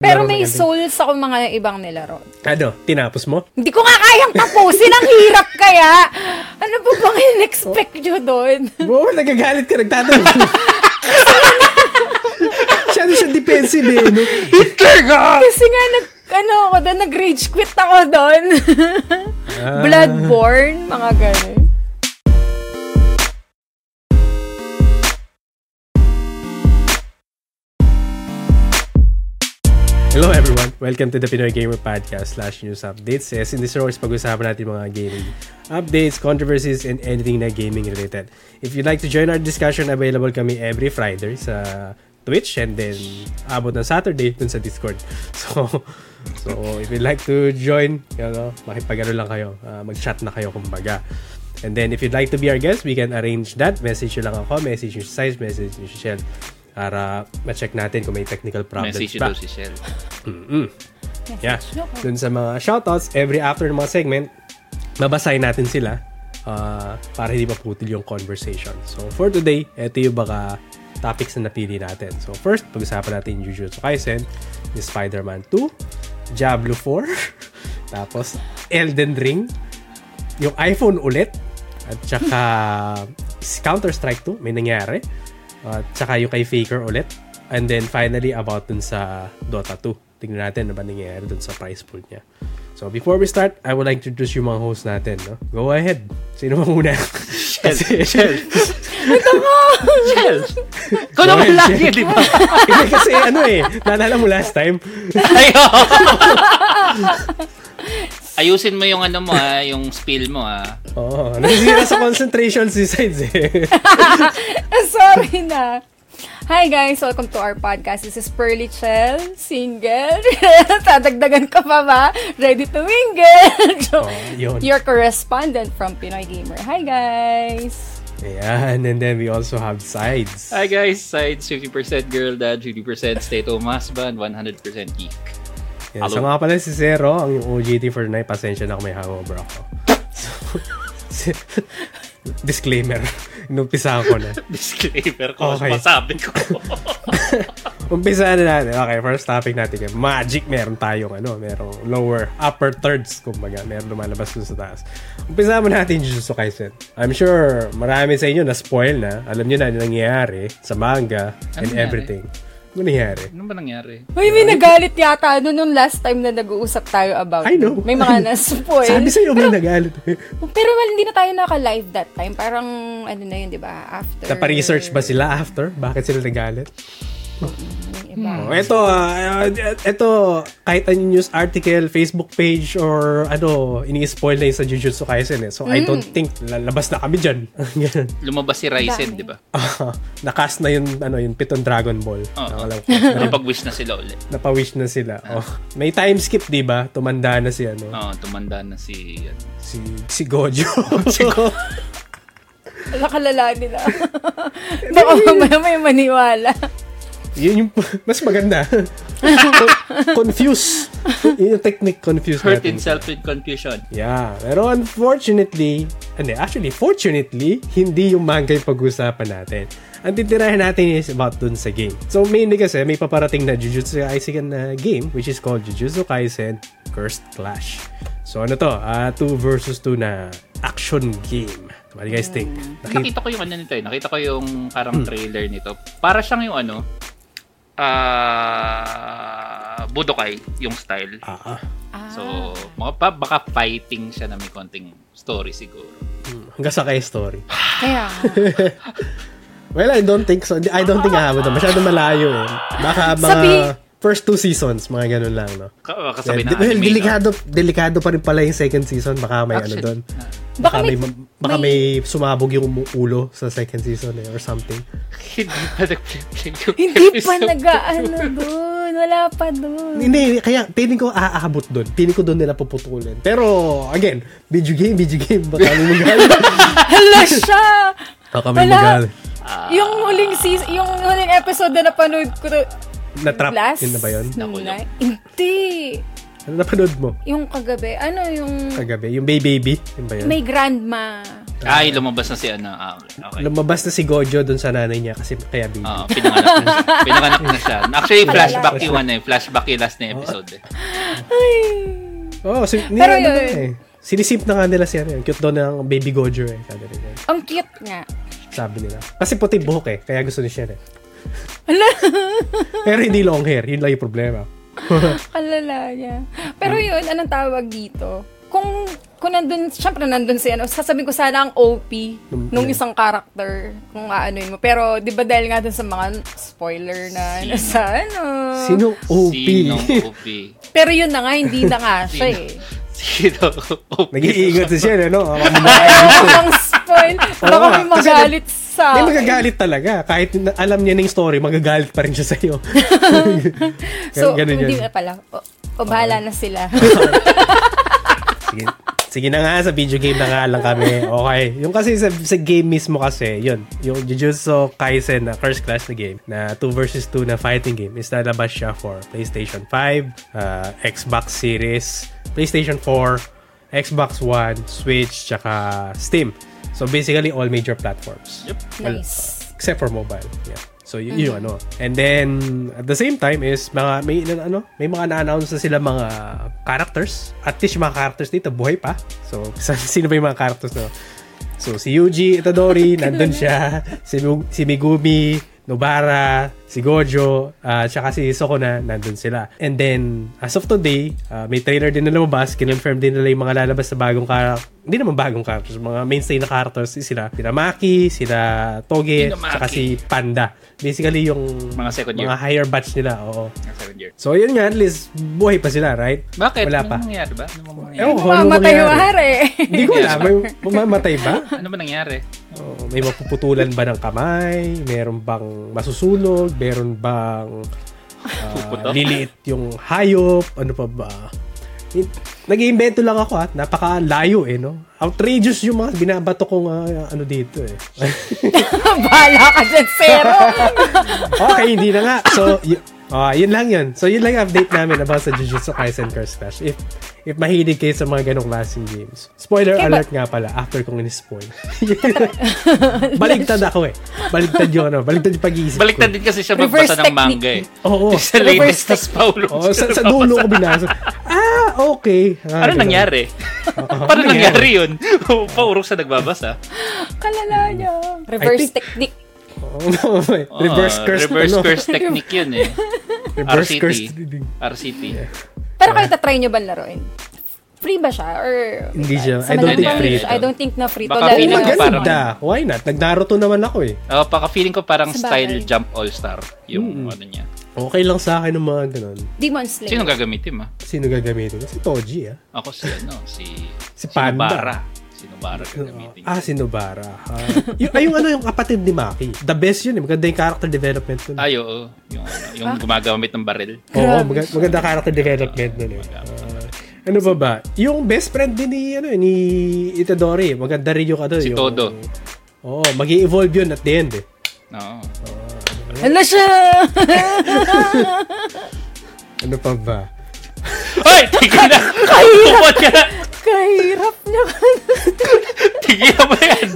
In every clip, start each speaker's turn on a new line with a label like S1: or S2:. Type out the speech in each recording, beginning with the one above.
S1: pero
S2: laro
S1: may
S2: ng ending.
S1: souls ako mga ibang nilaro.
S2: Ano? Tinapos mo?
S1: Hindi ko nga kayang tapusin. Ang hirap kaya. Ano po bang in-expect nyo doon?
S2: Oo, nagagalit ka, nagtatanong. siya na siya defensive eh. No? Hitler ka!
S1: Kasi nga, nag, ano ako doon, nag-rage quit ako doon. Bloodborne, mga ganun.
S2: Hello everyone! Welcome to the Pinoy Gamer Podcast slash news updates. Yes, in this show is pag-usapan natin mga gaming updates, controversies, and anything na gaming related. If you'd like to join our discussion, available kami every Friday sa Twitch and then abot ng Saturday dun sa Discord. So, so if you'd like to join, you know, makipag-ano lang kayo, ah, mag-chat na kayo kumbaga. And then if you'd like to be our guest, we can arrange that. Message nyo lang ako, message nyo si Size, message nyo si Shell para ma-check natin kung may technical problems
S3: Message
S2: ba.
S3: daw si Shell.
S2: Yeah. Dun sa mga shoutouts, every after ng mga segment, babasahin natin sila ah, para hindi maputol yung conversation. So, for today, ito yung baka topics na napili natin. So, first, pag-usapan natin yung Jujutsu Kaisen, yung Spider-Man 2, Diablo 4, tapos Elden Ring, yung iPhone ulit, at saka Counter-Strike 2, may nangyari, at saka yung kay Faker ulit, and then finally about dun sa Dota 2. Tingnan natin ano ba nangyayari dun sa prize pool niya. So before we start, I would like to introduce yung mga host natin. No? Go ahead. Sino mo muna? Kasi,
S1: Ah,
S3: Shell! Ikaw naman
S2: Shell.
S3: lagi, di ba?
S2: Hindi, kasi ano eh, naalala mo last time,
S3: Ayo! Ayusin mo yung ano mo ah, yung spill mo ah.
S2: Oo, nasisira sa concentration si Sides eh.
S1: Ah, Sorry na. Hi guys, welcome to our podcast. This is Pearly Chell, single. Tadagdagan ka pa ba? Ready to mingle. so,
S2: Oh, yun.
S1: Your correspondent from Pinoy Gamer. Hi guys.
S2: Ayan, and then we also have Sides.
S3: Hi guys, sides 50% girl dad, 50% state o husband, 100% geek.
S2: Yan, sa mga pala si Zero, ang yung OJT for tonight, pasensya na kung may hangover ako. So, disclaimer, inumpisa ko na.
S3: Disclaimer ko,
S2: Okay.
S3: masabi ko.
S2: Umpisa na natin. Okay, first topic natin. kay Magic, meron tayong ano, merong lower, upper thirds, kumbaga, meron lumalabas dun sa taas. Umpisa mo natin Jujutsu Kaisen. I'm sure marami sa inyo na-spoil na. Alam nyo na yung nangyayari sa manga and
S3: nangyari?
S2: everything. Ano nangyayari?
S3: ano ba nangyari?
S1: Uy, may nagalit yata ano nung last time na nag-uusap tayo about.
S2: I know.
S1: May mga na-spoil.
S2: Sabi sa'yo, may nagalit.
S1: Pero well, hindi na tayo naka-live that time. Parang ano na yun, di ba? After.
S2: Napa-research ba sila after? Bakit sila nagalit?
S1: Yung
S2: Oh,
S1: iba.
S2: Ito, ah, ah, ito, kahit ano yung news article, Facebook page, or ano, ini-spoil na yun sa Jujutsu Kaisen eh. So, I don't think, lalabas na kami dyan. Ganun.
S3: Lumabas si Ryzen, di ba?
S2: Ah, nakas na yung, ano, yung pitong Dragon Ball.
S3: Oo.
S2: Ang alam ko.
S3: Napag-wish na sila ulit.
S2: Napawish na sila. Oh. May time skip, di ba? Tumanda na si, ano,
S3: Oo, tumanda na si... ano.
S2: si, si Gojo.
S1: Nakalala nila. Baka mamaya may maniwala.
S2: Yun yung, mas maganda. confuse. Yun yung technique, confuse
S3: Hurt
S2: natin.
S3: himself with confusion.
S2: Yeah, pero unfortunately, hindi, actually, fortunately, hindi yung manga yung pag-uusapan natin. Ang titirahan natin is about dun sa game. So mainly kasi may paparating na Jujutsu Kaisen na game which is called Jujutsu Kaisen Cursed Clash. So ano to? 2 versus 2 na action game. What do you guys think? Nakita- Hmm.
S3: Nakita ko yung ano nito eh. Nakita ko yung parang trailer nito. Para siyang yung ano, ah Budokai, yung style.
S2: Ah, ah.
S3: So, mga pa, baka fighting siya na may konting story siguro.
S2: Hanggang sa kay story.
S1: Kaya,
S2: Well, I don't think so. Hindi- I don't think aabot na. Masyado malayo eh. Baka mga
S1: Sabi-
S2: first two seasons, mga ganun lang, no?
S3: Ka- Kasabay
S2: Yeah, di-
S3: ng
S2: well,
S3: anime.
S2: delikado, delikado pa rin pala yung second season. Baka may ano
S3: Actually,
S2: doon. Baka,
S1: baka may,
S2: may, baka may, sumabog yung mu- ulo sa second season eh, or something.
S3: Hindi pa nag-play yung
S1: hindi pa
S3: episode.
S1: nag-ano doon. Wala pa doon.
S2: Hindi, kaya piling ko aabot doon. Piling ko doon nila puputulin. Pero, again, video game, video game. Baka may magalit.
S1: Hala siya!
S2: Baka may
S1: Wala.
S2: magalit.
S1: yung huling season, yung huling episode na napanood ko to,
S2: Na-trap.
S1: last
S2: Yun na ba yun?
S1: night. Hindi.
S2: Ano napanood mo
S1: Yung kagabi, ano yung
S2: kagabi? Yung Bay Baby? Yun ba yun?
S1: may grandma.
S3: Ay, lumabas na si ano. Ah, okay.
S2: Lumabas na si Gojo doon sa nanay niya kasi kaya baby.
S3: Oo, pinanganak na siya. Pinanganak na siya. Actually, flashback yung ano eh. Flashback yung last na episode eh.
S2: Oo, so,
S1: Pero
S2: Pero yun.
S1: yun.
S2: eh. Sinisimp na nga nila siya. Ang cute daw ng baby Gojo eh. Sabi nila.
S1: Ang cute nga.
S2: Sabi nila. Kasi puti buhok eh. Kaya gusto ni Shen eh. Pero hindi long hair. Yun lang yung problema.
S1: Kalala niya. Pero yun, anong tawag dito? Kung kung nandun, syempre nandun si ano, sasabihin ko sana ang OP
S2: Nung-
S1: nung isang character kung aanoin mo. Pero di ba dahil nga dun sa mga spoiler na ano,
S3: Sino?
S1: sa ano.
S2: Sino OP?
S3: Sinong OP?
S1: Pero yun na nga, hindi na nga siya
S3: Sino?
S1: eh.
S3: Sinong OP?
S2: Nag-iingat si Shen eh, no? Ang mga
S1: Ang spoil. Baka
S2: Oo,
S1: may
S2: kasi
S1: magalit sa
S2: Hindi,
S1: akin.
S2: magagalit talaga. Kahit na- alam niya na yung story, magagalit pa rin siya sa'yo.
S1: So,
S2: Ganun
S1: hindi
S2: yun.
S1: na pala. O, o bahala na sila.
S2: Sige, sige na nga, sa video game na nga lang kami. Okay. Yung kasi sa, sa game mismo kasi, yun, yung Jujutsu Kaisen na first class na game, na 2 versus 2 na fighting game, is lalabas siya for PlayStation 5, uh, Xbox Series, PlayStation 4, Xbox One, Switch, tsaka Steam. So basically, all major platforms.
S3: Yep.
S2: Well,
S1: Nice.
S2: except for mobile. Yeah. So yun, yun yung ano. And then at the same time is mga may na- ano, may mga na-announce na sila mga characters. At least yung mga characters dito buhay pa. So sa- sino ba yung mga characters na? So si Yuji Itadori nandun siya, si Mu- si Megumi Nobara, si Gojo, at saka si Sokona, nandun sila. And then, as of today, ah, may trailer din na lumabas. Kinonfirm din nila yung mga lalabas sa bagong character. Hindi naman bagong characters. Mga mainstay na characters. Sila, sila Maki, sila Toge,
S3: Sila Maki.
S2: saka si Panda. Basically, yung
S3: Mga second year.
S2: mga higher batch nila. Oo.
S3: Ang second year.
S2: So, yun nga, at least, buhay pa sila, right?
S3: Bakit?
S2: Wala
S3: Ano
S2: pa.
S3: nangyari ba? Ano bang
S2: Ewan ko,
S3: nangyari?
S2: ano
S1: Mamatay yung
S2: mangyari?
S1: hari.
S2: Hindi ko alam. May mamamatay ba?
S3: Ano ba nangyari?
S2: Oh, may mapuputulan ba ng kamay? Meron bang masusunog? Meron bang ah,
S3: Puputok?
S2: liliit yung hayop? Ano pa ba? It- Nag-iimbento lang ako at napakalayo eh, no? Outrageous yung mga binabato kong ah, ano dito eh.
S1: Bahala ka dyan, Zero.
S2: okay, hindi na nga. So, y- ah, yun lang yun. So, yun lang yung update namin about sa Jujutsu Kaisen Curse Clash. If if mahilig kayo sa mga ganong klaseng games. Spoiler
S1: Kaya ba-
S2: alert nga pala after kong in-spoil. baligtad ako eh. Baligtad yung ano. Baligtad yung pag-iisip ko.
S3: Baliktad din kasi siya
S1: Reverse
S3: magbasa ng
S1: technique.
S3: manga eh.
S2: Oo.
S3: Sa
S1: Reverse
S3: latest tas Paulo.
S2: Oo, sa, sa dulo ko binasa. Ah, okay. Ah, ganun.
S3: Ano
S2: Ano
S3: nangyari? Paano nangyari yun? Oh, Paurok sa nagbabasa.
S1: Kalala niya. Reverse
S2: think-
S1: technique.
S2: Oo, may
S3: Oo,
S2: reverse curse.
S3: Ah, Oh, Reverse Ah,
S2: ano?
S3: curse technique yun eh.
S2: Reverse
S3: RCT.
S2: curse.
S3: RCT.
S1: Pero kayo tatry nyo ba laruin? Free ba siya? Or,
S2: Hindi siya. I
S1: Sa
S2: don't
S1: Manila
S2: think
S1: Beach,
S2: free
S3: ito.
S1: I don't think na free to.
S3: Baka
S2: Oo,
S1: Dahil
S3: feeling
S1: na-
S3: ko parang-
S2: maganda. Why not? Nagnaruto naman ako eh.
S3: Oh, paka feeling ko parang
S1: Sa
S3: style
S1: bagay.
S3: jump all-star yung ano niya.
S2: Okay lang sa akin ng mga ganun.
S1: Demon Slayer.
S3: Sino gagamitin ah?
S2: Sino gagamitin? Si Toji ah.
S3: Ako si ano, si
S2: Si Panda.
S3: Nobara. Si Nobara gagamitin.
S2: Ah, si Nobara. Ah, yung, ay, yung ano, yung kapatid ni Maki. The best yun eh. Maganda yung character development nun.
S3: Ay, oo. Yung, ano, yung
S1: Ah.
S3: gumagamit ng baril.
S2: Oo,
S1: Grabe
S2: maganda, maganda character development nun eh. Ah, ano ba ba? Yung best friend din ni, ano, eh, ni Itadori. Maganda rin yung ano.
S3: Si
S2: yung,
S3: Todo.
S2: Oo, oh, mag evolve yun at the end eh.
S3: Oo.
S1: Hala siya!
S2: Ano pa ba?
S3: Ay! Tigil na! Tumot ka na!
S1: Kahirap niya.
S3: Tigil mo yan!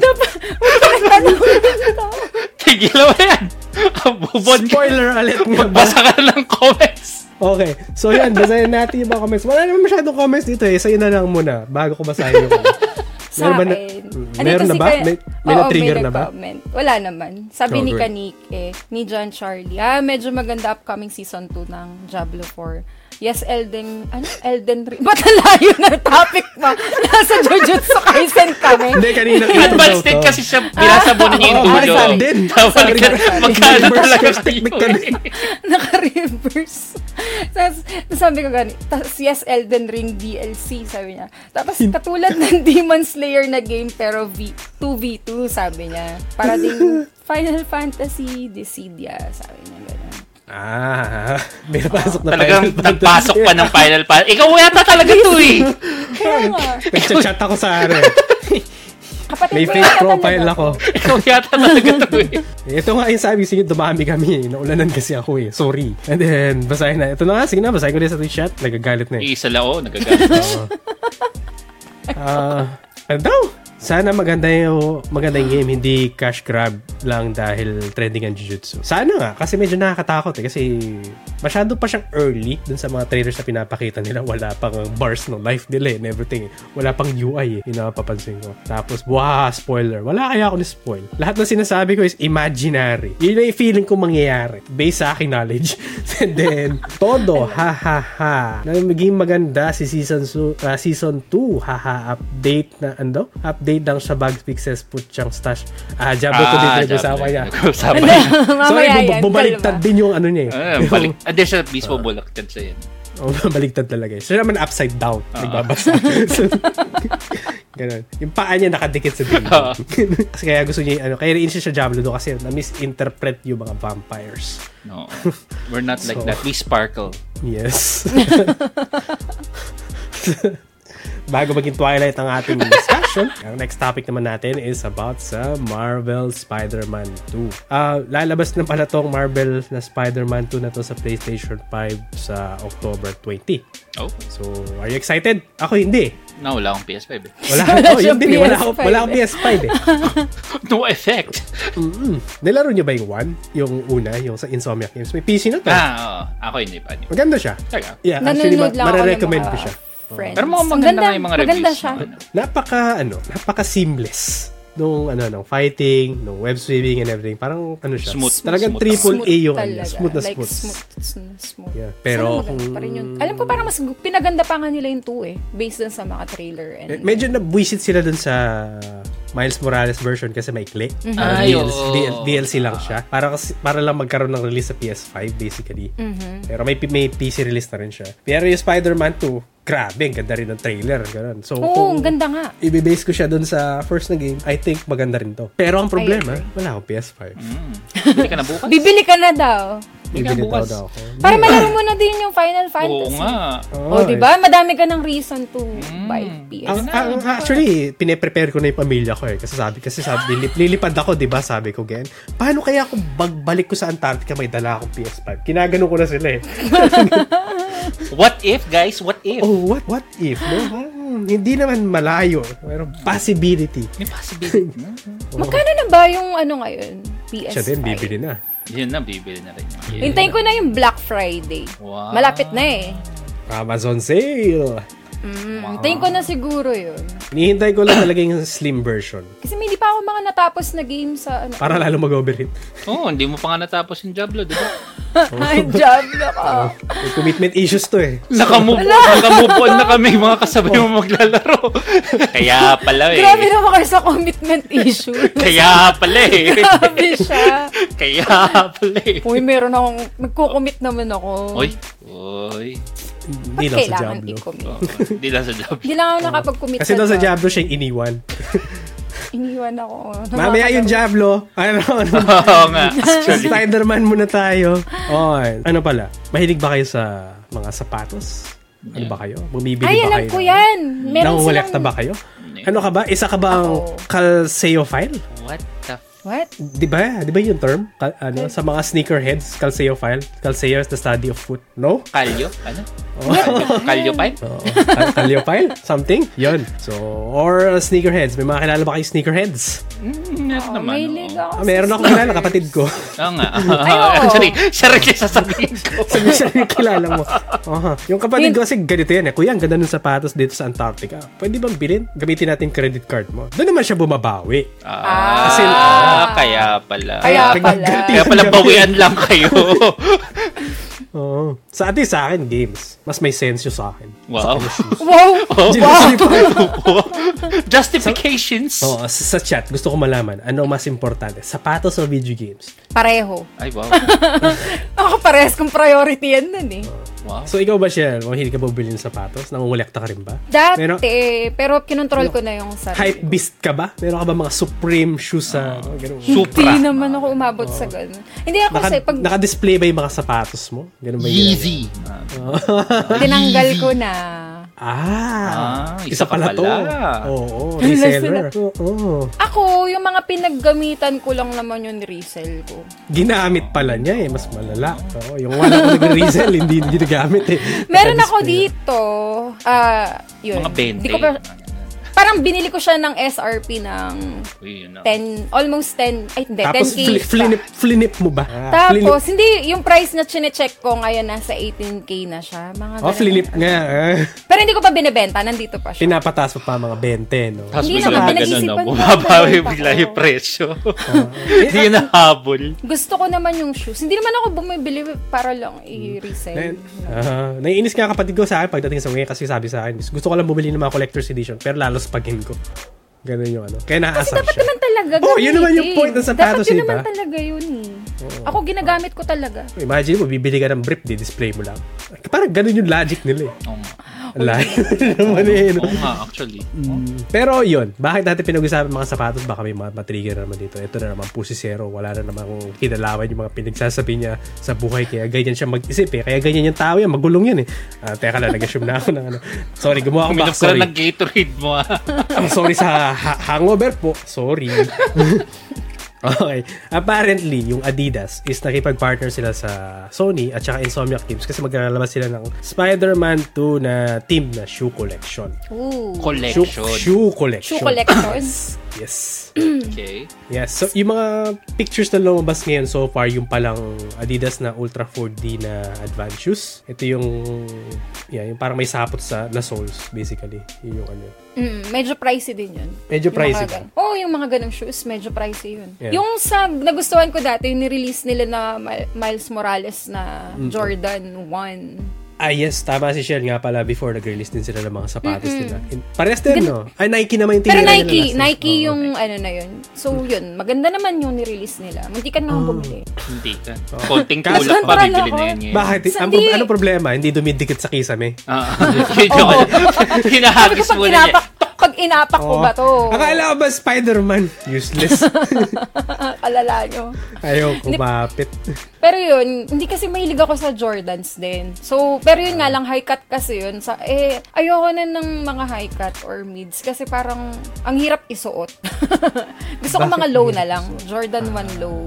S3: Tigil mo yan! Ang bubon ka.
S2: Spoiler alert nga ba?
S3: Magbasa ka na ng comments!
S2: Okay. So yan, basahin natin yung mga comments. Wala naman masyadong comments dito eh. Sa'yo na lang muna bago ko basahin yung
S1: Sa
S2: Meron ba na-
S1: akin.
S2: Mm,
S1: Andito
S2: meron na
S1: si
S2: ba?
S1: Kay-
S2: May- may
S1: Oo,
S2: na-trigger na ba?
S1: nag-comment. Wala naman. Sabi
S2: Oh,
S1: ni
S2: good.
S1: Kanik eh, ni John Charlie, ah, medyo maganda upcoming season 2 ng Diablo 4. Yes, Elden, ano? Elden Ring. Ba't ang layo ng topic mo? Nasa Jujutsu Kaisen kami.
S2: Hindi, kanina kita daw
S3: Advanced din
S2: to.
S3: kasi siya, binasabunan niya yung
S2: Oo,
S3: dulo.
S2: basa din.
S3: Tawag
S2: Sorry,
S3: ka,
S2: sorry.
S3: magkano
S2: Reverse
S3: talaga
S2: curse technique ka din.
S3: yun.
S1: Naka-reverse. Tapos, sabi ko gani, tapos yes, Elden Ring DLC, sabi niya. Tapos, katulad ng Demon Slayer na game, pero v- 2v2, sabi niya. Para ding Final Fantasy Dissidia, sabi niya. Ganun.
S2: Ah, may napasok na
S3: Talagang
S2: Final Fantasy.
S3: nagpasok pa ng final pa. Ikaw yata talaga to eh.
S1: Kaya nga,
S2: Nagchat-chat ako sa ano. eh.
S1: kapatid
S2: May
S1: ko
S2: fake
S1: yata
S2: profile
S1: talaga.
S2: ako.
S3: Ikaw yata talaga to eh.
S2: Ito nga yung sabi sige, dumami kami. eh. Naulanan kasi ako eh. Sorry. And then, basahin na. Ito na nga, sige na, basahin ko din sa Twitch chat.
S3: oh,
S2: Nagagalit na eh.
S3: Iisa lang ako, nagagalit.
S2: Ah, ano daw? Sana maganda yung, maganda yung game, hindi cash grab lang dahil trending ang Jujutsu. Sana nga, kasi medyo nakakatakot eh. Kasi masyado pa siyang early dun sa mga trailers na pinapakita nila. Wala pang bars ng life nila eh, and everything eh. Wala pang UI eh, yung napapansin ko. Tapos, wah, Ah, spoiler. Wala kaya ako ni-spoil. Lahat ng sinasabi ko is imaginary. Yun lang yung feeling ko mangyayari based sa aking knowledge. and then, todo, ha ha ha. Na maging maganda si season su- ah, season 2, ha ha, update na, ano? Update lang sa bug fixes po siyang stash. Ah, jabo ko dito nag-usawa niya.
S3: Nag-usapan
S1: Ano,
S3: niya.
S2: Sorry,
S1: mamaya
S2: bu-
S1: yan.
S2: bumaliktad
S1: kalma.
S2: din yung ano niya eh.
S3: Ah,
S2: Yung-
S3: balik. Ah, di siya mismo bulaktad sa yun.
S2: Oh, baliktad talaga. eh. Siya naman upside down. Nagbabasa. So, Ganun. Yung paa niya nakadikit sa
S3: Oo.
S2: dingding. kasi kaya gusto niya, yung ano, kaya rin siya Diablo do kasi na-misinterpret yung mga vampires.
S3: No. We're not like
S2: So-
S3: that. We sparkle.
S2: Yes. Bago maging Twilight ang ating discussion, ang next topic naman natin is about sa Marvel Spider-Man 2. Ah, lalabas na pala tong Marvel na Spider-Man 2 na to sa PlayStation 5 sa October 20.
S3: Oh,
S2: So, are you excited? Ako hindi.
S3: no, wala akong PS5 eh.
S2: Wala,
S1: Wala
S2: oh, yun
S1: siyang
S2: din. eh. Wala, ako,
S1: PS5
S2: wala akong
S1: eh.
S2: PS5 eh.
S3: No effect.
S2: Mm-mm. Nilaro niyo ba yung one? Yung una, yung sa Insomniac Games. May PC na to.
S3: Ah, oo. Ako hindi pa. Hindi.
S2: Maganda siya.
S3: Taga.
S2: Yeah, actually,
S1: Nanonood
S2: ma-
S1: lang ako ng
S2: marirecommend ko
S1: mga
S2: siya.
S1: friends.
S3: Pero mukhang
S1: Ang
S3: maganda
S1: ganda-
S3: nga yung mga reviews.
S1: Maganda siya.
S3: ng ano.
S2: Napaka, ano, napaka seamless nung ano nung fighting, nung web swimming and everything. Parang ano siya.
S3: Smooth.
S2: Talagang
S3: Smooth.
S2: triple A yung ano,
S1: talaga.
S2: smooth na
S1: like,
S2: smooth.
S1: smooth. sm- smooth.
S2: Yeah, pero
S1: Sana maganda
S2: kung-
S1: pa rin yun. Alam ko parang mas pinaganda pa nga nila yung 2 eh. Based dun sa mga trailer. And,
S2: Eh, Medyo nabwisit sila dun sa Miles Morales version kasi maikli.
S1: Mm-hmm.
S2: Parang
S3: Ay,
S2: DLC,
S3: oo.
S2: DL- DLC lang siya. Para, kasi, para lang magkaroon ng release sa PS5 basically.
S1: Mm-hmm.
S2: Pero may, P- may PC release na rin siya. Pero yung Spider-Man 2, grabe, ang ganda rin ng trailer. Ganun. So,
S1: Oo,
S2: kung
S1: ang ganda nga.
S2: ibibase ko siya dun sa first na game, I think maganda rin to. Pero ang problema,
S1: I
S2: wala akong PS5.
S3: Mm. Hmm. Bili ka na bukas.
S1: Bibili ka na daw.
S3: Bili ka
S2: Bibili daw
S3: bukas.
S2: daw ako.
S1: Para malaro mo na din yung Final
S3: Oo
S1: Fantasy.
S3: nga. Hmm.
S1: Oh, di ba? Madami ka ng reason to buy PS.
S2: Ang, ang, actually, pine-prepare ko na yung pamilya ko eh. Kasi sabi, kasi sabi, lilip- lilipad ako, di ba? Sabi ko, Gen, paano kaya kung bagbalik ko sa Antarctica may dala akong PS5? Kinagano ko na sila eh.
S3: What if, guys? What if?
S2: Oh, what, what if? No? Hmm, hindi naman malayo. Pero possibility.
S3: May possibility. Hmm.
S1: Magkano na ba yung ano ngayon? PS5.
S2: Siya din, bibili na.
S3: Yun na, bibili na rin. yun.
S1: Hintayin ko na yung Black Friday.
S3: Wow.
S1: Malapit na eh. Mm-hmm.
S2: Amazon sale!
S3: Wow.
S1: Hintayin ko na siguro yun.
S2: Hinihintay ko lang talaga yung slim version.
S1: Kasi may hindi pa ako mga natapos na game sa ano.
S2: Para lalo mag-overheat.
S3: Oo, hindi mo pa nga natapos yung Diablo, di ba?
S1: Ay, job na ka.
S2: May commitment issues to eh.
S3: Nakamove on, nakamove on na kami mga kasabay mo maglalaro. Kaya pala eh.
S1: Grabe naman kayo sa commitment issue.
S3: Kaya pala eh.
S1: Grabe siya.
S3: Kaya pala eh.
S1: Uy, meron akong, nagko-commit naman ako.
S3: Oy, oy.
S2: Hindi lang
S1: Ba't
S2: sa
S1: kailangan
S2: Diablo.
S1: i-commit?
S3: Oo, Hindi lang sa Diablo.
S1: Hindi lang ako nakapag-commit
S2: Kasi daw sa Diablo siya yung iniwan.
S1: Iniwan ako.
S2: Mamaya yung Diablo. Ano, ano,
S3: Oo nga. Actually,
S2: Spider-Man muna tayo. Oy. Ano pala? Mahilig ba kayo sa mga sapatos? Ano ba kayo? Bumibili
S1: Ay,
S2: ba
S1: alam
S2: kayo?
S1: ko yan. Meron
S2: Nangungulekta
S1: silang...
S2: ba kayo? Ano ka ba? Isa ka ba ang
S1: Ako.
S2: calceophile?
S3: what the f-
S1: What?
S2: Di ba? Di ba yung term? Kal- ano, sa mga sneakerheads, calceophile? Calceo is the study of foot. No?
S3: Kalyo? Ano? Kalyo pa?
S2: Oo. Cal- calceophile? Something? Yun. So, or uh, sneakerheads. May mga kilala ba kayo sneakerheads?
S3: Mm, meron
S1: Oh,
S3: naman.
S1: may
S3: oo.
S1: liga
S2: Ah,
S1: ako sa
S2: meron ako
S1: sneakers.
S2: kilala, kapatid ko.
S3: Oo nga.
S1: oo.
S3: Actually, siya rin yung sasabihin ko.
S2: Sabi siya yung kilala mo. Aha. Yung kapatid ko kasi ganito yan eh. Kuya, ang ganda ng sapatos dito sa Antarctica. Pwede bang bilhin? Gamitin natin yung credit card mo. Doon naman siya bumabawi.
S3: Ah,
S2: Kasi-
S3: kaya pala.
S1: Kaya pala.
S2: Nagganti
S3: Kaya pala
S2: ng gamit.
S3: bawian lang kayo.
S2: Oo. Sa atin, sa akin, games. Mas may sense yung sa akin.
S3: Wow.
S1: Wow!
S3: Oh.
S2: Seriously,
S3: Justifications.
S2: Oo, sa, sa chat, gusto ko malaman, ano mas importante? Sapatos o video games?
S1: Pareho.
S3: Ay, wow.
S1: Ako parehas kong priority yan nun eh.
S3: Wow.
S2: So, ikaw ba, Shell? Mahilig ka ba bumili ng sapatos? Nangungulekta ka rin ba?
S1: Dati,
S2: Meron-
S1: pero kinontrol ko na yung sarili.
S2: Hype beast ka ba? Meron ka ba mga supreme shoes sa...
S3: Ah.
S2: ano, ganun?
S1: Hindi
S3: Supra.
S1: naman ako umabot sa ganun. Hindi ako kasi
S2: Naka,
S1: pag
S2: Naka-display ba yung mga sapatos mo? Ganun ba yun?
S3: Yeezy.
S1: tinanggal ko na.
S2: Ah,
S3: Ah,
S2: isa,
S3: isa ka
S2: pala, to.
S3: pala.
S2: Oo,
S1: Ay,
S2: reseller. Oo,
S1: Ako, yung mga pinaggamitan ko lang naman yung resell ko.
S2: ginamit pala niya eh, mas malala. Oo, yung wala ko nag-resell, hindi hindi ginagamit eh.
S1: Meron ako
S2: Naka-display.
S1: dito. Ah, yun.
S3: Mga 20.
S1: Di ko pa, Parang binili ko siya ng SRP ng
S3: Uy, yun na.
S1: 10, almost 10, ay hindi,
S2: Tapos
S1: 10K.
S2: fli- flinip, flinip mo ba?
S1: Tapos,
S2: Flinip.
S1: hindi, yung price na chinecheck ko ngayon, nasa 18K na siya. Mga
S2: Oh,
S1: ganun.
S2: flinip nga. ah.
S1: Pero hindi ko pa binebenta, nandito pa siya.
S2: Pinapataas mo pa mga 20, no?
S3: Tapos
S1: Hindi
S3: bigla
S1: naman,
S3: na ganun,
S1: pinag-isipan
S3: no?
S1: ko,
S3: Bumabawi
S1: ganun pa
S3: bigla
S1: ako.
S3: yung presyo. Hindi yun nahabol.
S1: Gusto ko naman yung shoes. Hindi naman ako bumibili para lang i-resell.
S2: Then, ah, naiinis nga kapatid ko sa akin pagdating sa ngayon kasi sabi sa akin, gusto ko lang bumili ng mga collector's edition pero lalo spagin ko. Ganun yung ano. Kaya
S1: Kasi
S2: naasar
S1: dapat
S2: siya.
S1: naman talaga
S2: Oh, yun naman yung
S1: gamitin.
S2: point ng sapatos,
S1: Dapat
S2: di
S1: yun
S2: ba?
S1: naman talaga yun eh. Ako ginagamit ko talaga.
S2: Imagine mo, bibili ka ng brief, di-display mo lang. Parang ganun yung logic nila eh.
S3: Oo nga.
S2: Ang layo naman eh. no?
S3: Oo nga, actually.
S2: Pero yun, bakit natin pinag-usapan mga sapatos? Baka may mga matrigger na naman dito. Ito na naman po si Zero. Wala na naman kung kinalawan yung mga pinagsasabi niya sa buhay. Kaya ganyan siya mag-isip eh. Kaya ganyan yung tao yan. Magulong yan eh. Ah, teka lang, nag-assume na ako ng ano. Sorry, gumawa ako
S3: Uminom ka
S2: backstory.
S3: lang ng Gatorade mo ah.
S2: I'm sorry sa ha- hangover po. Sorry. okay. Apparently, yung Adidas is nakipag-partner sila sa Sony at saka Insomniac Games kasi maglalabas sila ng Spider-Man 2 na team na shoe collection.
S1: Ooh.
S2: Shoe,
S3: Collection.
S2: shoe collection.
S1: Shoe collectors.
S2: Yes.
S3: Okay.
S2: Yes. So, yung mga pictures na lumabas ngayon so far, yung palang Adidas na Ultra 4D na advanced shoes. Ito yung, yeah, yung parang may sapot sa na soles, basically. Yun yung ano.
S1: Mm, medyo pricey din yun.
S2: Medyo
S1: Yung
S2: pricey
S1: mga
S2: ba?
S1: gan- Oo, oh, yung mga ganong shoes, medyo pricey yun.
S2: Yeah.
S1: Yung sa nagustuhan ko dati, yung nirelease nila na Mil- Miles Morales na
S2: Mm.
S1: Jordan 1.
S2: Ah, yes. Tama si Shell nga pala. Before, nag-release din sila ng mga sapatos nila. In, pares din, no? Ay, Nike naman yung
S1: Pero
S2: tinira nila
S1: Nike,
S2: last time.
S1: Nike
S2: Oo.
S1: yung ano na yun. So yun, maganda naman yung nirelease nila. Muntikan
S2: Oh.
S1: na akong bumili.
S3: Hindi ka. Konting
S2: Kaso-
S3: tulak pa,
S1: Parang
S3: bibili
S1: ako.
S3: na yan ngayon.
S2: Bakit? Ang,
S1: Sandi.
S2: ano problema? Hindi dumidikit sa kisame.
S3: Ah, yun yung ano.
S1: Sabi ko
S3: Hinahagis
S1: pag
S3: mo na niya.
S1: inapak, pag inapak ko ba to?
S2: Oh. Akala ko ba Spider-Man? Useless.
S1: Alala nyo.
S2: Ayoko,
S1: Hindi-
S2: mapit.
S1: Pero yun, hindi kasi mahilig ako sa Jordans din. So, pero yun
S2: Ah.
S1: nga lang, high cut kasi yun. Sa, eh, ayoko na ng mga high cut or mids kasi parang ang hirap isuot. Gusto ko
S2: Bakit
S1: mga low
S2: ang hirap
S1: na
S2: Ah.
S1: lang. Jordan 1 low.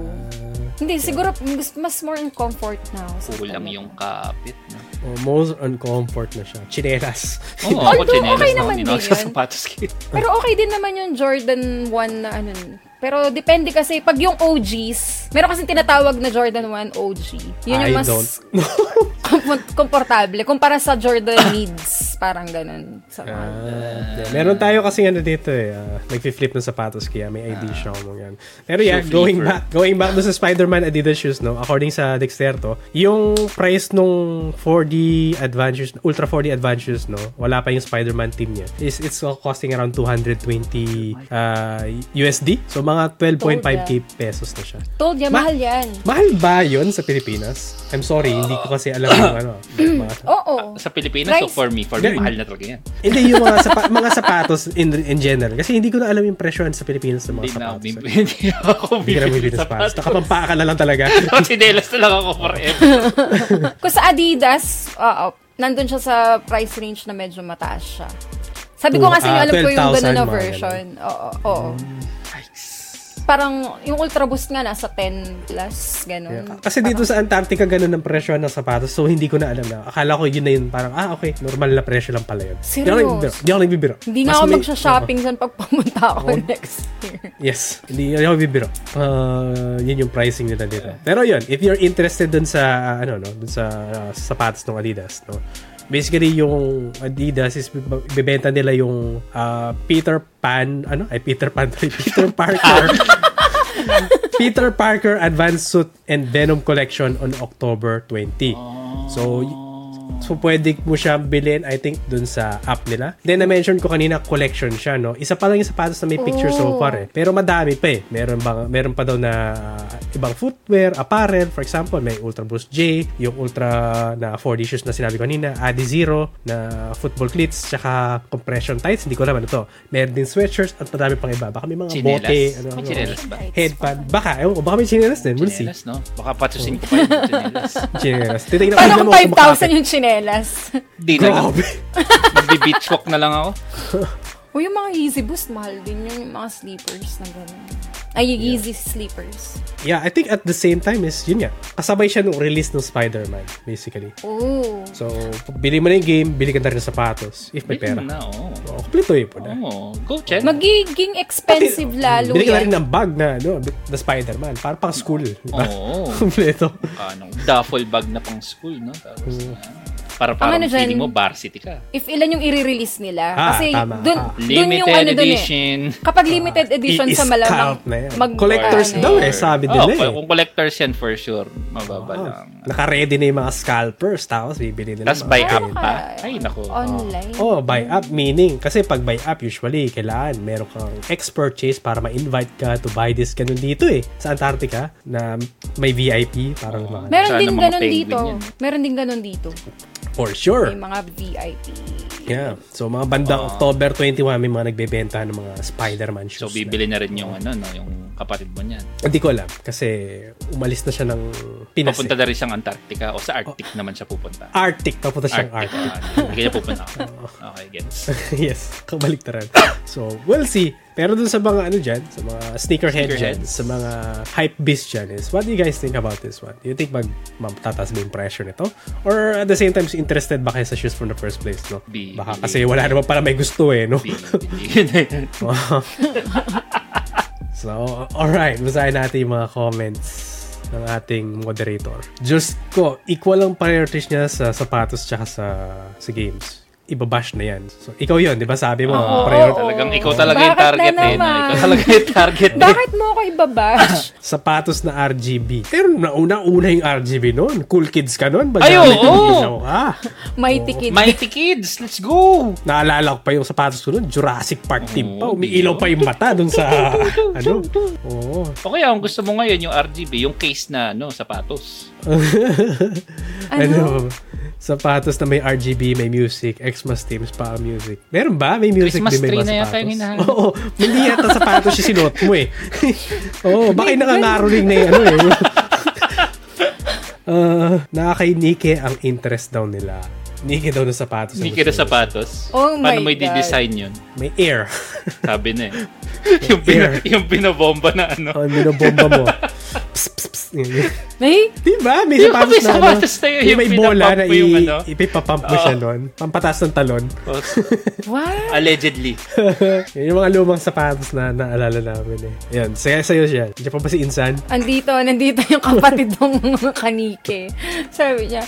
S1: Hindi, siguro mas- mas more in comfort na ako. sa
S3: Kulang
S1: totoo.
S3: yung kapit. no?
S2: Oh, most uncomfort na siya. Chinelas.
S1: Oh,
S3: Oo, ako
S1: Although,
S3: chinelas
S1: okay
S3: na ako
S1: naman
S3: ninong
S1: din
S3: sa
S1: yun.
S3: sapatos ko.
S1: Pero okay din naman yung Jordan 1 na ano. Pero depende kasi pag yung OGs, meron kasi tinatawag na Jordan 1 OG. Yun
S2: I
S1: yung mas
S2: don't.
S1: Kom- komportable kumpara sa Jordan needs parang ganun sa
S2: Ah, meron tayo kasi ano dito eh, ah, nagfi-flip ng sapatos kaya may ID siya mo yan. Pero yeah,
S3: Shoe
S2: going
S3: flipper.
S2: back, going back doon sa Spider-Man Adidas shoes, no? According sa Dexterto, yung price nung 4D Advanced shoes, Ultra 4D Advanced shoes, no? Wala pa yung Spider-Man team niya. Is it's all costing around 220 ah, USD. So mga 12.5k pesos na siya.
S1: told ya
S2: Ma-
S1: mahal yan
S2: Mahal ba yon sa Pilipinas? I'm sorry, hindi ko kasi alam yung ano. mga-
S1: oo
S3: Sa Pilipinas,
S1: Price.
S3: so for me, for me,
S2: Ganun.
S3: mahal na talaga yan.
S2: Hindi yung mga, sapa- mga sapatos in, in general. Kasi hindi ko na alam yung presyohan sa Pilipinas ng
S3: Hindi
S2: mga
S3: na
S2: sapatos.
S3: ako
S2: eh.
S3: bibili. Hindi ako
S2: Hindi ka na
S3: bibili
S2: bumibili
S3: ng
S2: ng sapatos.
S3: sapatos.
S2: Nakapampaka na lang talaga.
S3: Chinelas na lang ako forever.
S1: kung sa Adidas oo nandun siya sa price range na medyo mataas siya sabi ko
S2: Oo,
S1: nga sa inyo
S2: ah,
S1: alam ko
S2: 12,000
S1: yung ganun
S2: mga
S1: na
S2: Hmm,
S1: version oo oo parang yung Ultra Boost nga nasa 10 plus ganun
S2: Kasi dito sa Antarctica, ganun ang presyohan ng sapatos. So, hindi ko na alam na. Akala ko yun na yun. Parang, ah, okay. Normal na presyo lang pala yun. Di ako
S1: Serious?
S2: nagbibiro. Di ako nagbibiro.
S1: hindi
S2: Mas
S1: na ako
S2: may- Oh.
S1: magsha-shopping dyan pag pumunta ako next year
S2: Yes, hindi hindi ako bibiro. Uh, yun yung pricing nila dito. Pero yun, if you're interested dun sa uh, ano no, dun sa uh, sapatos ng Adidas, no. Basically yung Adidas is bib- bibenta nila yung uh, Peter Pan, ano? Ay Peter Pan, tuloy, Peter Parker. Peter Parker Advanced Suit and Venom Collection on October 20. So y- So, pwede mo siya bilhin, I think, dun sa app nila. Then, na-mention ko kanina, collection siya, no? Isa pa lang yung sapatos na may picture so
S1: Oh.
S2: far, eh. Pero madami pa, eh. Meron, bang, meron pa daw na uh, ibang footwear, apparel. For example, may Ultra Boost J, yung Ultra na 4D shoes na sinabi ko kanina, Adi Zero, na football cleats, tsaka compression tights. Hindi ko alam ano to. Meron din sweatshirts at madami pang iba. Baka may mga
S3: Chinelas.
S2: bote, ano,
S3: May
S2: ano,
S3: chinelas ba?
S2: headband. Baka, ewan ko, baka may chinelas din. We'll see.
S3: Chinelas, no? Baka patusin ko pa yung chinelas.
S2: Chinelas. Titignan ko
S1: paano
S2: tignan
S1: kung
S2: mo kung makakapit.
S1: 5,000 yung chinelas
S3: Hindi na lang.
S2: Grabe.
S3: Magbe-beach walk na lang ako.
S1: O yung mga Easy Boost, mahal din yun. Yung mga sleepers na gano'n. Ay, yung Yeezy slippers.
S2: Yeah, I think at the same time is, yun nga, kasabay siya nung release ng Spider-Man, basically.
S1: Oh.
S2: So, pag bili mo na yung game, bili ka na rin ng sapatos, if may pera.
S3: Yun na, oo.
S2: Oh, kompleto yun po na.
S3: Oo, go check.
S1: Magiging expensive lalo
S2: Bili ka na rin
S1: yan.
S2: ng bag na, ano, na Spider-Man, para pang school. di ba?
S3: Oo.
S2: kompleto.
S3: Anong Ah, duffel bag na pang school, no? Tapos,
S2: Mm.
S3: ah, para parang
S1: ano dyan?
S3: feeling mo varsity ka.
S1: If ilan yung i-release nila.
S2: Ah,
S1: Kasi
S2: tama.
S1: dun,
S2: Ah.
S1: dun yung
S3: Limited
S1: ano dun eh.
S3: edition.
S1: Kapag limited edition sa malamang
S2: I-scout na yan.
S1: mag-
S2: Collectors
S1: ano
S2: daw eh,
S1: eh.
S2: sabi
S3: Oo,
S2: nila eh.
S3: kung collectors yan for sure, mababa
S2: Ah,
S3: lang.
S2: naka-ready na yung mga scalpers, tapos bibili nila.
S3: Tapos
S2: mga
S3: buy
S2: ganyan.
S3: up pa. Ay, naku.
S1: Online.
S2: Oh, buy up meaning kasi pag buy up usually kailangan meron kang ex purchase para ma-invite ka to buy this ganun dito eh sa Antarctica na may VIP parang mga
S3: Oo.
S1: Meron
S3: Sana
S1: din
S3: mga
S1: ganun
S3: penguin
S1: dito.
S3: yan.
S1: Meron din ganun dito.
S2: for sure.
S1: May mga VIP.
S2: Yeah. So mga bandang October 21 may mga nagbebenta ng mga Spider-Man shoes.
S3: So,
S2: na.
S3: bibili na rin yung ano, no, yung kapatid mo niyan.
S2: Hindi ko alam kasi umalis na siya ng Pinas. eh.
S3: Papunta na rin siyang Antarctica o sa Arctic naman siya pupunta.
S2: Arctic, papunta siyang Arctic.
S3: Ah, Hindi niya pupunta. Okay, gets.
S2: yes, kabaliktaran. So, we'll see. Pero dun sa mga ano dyan, sa mga sneakerhead dyan,
S3: Sneakerheads.
S2: sa mga hype beast dyan is, what do you guys think about this one? Do you think mag matataas ba yung pressure nito? Or at the same time, interested ba kayo sa shoes from the first place, no?
S3: Di-
S2: Baka
S3: di-
S2: kasi wala naman para may gusto eh, no? So, alright, basahin natin yung mga comments ng ating moderator. Just ko, equal ang priorities niya sa sapatos tsaka sa, sa games. Ibabash na yan. So, ikaw yon di ba? Sabi mo,
S1: Oo,
S2: priority.
S1: oo.
S3: Talagang ikaw talaga
S1: Bakit
S3: yung
S1: na
S3: target eh. no?
S1: naman?
S3: Ikaw talaga yung target eh.
S1: Bakit mo ako ibabash?
S2: sapatos na RGB. Pero nauna-una yung RGB noon. Cool kids ka noon.
S3: Ay, oo!
S2: Ah,
S1: May ticket.
S3: Mighty Kids, let's go!
S2: naalala ko pa yung sapatos ko noon. Jurassic Park team pa.
S3: Oo,
S2: Umiilaw pa yung mata doon sa... ano? Oo.
S3: O kaya, kung gusto mo ngayon yung RGB, yung case na ano, sapatos.
S2: Ano? Sapatos na may RGB, may music, Xmas themes pa ang music. Meron ba? May music
S3: Christmas
S2: din may
S3: tree
S2: mga
S3: na yata
S2: sapatos.
S3: yung hinahanap.
S2: Oo. Hindi yata sapatos yung sinuot mo eh. Oo. Baka yung nangangaruling na yung ano eh. uh, Nakainike ang interest daw nila. Nike daw ng sapatos. ang
S3: Hindi kita
S2: gusto nila.
S3: sapatos.
S1: Oh my
S3: Paano mo
S1: God.
S3: i-design yun?
S2: May air.
S3: Sabi na eh. yung, pina, yung pinabomba na ano.
S2: oh, binobomba mo. Pss, pss, pss. Yun.
S1: May?
S2: Diba? May
S3: Yung
S2: sapatos
S3: may
S2: na ano.
S3: sapatos na yun,
S2: yung may
S3: yung
S2: bola na
S3: pinapump mo yung
S2: i-
S3: ano.
S2: ipipapump mo siya
S3: Oo.
S2: nun. Pampatas ng talon.
S1: What?
S3: Allegedly.
S2: Yan yung mga lumang sapatos na naalala namin eh. Yan, saya sayo siya. Diyan pa ba si Insan?
S1: Andito, nandito yung kapatid ng kanike. Sabi niya,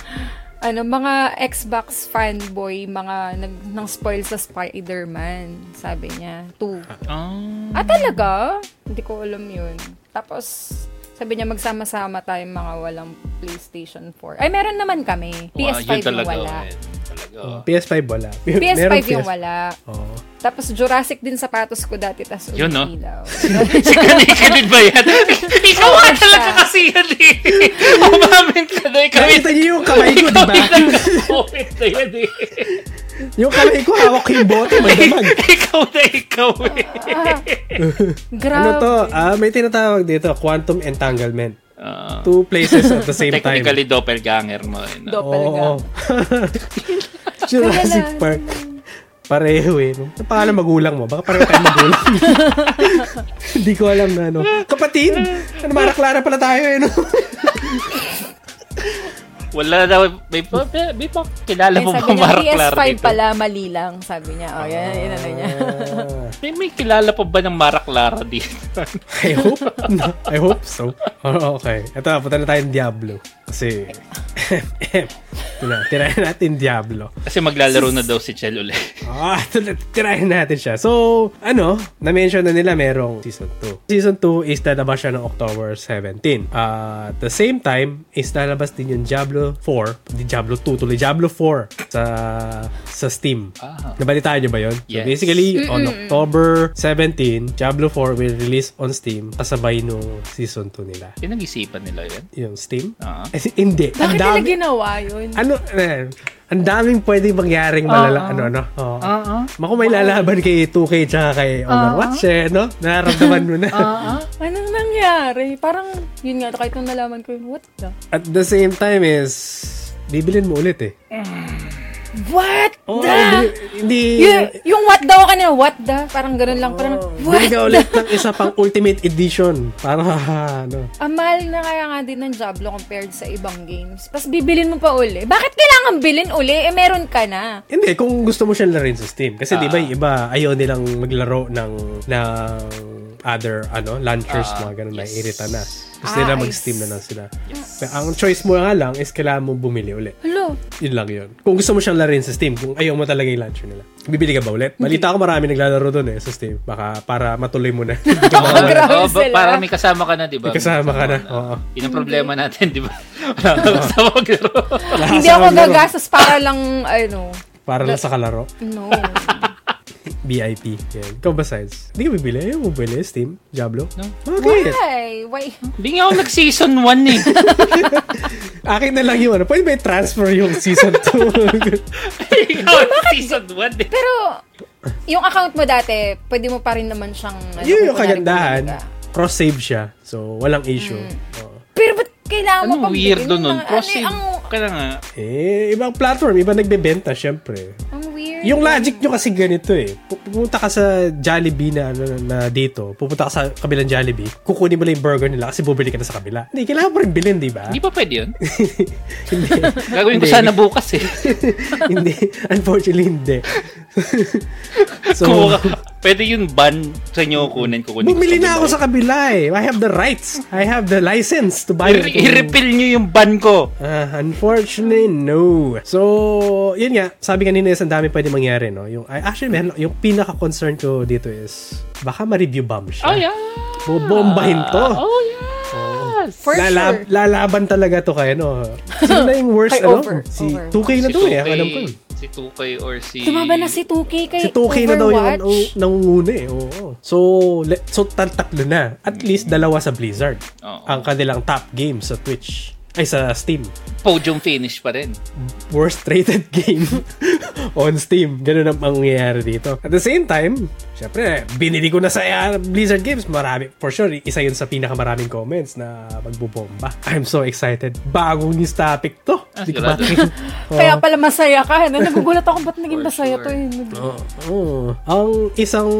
S1: ano, mga Xbox fanboy, mga nag, nang spoil sa Spider-Man. Sabi niya, two.
S3: Ah.
S1: Ah, talaga? Hindi ko alam yun. Tapos, sabi niya, magsama-sama tayong mga walang PlayStation 4. Ay, meron naman kami. PS5
S3: Wow, yun
S1: yung
S3: talaga,
S1: wala.
S3: eh. Talaga.
S2: PS5 wala.
S1: PS5
S2: Meron
S1: yung
S2: PS5.
S1: wala.
S2: Oo.
S1: Tapos Jurassic din sapatos ko dati, tas
S3: Yun, no?
S1: umiilaw.
S3: si Kanika din ba yan? Ikaw nga talaga kasi yan eh. Umamin ka na. Ikaw
S2: Nakita niyo yung kamay ko, di
S3: Ikaw
S2: ba?
S3: din ang nag-comment na yan eh.
S2: yung kamay ko, hawak ko yung bote, may damag.
S3: ikaw na ikaw eh.
S1: Grabe.
S2: Ano to? Ah, may tinatawag dito, quantum entanglement.
S3: Ah.
S2: Two places at the same time.
S3: technically doppelganger mo. Eh, no?
S1: Doppelganger.
S2: Oo. Jurassic
S1: Kaya
S2: Park. Pareho eh. No? Paano magulang mo? Baka pareho tayo magulang. Hindi ko alam na ano. Kapatid! Ano, Mara Clara pala tayo eh. No?
S3: Wala daw. May, may, may pa,
S1: Ay,
S3: kilala mo
S1: sabi niya,
S3: ba Mara Clara
S1: PS5
S3: dito?
S1: pala, mali lang. Sabi niya, oh, yan, yun ano niya.
S2: Ah.
S3: May, may kilala pa ba ng Mara Clara dito?
S2: I hope. No, I hope so. Oh, okay. Ito, punta na tayo ng Diablo. Kasi, Tira- tirahin natin Diablo.
S3: Kasi maglalaro na daw si Chel ulit.
S2: Ah, tira- tirahin natin siya. So, ano, na-mention na nila merong Season 2. Season 2 is lalabas siya ng October 17. Ah, at the same time, is lalabas din yung Diablo 4, di Diablo 2, tuloy Diablo 4 sa sa Steam.
S3: Ah.
S2: Nabalitaan niyo ba yun? So
S3: Yes.
S2: basically, on October 17, Diablo 4 will release on Steam kasabay nung Season 2 nila.
S3: Pinag-isipan nila yun.
S2: Yung Steam?
S3: Ah.
S2: Eh, hindi.
S1: Bakit
S2: Ang
S1: nila
S2: dami-
S1: ginawa yun?
S2: ano, eh, ang daming pwedeng mangyaring malala, ano, ano. Oo. Mako may lalaban kay 2K tsaka kay Overwatch, eh, no? Nararamdaman mo na.
S1: Anong Ano nangyari? Parang, yun nga, kahit nung nalaman ko yun, what the?
S2: At the same time is, bibilin mo ulit eh.
S1: What
S2: Oo,
S1: the?
S2: hindi...
S1: Yung, yung what daw kanina, what the? Parang ganun lang. Parang, what
S2: Bili ka
S1: the?
S2: ulit ng isa pang Ultimate Edition. Para, ano.
S1: Ang mahal na kaya nga din ng Diablo compared sa ibang games. Tapos bibilin mo pa uli. Bakit kailangan bilin uli? Eh, meron ka na.
S2: Hindi, kung gusto mo siyang laruin sa Steam. Kasi
S3: Ah.
S2: di ba yung iba, ayaw nilang maglaro ng, ng other ano launchers
S3: Ah,
S2: mga ganun na
S3: yes.
S2: irita na. Gusto
S1: Ah,
S2: nila
S1: I
S2: mag-Steam na lang sila.
S3: Yes.
S2: Pero ang choice mo nga lang is kailangan mo bumili ulit.
S1: Hello?
S2: Yun lang yun. Kung gusto mo siyang laruin sa Steam, kung ayaw mo talaga yung launcher nila. Bibili ka ba ulit? Balita ko marami naglalaro doon eh sa Steam. Baka para matuloy mo na.
S1: Oo, grabe
S3: Oo, ba-
S1: sila.
S3: Para may kasama ka na, di ba?
S2: May kasama ka na, oo.
S3: Yun ang problema natin, di ba? Wala kang kasama maglaro.
S1: Hindi ako gagastos para lang, ano,
S2: Para lang sa kalaro.
S1: no.
S2: VIP. Yan. Ikaw ba, Sides? Hindi ka bibili? Ayaw mo bibili? Steam? Diablo?
S3: No.
S2: Bakit?
S1: Why? Why?
S3: Hindi nga ako nag-season 1 eh.
S2: Akin na lang yung ano. Pwede ba i-transfer yung season 2?
S3: Hindi nga ako nag-season 1 eh.
S1: Pero, yung account mo dati, pwede mo pa rin naman siyang... ano,
S2: yun yung
S1: kung kunwari
S2: kagandahan.
S1: bumili ka.
S2: Cross-save siya. So, walang issue.
S3: Mm.
S2: Oh. Oo.
S1: Pero ba't kailangan mo
S3: Ano
S1: pang
S3: weirdo
S1: bilhin?
S3: nun?
S1: Ang-
S3: Proceed
S1: Ang,
S3: ka na nga.
S2: Eh, ibang platform. Iba nagbebenta, syempre.
S1: ang weird.
S2: Yung logic nyo kasi ganito eh. Pu- Pupunta ka sa Jollibee na, ano, na dito. Pupunta ka sa kabilang Jollibee. Kukunin mo lang yung burger nila kasi bubili ka na sa kabila. Hindi, kailangan mo rin bilhin, di ba?
S3: Hindi pa pwede yun.
S2: Hindi.
S3: Gagawin ko
S2: Hindi.
S3: sana bukas eh.
S2: hindi. Unfortunately, hindi. so,
S3: Kumuha ka. Pwede yung ban sa inyo kunin ko.
S2: bumili na ako sa kabila eh. I have the rights. I have the license to buy.
S3: I- i-refill nyo yung ban ko.
S2: Ah, unfortunately, no. So, yun nga, sabi kanina is ang dami pwede mangyari, no? Yung, ay, actually, meron, yung pinaka-concern ko dito is, baka ma-review bomb siya.
S3: Oh, yeah.
S2: Bobombahin to.
S3: Oh, yes.
S1: For
S2: Lalab-
S1: sure.
S2: Lalaban talaga to kay ano. Sino na yung worst,
S1: Kay
S2: ano?
S1: over,
S2: Si
S1: over.
S2: 2K na to eh, alam ko. yun.
S3: Si 2K or si...
S1: Tumaba na si 2K kay
S2: Si 2K na daw yung
S1: Overwatch.
S2: nang- nangunguna eh. Oo. So, le- so tan- tatlo na. At least dalawa sa Blizzard.
S3: Oo.
S2: Ang kanilang top game sa Twitch. Ay, sa Steam.
S3: Podium finish pa rin.
S2: Worst rated game on Steam. Ganun ang mangyayari dito. At the same time, syempre, binili ko na sa uh, Blizzard Games. Marami. For sure, isa yun sa pinakamaraming comments na magbubomba. I'm so excited. Bagong news topic to.
S3: Ah,
S2: Di ko
S3: sigurado.
S2: ba- Oh.
S1: Kaya pala masaya ka. Ano, nagugulat ako ba't naging
S3: For
S1: masaya
S3: sure.
S1: to eh.
S2: Oo. Hmm. Ang isang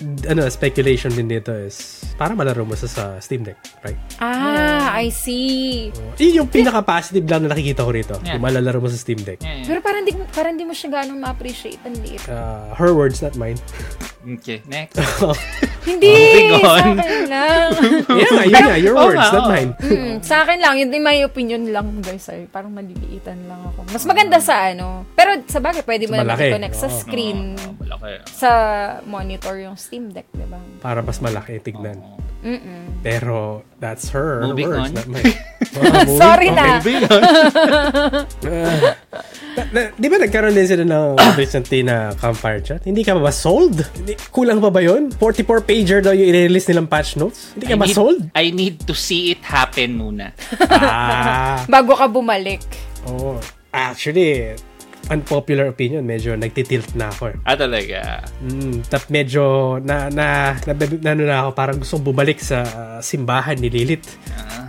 S2: ano speculation din dito is para malaro mo sa, sa Steam Deck, right?
S1: Ah, I see.
S2: Yun yung pinaka-positive lang na nakikita ko rito.
S3: Yeah.
S2: Yung malalaro mo sa Steam Deck.
S3: Yeah, yeah.
S1: Pero parang di, parang di mo siya ganun ma-appreciate. Ang liit.
S2: Uh, her words, not mine.
S3: Okay, next.
S1: Hindi! sa
S3: Moving on.
S1: akin lang.
S2: yeah, nga, yun nga, your
S3: Oo
S2: words,
S3: nga,
S2: not
S3: oo. Mm.
S2: mine.
S1: Hmm, sa akin lang. Yun din my opinion lang, guys. Sorry, parang maliliitan lang ako. Mas maganda sa ano. Pero sa bagay, pwede
S2: Sa
S1: mo naman
S2: malaki.
S1: i-connect sa
S2: Oo.
S1: screen.
S3: Oh, malaki.
S1: Sa monitor yung Steam Deck, di ba?
S2: Para mas malaki tignan.
S1: Mm-mm.
S2: Pero that's her
S3: Moving
S2: words,
S3: on.
S2: not mine. Ah, moving
S1: Sorry
S2: on.
S1: na.
S2: Na- na- di ba nagkaroon din sila ng recently na campfire chat? Hindi ka ba sold? Hindi, kulang pa ba yun? 44 pager daw yung i-release nilang patch notes? Hindi ka ba
S3: need,
S2: sold?
S3: I need to see it happen muna.
S2: ah,
S1: Bago ka bumalik.
S2: oh, actually, unpopular opinion, medyo nagtitilt na ako eh.
S3: Ah, talaga.
S2: Mm, tap medyo na na na, na, ano na ako parang gustong bumalik sa ah, simbahan ni Lilith.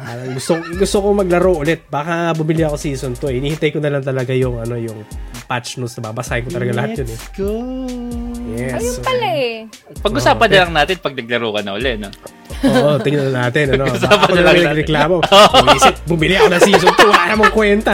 S2: Parang gusto gusto ko maglaro ulit. Baka nga bumili ako season 2. Eh. Inihintay ko na lang talaga yung ano yung patch notes na babasahin ko talaga lahat yun eh.
S3: go.
S2: Yes.
S1: Ayun
S2: so-
S1: pala eh.
S3: Pag-usapan
S2: Oh,
S3: na lang natin pag naglaro ka na uli, no?
S2: Oo, tingnan na natin. Ano,
S3: Pag-usapan
S2: baka ako
S3: na
S2: na
S3: lang
S2: lang
S3: natin.
S2: reklamo. Bumisip, bumili ako ng season 2. Wala namang kwenta.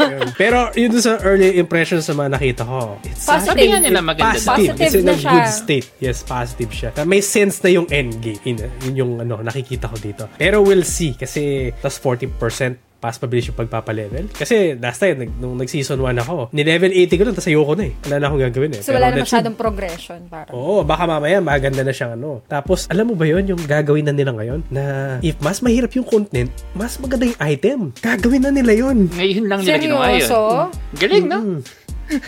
S2: Ayun. Pero yun dun sa early impressions na mga nakita ko. It's
S1: Positive.
S3: Sabi nga nila maganda daw.
S2: positive.
S1: Positive
S2: It's in
S1: na
S2: a good
S1: siya.
S2: state. Yes, positive siya. May sense na yung endgame. Yun, yun yung ano, nakikita ko dito. Pero we'll see. Kasi tas 40% pass pabilis yung pagpapalevel. Kasi last time, nag, nung nag-season 1 ako, ni-level 80 ko lang, tapos ayoko na eh. Wala na akong gagawin eh. Pero
S1: So wala na
S2: let's see.
S1: masyadong progression. Parang.
S2: Oo, baka mamaya maganda na siyang ano. Tapos, alam mo ba yon yung gagawin na nila ngayon? Na if mas mahirap yung content, mas maganda yung item. Gagawin na nila yon.
S3: Ngayon lang nila ginawa yun.
S1: Seryoso?
S3: Galing, no?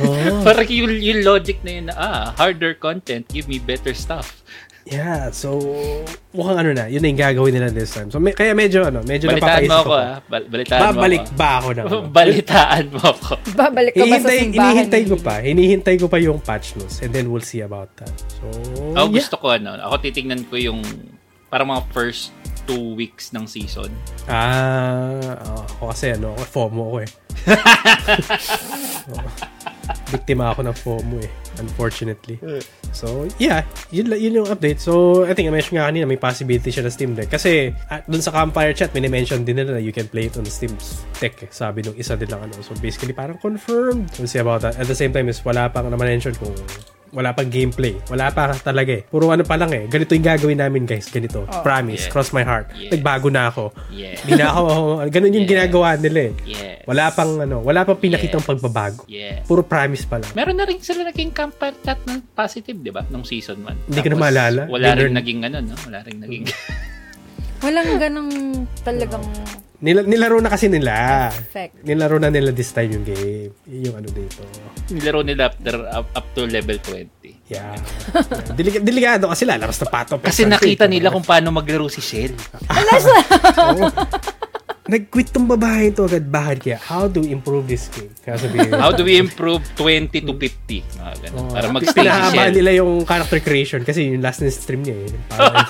S2: Oo.
S3: Parang yung, yung logic na yun na, ah, harder content, give me better stuff.
S2: yeah, so mukhang ano na, yun na yung gagawin nila this time. So, me- kaya medyo ano, medyo
S3: Balitaan
S2: napapaisip
S3: mo ako, ah. Bal- balitaan
S2: Babalik
S3: mo
S2: ba ako na? ano?
S3: ako. Balitaan mo ako.
S1: Babalik ka ba sa
S2: Hinihintay,
S1: simbahan?
S2: hinihintay ko
S1: ni-
S2: pa. Hinihintay ko pa yung patch notes and then we'll see about that. So,
S3: Ako
S2: yeah.
S3: gusto ko, ano, ako titignan ko yung, parang mga first two weeks ng season.
S2: oh, Ah, ako kasi ano, ako FOMO ko eh. Biktima ako ng FOMO eh, unfortunately. So, yeah, yun, la- yun yung update. So, I think I-mention nga kanina, may possibility siya na Steam Deck. Kasi, at, dun sa Campfire chat, minimension din nila na you can play it on Steam Deck. eh. Sabi nung isa din lang ano. So, basically, parang confirmed. We'll see about that. At the same time is, wala pang na-mention kung wala pang gameplay. Wala pa talaga eh. Puro ano pa lang eh. Ganito yung gagawin namin guys. Ganito. Promise.
S3: Yes.
S2: Cross my heart.
S3: Yes.
S2: Nagbago na ako.
S3: Yes.
S2: Hindi na ako. Ganun yung ginagawa nila eh.
S3: Yes.
S2: Wala pang ano. Wala pang pinakitang
S3: Yes.
S2: pagbabago.
S3: Yes.
S2: Puro promise pa lang.
S3: Meron na rin sila naging campfire chat na positive, di ba? Nung season 1.
S2: Hindi ko na maalala.
S3: Wala
S2: They
S3: rin
S2: learn-
S3: naging ano, no? Wala rin naging...
S1: Walang ganang talagang
S2: Nila- nilaro na kasi nila.
S1: Perfect.
S2: Nilaro na nila this time yung game. Yung ano dito.
S3: nilaro nila after up, up to level 20.
S2: Yeah. Deliga- delikado kasi lalaras na pato.
S3: Kasi nakita nila kung paano maglaro si Shell.
S2: Oo. Nag-quit tong babae ito agad. Bakit kaya? How do we improve this game? Kaya sabihin.
S3: How do we improve 20 to 50? Mga
S2: Oh,
S3: ganun. Para mag-stay si
S2: Pinahaba
S3: Shell.
S2: nila yung character creation kasi yung last na stream niya eh. Parang,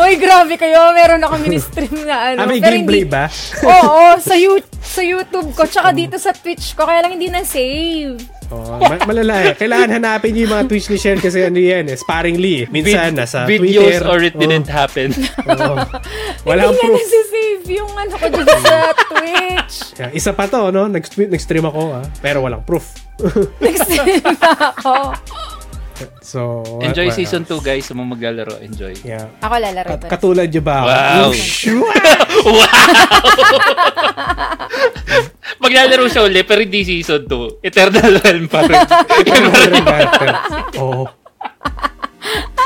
S1: Hoy, grabe kayo. Meron ako mini-stream na ano.
S2: ah, may
S1: Pero
S2: gameplay
S1: hindi-
S2: ba?
S1: Oo, sa, you, sa YouTube ko, tsaka dito sa Twitch ko. Kaya lang hindi na-save.
S2: Oh, ma- malala eh. Kailangan hanapin niyo yung mga Twitch ni Shell kasi ano yan eh, sparingly. Minsan, nasa
S3: videos
S2: Twitter. Oh.
S3: or it
S2: Oo,
S3: didn't happen.
S2: oo. Walang
S1: hindi
S2: proof.
S1: na save yung ano ko dito sa Twitch.
S2: Yeah, isa pa to, no? Nag-stream, nag-stream ako, ah. Pero walang proof.
S1: Nag-save na ako.
S2: So, what-
S3: Enjoy
S2: what
S3: season
S2: else?
S3: 2 guys, sa mga maglalaro, enjoy.
S2: Yeah.
S1: Ako lalaro
S2: Kat-
S1: to.
S2: katulad niyo ba? ako?
S3: Wow.
S2: Oh, sure.
S3: Maglalaro siya ulit, pero hindi season 2. Eternal Realm pa rin.
S2: Ano ba rin natin? Oo.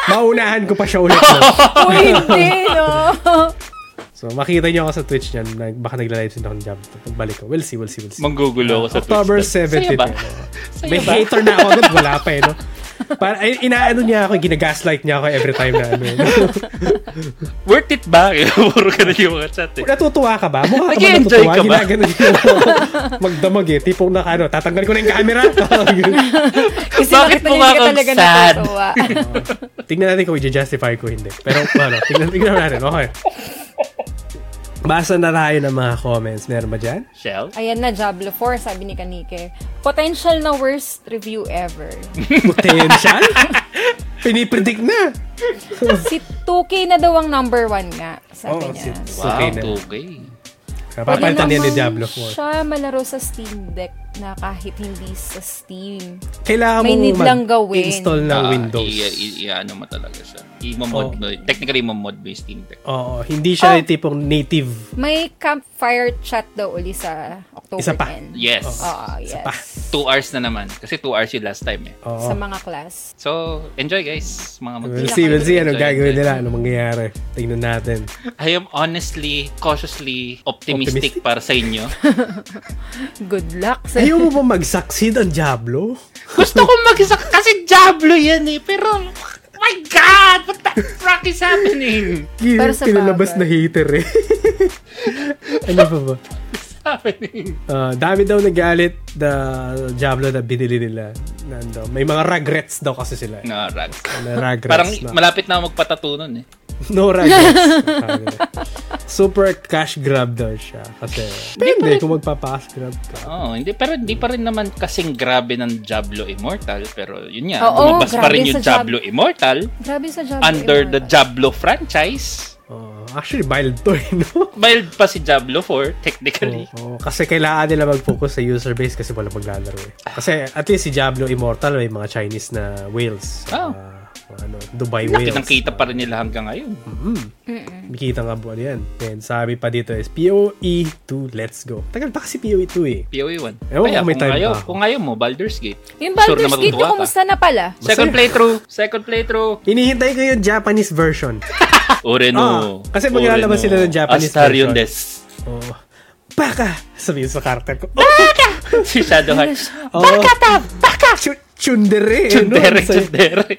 S2: Maunahan ko pa siya ulit. No?
S1: Uy, hindi, no?
S2: So, makita niyo ako sa Twitch niyan. Nag, baka nagla-live din ako ng job. Pagbalik ko. We'll see, we'll see, we'll see.
S3: Manggugulo ako sa
S2: October 17.
S3: Twitch. Sa'yo ba?
S2: eh, no?
S3: Sa'yo
S2: May
S3: ba?
S2: hater na ako agad. Wala pa eh, no? Para, ay, inaano niya ako, ginagaslight niya ako every time na ano. eh.
S3: Worth it ba? Puro ka na yung mga chat eh.
S2: Natutuwa ka ba? Mukha ka ba
S3: Nag-i-enjoy
S2: natutuwa?
S3: ka ba?
S2: Ginaganon niyo ako. Magdamag eh. Tipong na ano, tatanggal ko na yung camera.
S1: Kasi
S3: Bakit
S1: nakita niyo, hindi ka
S3: mukha kang
S1: talaga
S3: sad?
S1: natutuwa.
S2: tingnan natin kung i-justify ko hindi. Pero ano, tingnan, tingnan natin. Okay. Basa na tayo ng mga comments. Meron ba dyan?
S3: Shell?
S1: Ayan na, Diablo 4, sabi ni Kanike. Potential na worst review ever.
S2: Potential? Pinipredict na.
S1: si 2K na daw ang number 1 nga, sabi
S2: Oo,
S1: niya.
S2: si-
S3: Wow,
S2: Okay
S3: okay
S2: na.
S3: 2K.
S2: Papalitan niya ni Diablo 4.
S1: siya malaro sa Steam Deck na kahit hindi sa Steam.
S2: Kailangan
S1: May
S2: mong
S1: need lang gawin.
S2: install ng
S3: Ah,
S2: Windows.
S3: I, i, i, ano mo talaga siya.
S2: Oh.
S3: I-mod mo. Technically, i-mod mo yung Steam Deck.
S2: Oo, hindi siya
S1: Oh.
S2: yung tipong native.
S1: May campfire chat daw uli sa October
S2: Isa pa.
S1: 10.
S3: Yes.
S2: Oh.
S1: Oo,
S2: pa.
S1: yes.
S3: Two hours na naman. Kasi two hours yung last time eh.
S2: Oo.
S1: Sa mga class.
S3: So, enjoy guys, mga mag
S2: Oh. We'll see, we'll see anong gagawin nila, anong mangyayari. Tingnan natin.
S3: I am honestly, cautiously optimistic,
S2: Optimistic?
S3: para sa inyo.
S1: Good luck sa
S2: Ayaw mo ba mag-succeed ang Diablo?
S3: Gusto ko mag-isa kasi Diablo yan eh. Pero, my God! What the fuck is happening?
S1: Pero sa
S2: Kinalabas
S1: bagay.
S2: na hater eh. ano pa ba?
S3: happening?
S2: Ah, dami daw nagalit na Diablo na binili nila. Na ano daw, may mga regrets daw kasi sila. eh.
S3: No, rags.
S2: Na regrets
S3: Parang
S2: na.
S3: malapit na ako magpatato nun eh.
S2: no regrets. Sabi nila. Super cash grab daw siya. Kasi, depende kung magpapas grab ka.
S3: Oo, hindi, pero hindi pa rin naman kasing grabe ng Diablo Immortal. Pero yun nga,
S1: Oo,
S3: lumabas pa
S1: grabe
S3: rin
S1: sa
S3: yung
S1: Jab-
S3: Diablo Immortal
S1: Grabe sa Diablo.
S3: under
S1: Immortal.
S3: the Diablo franchise.
S2: Oo, Oh, actually, mild to eh, no?
S3: Mild pa si Diablo 4, technically.
S2: Oo, kasi kailangan nila mag-focus sa user base kasi wala maglalaro eh. Kasi at least si Diablo Immortal may mga Chinese na whales.
S3: Oh.
S2: Ah, ano, Dubai
S3: Wales.
S2: whales.
S3: Pinangkita pa rin nila hanggang ngayon.
S2: Makita nga buwan yan. Then sabi pa dito is POE2, let's go. Tagal pa kasi POE2 eh.
S3: POE 1.
S2: Ewan ko kung may
S3: E kung,
S2: time
S3: ayaw,
S2: pa.
S3: kung ayaw mo, Baldur's Gate.
S1: Yung Baldur's
S3: Sure na
S1: Gate,
S3: matutuwa ka.
S1: kumusta na pala?
S3: Second playthrough. Second playthrough.
S2: Hinihintay ko yung Japanese version.
S3: Oreno.
S2: Ah, kasi maglalabas sila ng Japanese version.
S3: Astarion Des.
S2: Oo. Baka! Sabihin sa karakter ko.
S3: si Shadowheart.
S2: Baka! Baka! Shoot! tsundere. eh, no?
S3: Tsundere,
S2: Sa-
S3: tsundere.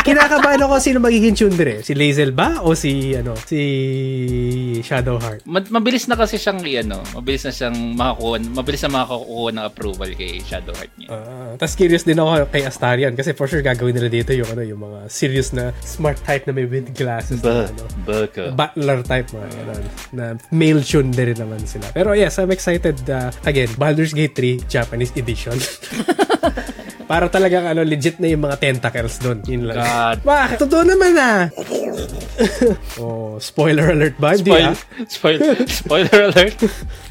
S2: Kinakabahan ako sino magiging tsundere. Si Lazel ba? O si, ano, si Shadowheart?
S3: Mad- mabilis na kasi siyang, ano, mabilis na siyang makakuha, mabilis na makakuha ng approval kay Shadowheart niya.
S2: Ah, Tapos curious din ako kay Astarian kasi for sure gagawin nila dito yung ano yung mga serious na smart type na may wind glasses na ano.
S3: baka.
S2: Butler type mga ganun. Na male tsundere naman sila. Pero yes, I'm excited. ah, again, Baldur's Gate 3 Japanese Edition. Para talaga ano, legit na yung mga tentacles doon. Yun lang.
S3: God.
S2: Bakit? Totoo naman ah! oh, spoiler alert ba? Hindi
S3: Spoil,
S2: ah.
S3: spoil, spoiler alert.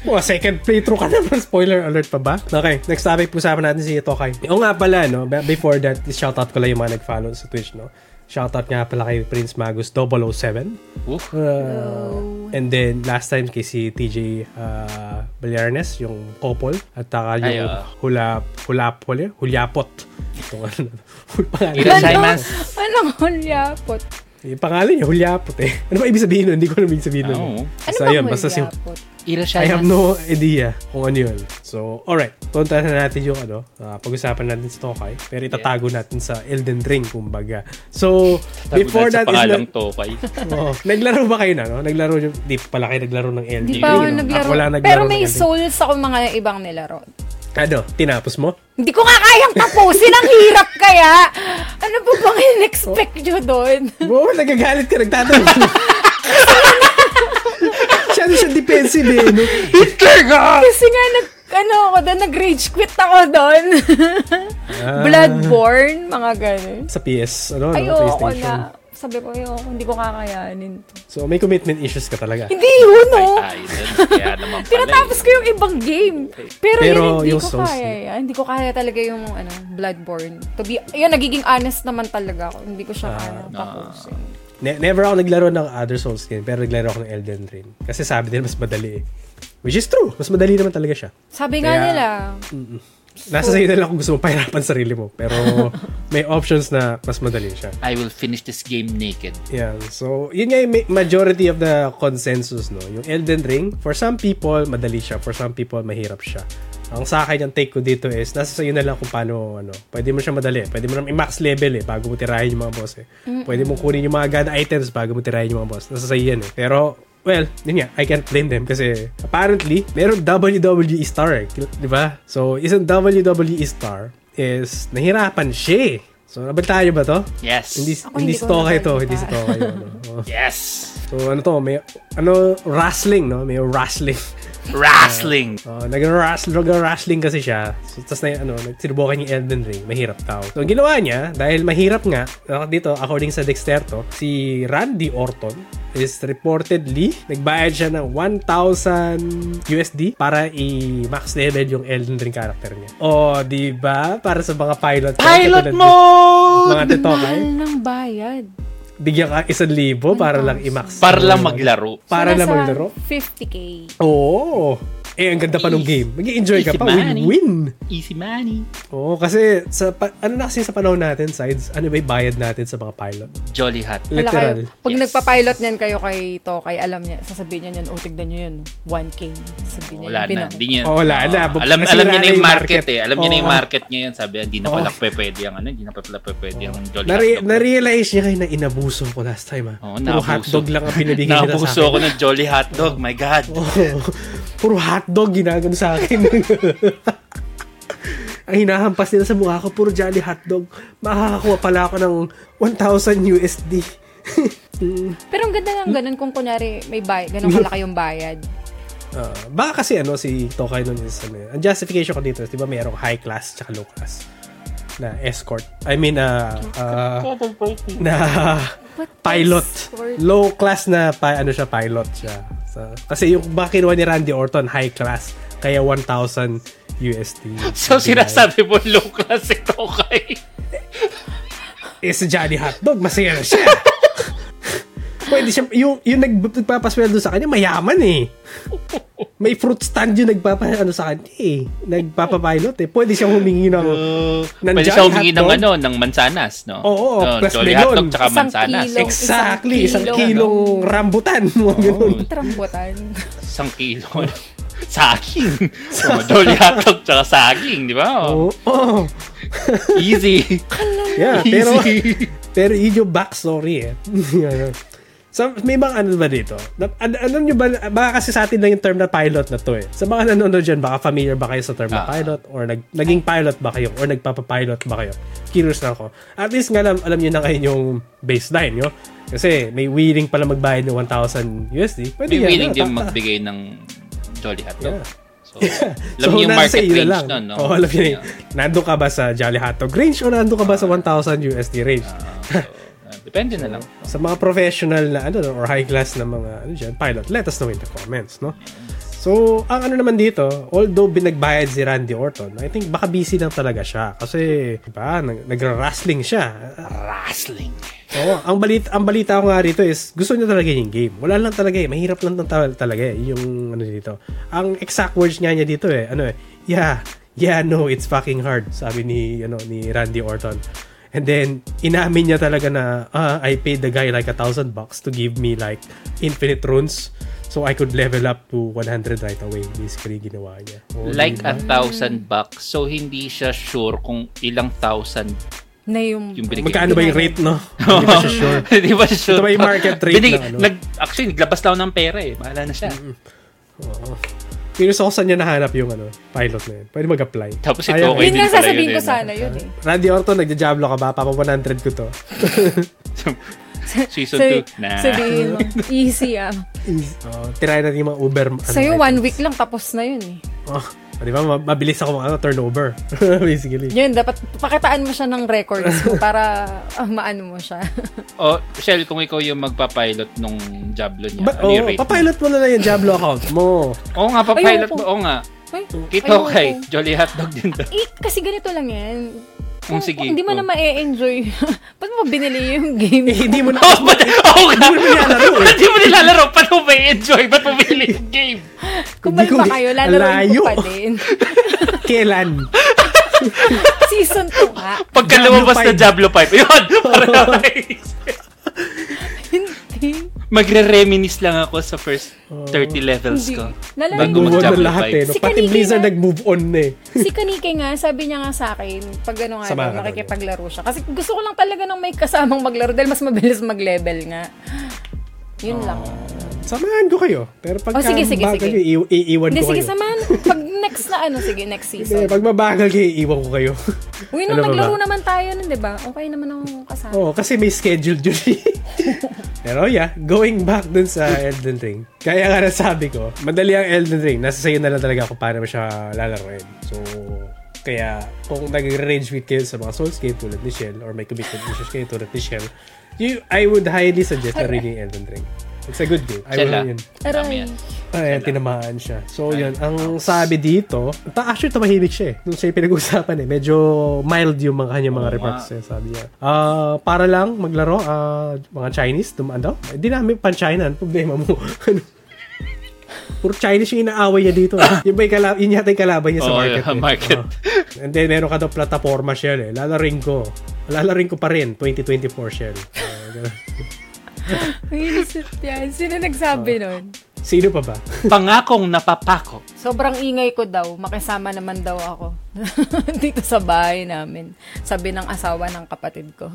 S2: Oh, second playthrough ka naman. Spoiler alert pa ba? Okay, next topic usapan natin si Tokay. O nga pala, no? be- Before that, shoutout ko lang yung mga nag-follow sa Twitch, no? Shoutout nga pala kay Prince Magus 007.
S3: Oof.
S2: Uh, and then, last time kay si TJ uh, Baliarnes, yung Kopol. At saka
S3: Ay, ah.
S2: yung
S3: oo.
S2: Hulap, Hulap, Hulap, Hulyapot. Yung ano, yung pangalan
S3: Ilan
S2: niya.
S3: siya?
S1: Ano?
S3: Mas.
S1: Anong hulyapot?
S2: Yung pangalan niya, Hulyapot eh. Ano ba ibig sabihin nun? Hindi ko na ibig sabihin nun.
S3: Ah, Oo.
S1: Ano
S2: Basta
S1: bang
S2: yun, basta si
S1: hulyapot?
S3: Irashay
S2: I have no idea kung ano yun. So, alright. Punta na natin yung ano, ah, pag-usapan natin sa Tokay. Pero itatago natin sa Elden Ring, kumbaga. So, before that is
S3: pangalang
S2: na,
S3: Tokay.
S2: Oo. naglaro ba kayo na, no? Naglaro yung, di pala kayo naglaro ng Elden Ring.
S1: Hindi pa ako
S2: no?
S1: naglaro.
S2: Ako lang naglaro
S1: Pero
S2: ng
S1: may
S2: Elden Ring.
S1: souls ako mga ibang nilaro.
S2: Ano, tinapos mo?
S1: Hindi ko nga kayang tapusin. Ang hirap kaya. Ano ba bang in-expect nyo doon?
S2: Oo, nagagalit ka, nagtatanong. Masyado siya defensive eh, no?
S3: Hitler ka!
S1: Kasi nga, nag, ano ako doon, nag-rage quit ako doon. Bloodborne, mga ganun.
S2: Sa PS, Ah. ano, no?
S1: Ayoko
S2: PlayStation.
S1: na. Sabi ko, ayoko, hindi ko kakayanin to.
S2: So, may commitment issues ka talaga.
S1: Hindi yun,
S3: Ay,
S1: oh.
S3: ay, dun. Kaya naman pala. eh.
S1: Tinatapos ko yung ibang game.
S2: Pero
S1: Pero, yun, hindi
S2: yung
S1: ko
S2: Souls
S1: kaya. yan. Hindi ko kaya talaga yung ano, Bloodborne. To be, yun, nagiging honest naman talaga ako. Hindi ko siya
S2: Ah,
S1: kaya tapusin.
S2: Ne- never ako naglaro ng other Souls game, pero naglaro ako ng Elden Ring. Kasi sabi nila, mas madali eh. Which is true. Mas madali naman talaga siya.
S1: Sabi nga
S2: Kaya-
S1: nila,
S2: Nasa sa'yo na lang kung gusto mo pahirapan sarili mo. Pero may options na mas madali siya.
S3: I will finish this game naked.
S2: Yeah. So, yun nga yung ma- majority of the consensus, no? Yung Elden Ring, for some people, madali siya. For some people, mahirap siya. Ang sa akin, ang take ko dito is, nasa sa'yo na lang kung paano, ano, pwede mo siya madali. Pwede mo na i-max level eh, bago mo tirahin yung mga boss eh. Pwede mo kunin yung mga god items bago mo tirahin yung mga boss. Nasa sa'yo yan eh. Pero, well, yun nga, I can't blame them kasi apparently, meron WWE star eh. Di ba? So, isang WWE star is, nahirapan siya eh. So, nabalitaan niyo ba to?
S3: Yes.
S2: Hindi,
S1: Ako
S2: hindi
S1: hindi
S2: si
S1: ko
S2: Tokay to,
S1: nabalita.
S2: hindi si Tokay. Ano. Oh.
S3: Yes.
S2: So ano to, may ano wrestling, no? May wrestling.
S3: Wrestling.
S2: Oh, nag-wrestling, wrestling kasi siya. So, tapos na ano, nagsinubukan yung Elden Ring, mahirap tao. So ang ginawa niya, dahil mahirap nga, ah, dito according sa Dexterto, si Randy Orton is reportedly nagbayad siya ng 1,000 USD para i-max level yung Elden Ring character niya. Oh, di ba? Para sa mga pilot.
S3: Pilot
S2: Katulad Mga
S3: mode!
S2: titokay.
S1: mahal ng bayad.
S2: Bigyan ka isang libo para lang i-max.
S3: Para lang maglaro.
S2: Para
S1: So,
S2: lang
S1: nasa
S2: maglaro.
S1: 50k.
S2: Oo. Eh, ang ganda pa nung game. mag enjoy ka
S3: Easy
S2: pa.
S3: money.
S2: Win-win.
S3: Easy money.
S2: Oo, kasi sa, pa- ano na kasi sa panahon natin, sides, ano ba yung bayad natin sa mga pilot?
S3: Jolly hat.
S1: Wala
S2: Literal.
S1: kayo. Pag
S3: Yes.
S1: nagpa-pilot niyan kayo kay Tokay, alam niya, sasabihin niya niyan, oh, tignan niyo yun, 1k. Sasabihin niya,
S3: Wala
S1: yun,
S3: na.
S1: binang-
S3: Hindi niya.
S2: Oo, Oh, wala na.
S3: Oo. alam,
S2: Kasi
S3: alam
S2: wala
S3: niya na
S2: na
S3: yung
S2: yung
S3: market,
S2: market.
S3: eh. Alam niya na yung
S2: Oo.
S3: market niya yun. Sabi, hindi na pala
S2: Oo.
S3: pwede yung ano. Hindi na pala pwede yung Jolly
S2: Nare-
S3: Hot Dog.
S2: narealize niya kayo na inabuso ko last time, ha?
S3: Oo,
S2: Puro
S3: naabuso.
S2: hotdog lang ang pinabigay nila sa akin.
S3: Nakabuso ako ng Jolly Hot Dog. My God.
S2: Oo. Puro hotdog ginagano sa akin. Ang hinahampas nila sa mukha ko, puro jolly hotdog. Makakakuha pala ako ng 1,000 USD.
S1: Pero ang ganda ng ganun kung kunyari may bayad, ganun kalaki yung bayad.
S2: Ah, baka kasi ano, si Tokay nun is ano yun. Ang justification ko dito is, di ba mayroong high class tsaka low class na escort. I mean, ah, ah, na
S1: What
S2: pilot.
S1: escort?
S2: Low class na pa, ano siya, pilot siya. So, kasi yung baka kinuha ni Randy Orton, high class. Kaya 1,000 USD.
S3: So,
S2: Di ba?
S3: sinasabi mo, low class ito kay...
S2: eh, si Johnny Hotdog, masaya na siya. Pwede siya, yung, yung nag, nagpapasweldo sa kanya, mayaman eh. May fruit stand yung nagpapa, ano sa kanya eh. Nagpapapilot eh. Pwede siya humingi ng, ng Johnny
S3: Pwede siya humingi ng
S2: Hotdog.
S3: ano, ng mansanas, no?
S2: Oo, oo,
S3: No,
S2: plus
S3: Jolly
S2: melon.
S3: Hot Dog tsaka
S1: Isang
S3: mansanas.
S1: kilo.
S3: Ex-
S2: Exactly, isang
S1: Isang
S2: kilong rambutan. Mga ganun.
S1: Trambutan.
S3: Isang kilo. Saging. Madol yatog tsaka saging, di ba? Oh.
S2: Oo. Oh,
S3: Easy.
S2: Yeah, pero
S3: Easy.
S2: pero yun yung backstory eh. Yun. so, may mga ano ba dito? Na, an- alam nyo ba, baka kasi sa atin lang yung term na pilot na to eh. Sa mga nanonood dyan, baka familiar ba kayo sa term na
S3: Ah.
S2: pilot? Or nag, naging pilot ba kayo? Or nagpapapilot ba kayo? Curious lang ako. At least nga alam, alam nyo na kayo yung baseline nyo. Kasi may willing pala magbayad ng 1,000 USD. Pwede
S3: May
S2: yan,
S3: willing
S2: no?
S3: din
S2: Ta- ta-
S3: magbigay ng Jolly Hotdog.
S2: Yeah.
S3: So, alam niyo yung
S2: nasa
S3: market
S2: iyo na
S3: range
S2: lang.
S3: nun, no?
S2: Oo, alam niyo.
S3: Yeah. Uh,
S2: Nandun ka ba sa Jolly Hotdog range o nandun ka ba sa 1,000 USD range?
S3: Ah, so, ah, depende na lang.
S2: sa mga professional na ano no, or high class na mga ano dyan, pilot, let us know in the comments, no? So, ang ano naman dito, although binagbayad si Randy Orton, I think baka busy lang talaga siya kasi, di ba, nag- nagra-wrestling siya.
S3: Wrestling.
S2: Oo, ang balita, ang balita ko nga rito is gusto niya talaga yung game. Wala lang talaga eh, mahirap lang tal- talaga eh, yung ano dito. Ang exact words niya niya dito eh, ano eh, yeah, yeah, no, it's fucking hard, sabi ni, ano, ni Randy Orton. And then, inamin niya talaga na, ah, I paid the guy like a thousand bucks to give me like infinite runes so I could level up to 100 right away. Basically, ginawa niya. Oo,
S3: Like
S2: diba?
S3: a thousand bucks. So, hindi siya sure kung ilang thousand.
S1: Na yung...
S3: Yung binigay.
S2: Magkano ba yung rate, no? Hindi pa siya sure.
S3: Hindi ba siya sure?
S2: Ito ba yung market rate
S3: Binig-
S2: na ano?
S3: nag, actually, naglabas daw ng pera eh. Mahala na siya.
S2: Oo. Curious ako saan niya nahanap yung ano, pilot na yun. Pwede mag-apply.
S3: Tapos ito,
S2: Ayaw.
S1: Yun
S3: okay.
S1: nga
S3: din pala
S1: sasabihin ko
S3: yun eh, no?
S1: sana yun eh.
S2: Randy Orton, nagja-jablo ka ba? Papa 100 ko to.
S3: Season
S1: Sabi,
S3: 2. Nah.
S1: sabihin mo, easy ah.
S2: Oh, try natin yung mga Uber. Ano,
S1: Sa'yo,
S2: items.
S1: one week lang, tapos na yun eh.
S2: Oh, di ba? Ma- Mabilis ako mga ano, turnover. Basically.
S1: Yun, dapat pakitaan mo siya ng records mo para ah, maano mo siya.
S3: O, Shell, kung ikaw yung magpapilot nung Jablo niya,
S2: But,
S3: ano
S2: oh,
S3: yung rate?
S2: papilot mo na lang yung Jablo account mo.
S3: Oo nga, papilot
S1: Ayoko.
S3: mo. Oo nga.
S1: Ay,
S3: Kita ko
S1: ayoko.
S3: kay Jolly Hotdog din daw.
S1: Eh, kasi ganito lang yan. Kung,
S3: sige.
S1: kung hindi mo
S3: Oh.
S1: na ma-enjoy, ba't mo binili yung game?
S2: Eh, hindi mo na...
S1: Oh!
S3: Oo, ba't? Oo nga.
S2: Hindi mo nilalaro eh.
S3: Hindi oh, mo nilalaro. Paano ba i-enjoy? Ba't mo binili yung game?
S2: Kundi-
S1: Kumalma
S2: kundi-
S1: kayo, lalaroin
S2: Layo.
S1: ko pa din.
S2: Kailan?
S1: Season 2 nga.
S3: Pagka
S2: Diablo
S3: lumabas na
S2: five.
S3: Diablo 5. Yun! Paradise.
S1: Hindi.
S3: Magre-reminis lang ako sa first 30 levels
S1: Hindi.
S3: ko.
S1: Lalaroin ko
S3: Bago
S2: Nag-move on na
S3: mag-Diablo
S2: lahat eh. No?
S1: Si
S2: Pati
S1: Kanigi
S2: Blizzard
S1: na-
S2: nag-move on na eh.
S1: si Kanike nga, sabi niya nga sa akin, pag ano nga,
S2: Sama ka
S1: daw,
S2: daw
S1: nakikipaglaro siya. Kasi gusto ko lang talaga ng may kasamang maglaro dahil mas mabilis mag-level nga. Yun lang.
S2: Ah. Samahan ko kayo. Pero pagka
S1: Oh, sige, sige,
S2: mabagal
S1: sige.
S2: kayo, iiw- iiwan
S1: Hindi,
S2: ko
S1: sige
S2: kayo.
S1: samahan. Pag next na ano, sige, next
S2: Hindi,
S1: season.
S2: pag mabagal kayo, iiwan ko kayo.
S1: Uy, nung
S2: Ano ba
S1: naglaro
S2: ba?
S1: naman tayo nun, di ba? Okay naman ako kasama.
S2: Oo, kasi may schedule yun. eh. Pero yeah, going back dun sa Elden Ring. Kaya nga nasabi ko, madali ang Elden Ring. Nasa sa'yo na lang talaga kung paano mo siya lalaroin. So, kaya kung nag-range with kayo sa mga Souls game tulad ni Shell or may commitment issues kayo tulad ni Shell, you, I would highly suggest na rin yung Elden Ring. It's a good game. I
S3: Shell,
S2: will
S3: ah.
S2: yun.
S1: Aray.
S3: Ayan.
S2: Ay, Eh, tinamaan siya. So, yun. Ang sabi dito, ta actually, tumahimik siya eh. Nung siya yung pinag-usapan eh. Medyo mild yung mga kanyang mga
S3: Oo,
S2: remarks
S3: nga.
S2: eh, sabi niya. Ah, para lang maglaro, ah, mga Chinese, dumaan daw. Hindi namin pan-China. Ano problema mo? Ano? Puro Chinese yung inaaway niya dito. Eh. Yung ba yung, kala- yun yata yung kalaban niya sa
S3: Oo,
S2: market.
S3: yeah,
S2: eh.
S3: market.
S2: Oo. and then, meron ka daw plataforma shell eh. Lalaring ko. Lalaring ko pa rin. 2024 shell. Ah, ganun.
S1: Ay, isip yan. Sino
S2: Oh.
S1: nagsabi nun?
S2: Sino pa ba?
S3: Pangakong napapako.
S1: Sobrang ingay ko daw. Makisama naman daw ako. Dito sa bahay namin. Sabi ng asawa ng kapatid ko.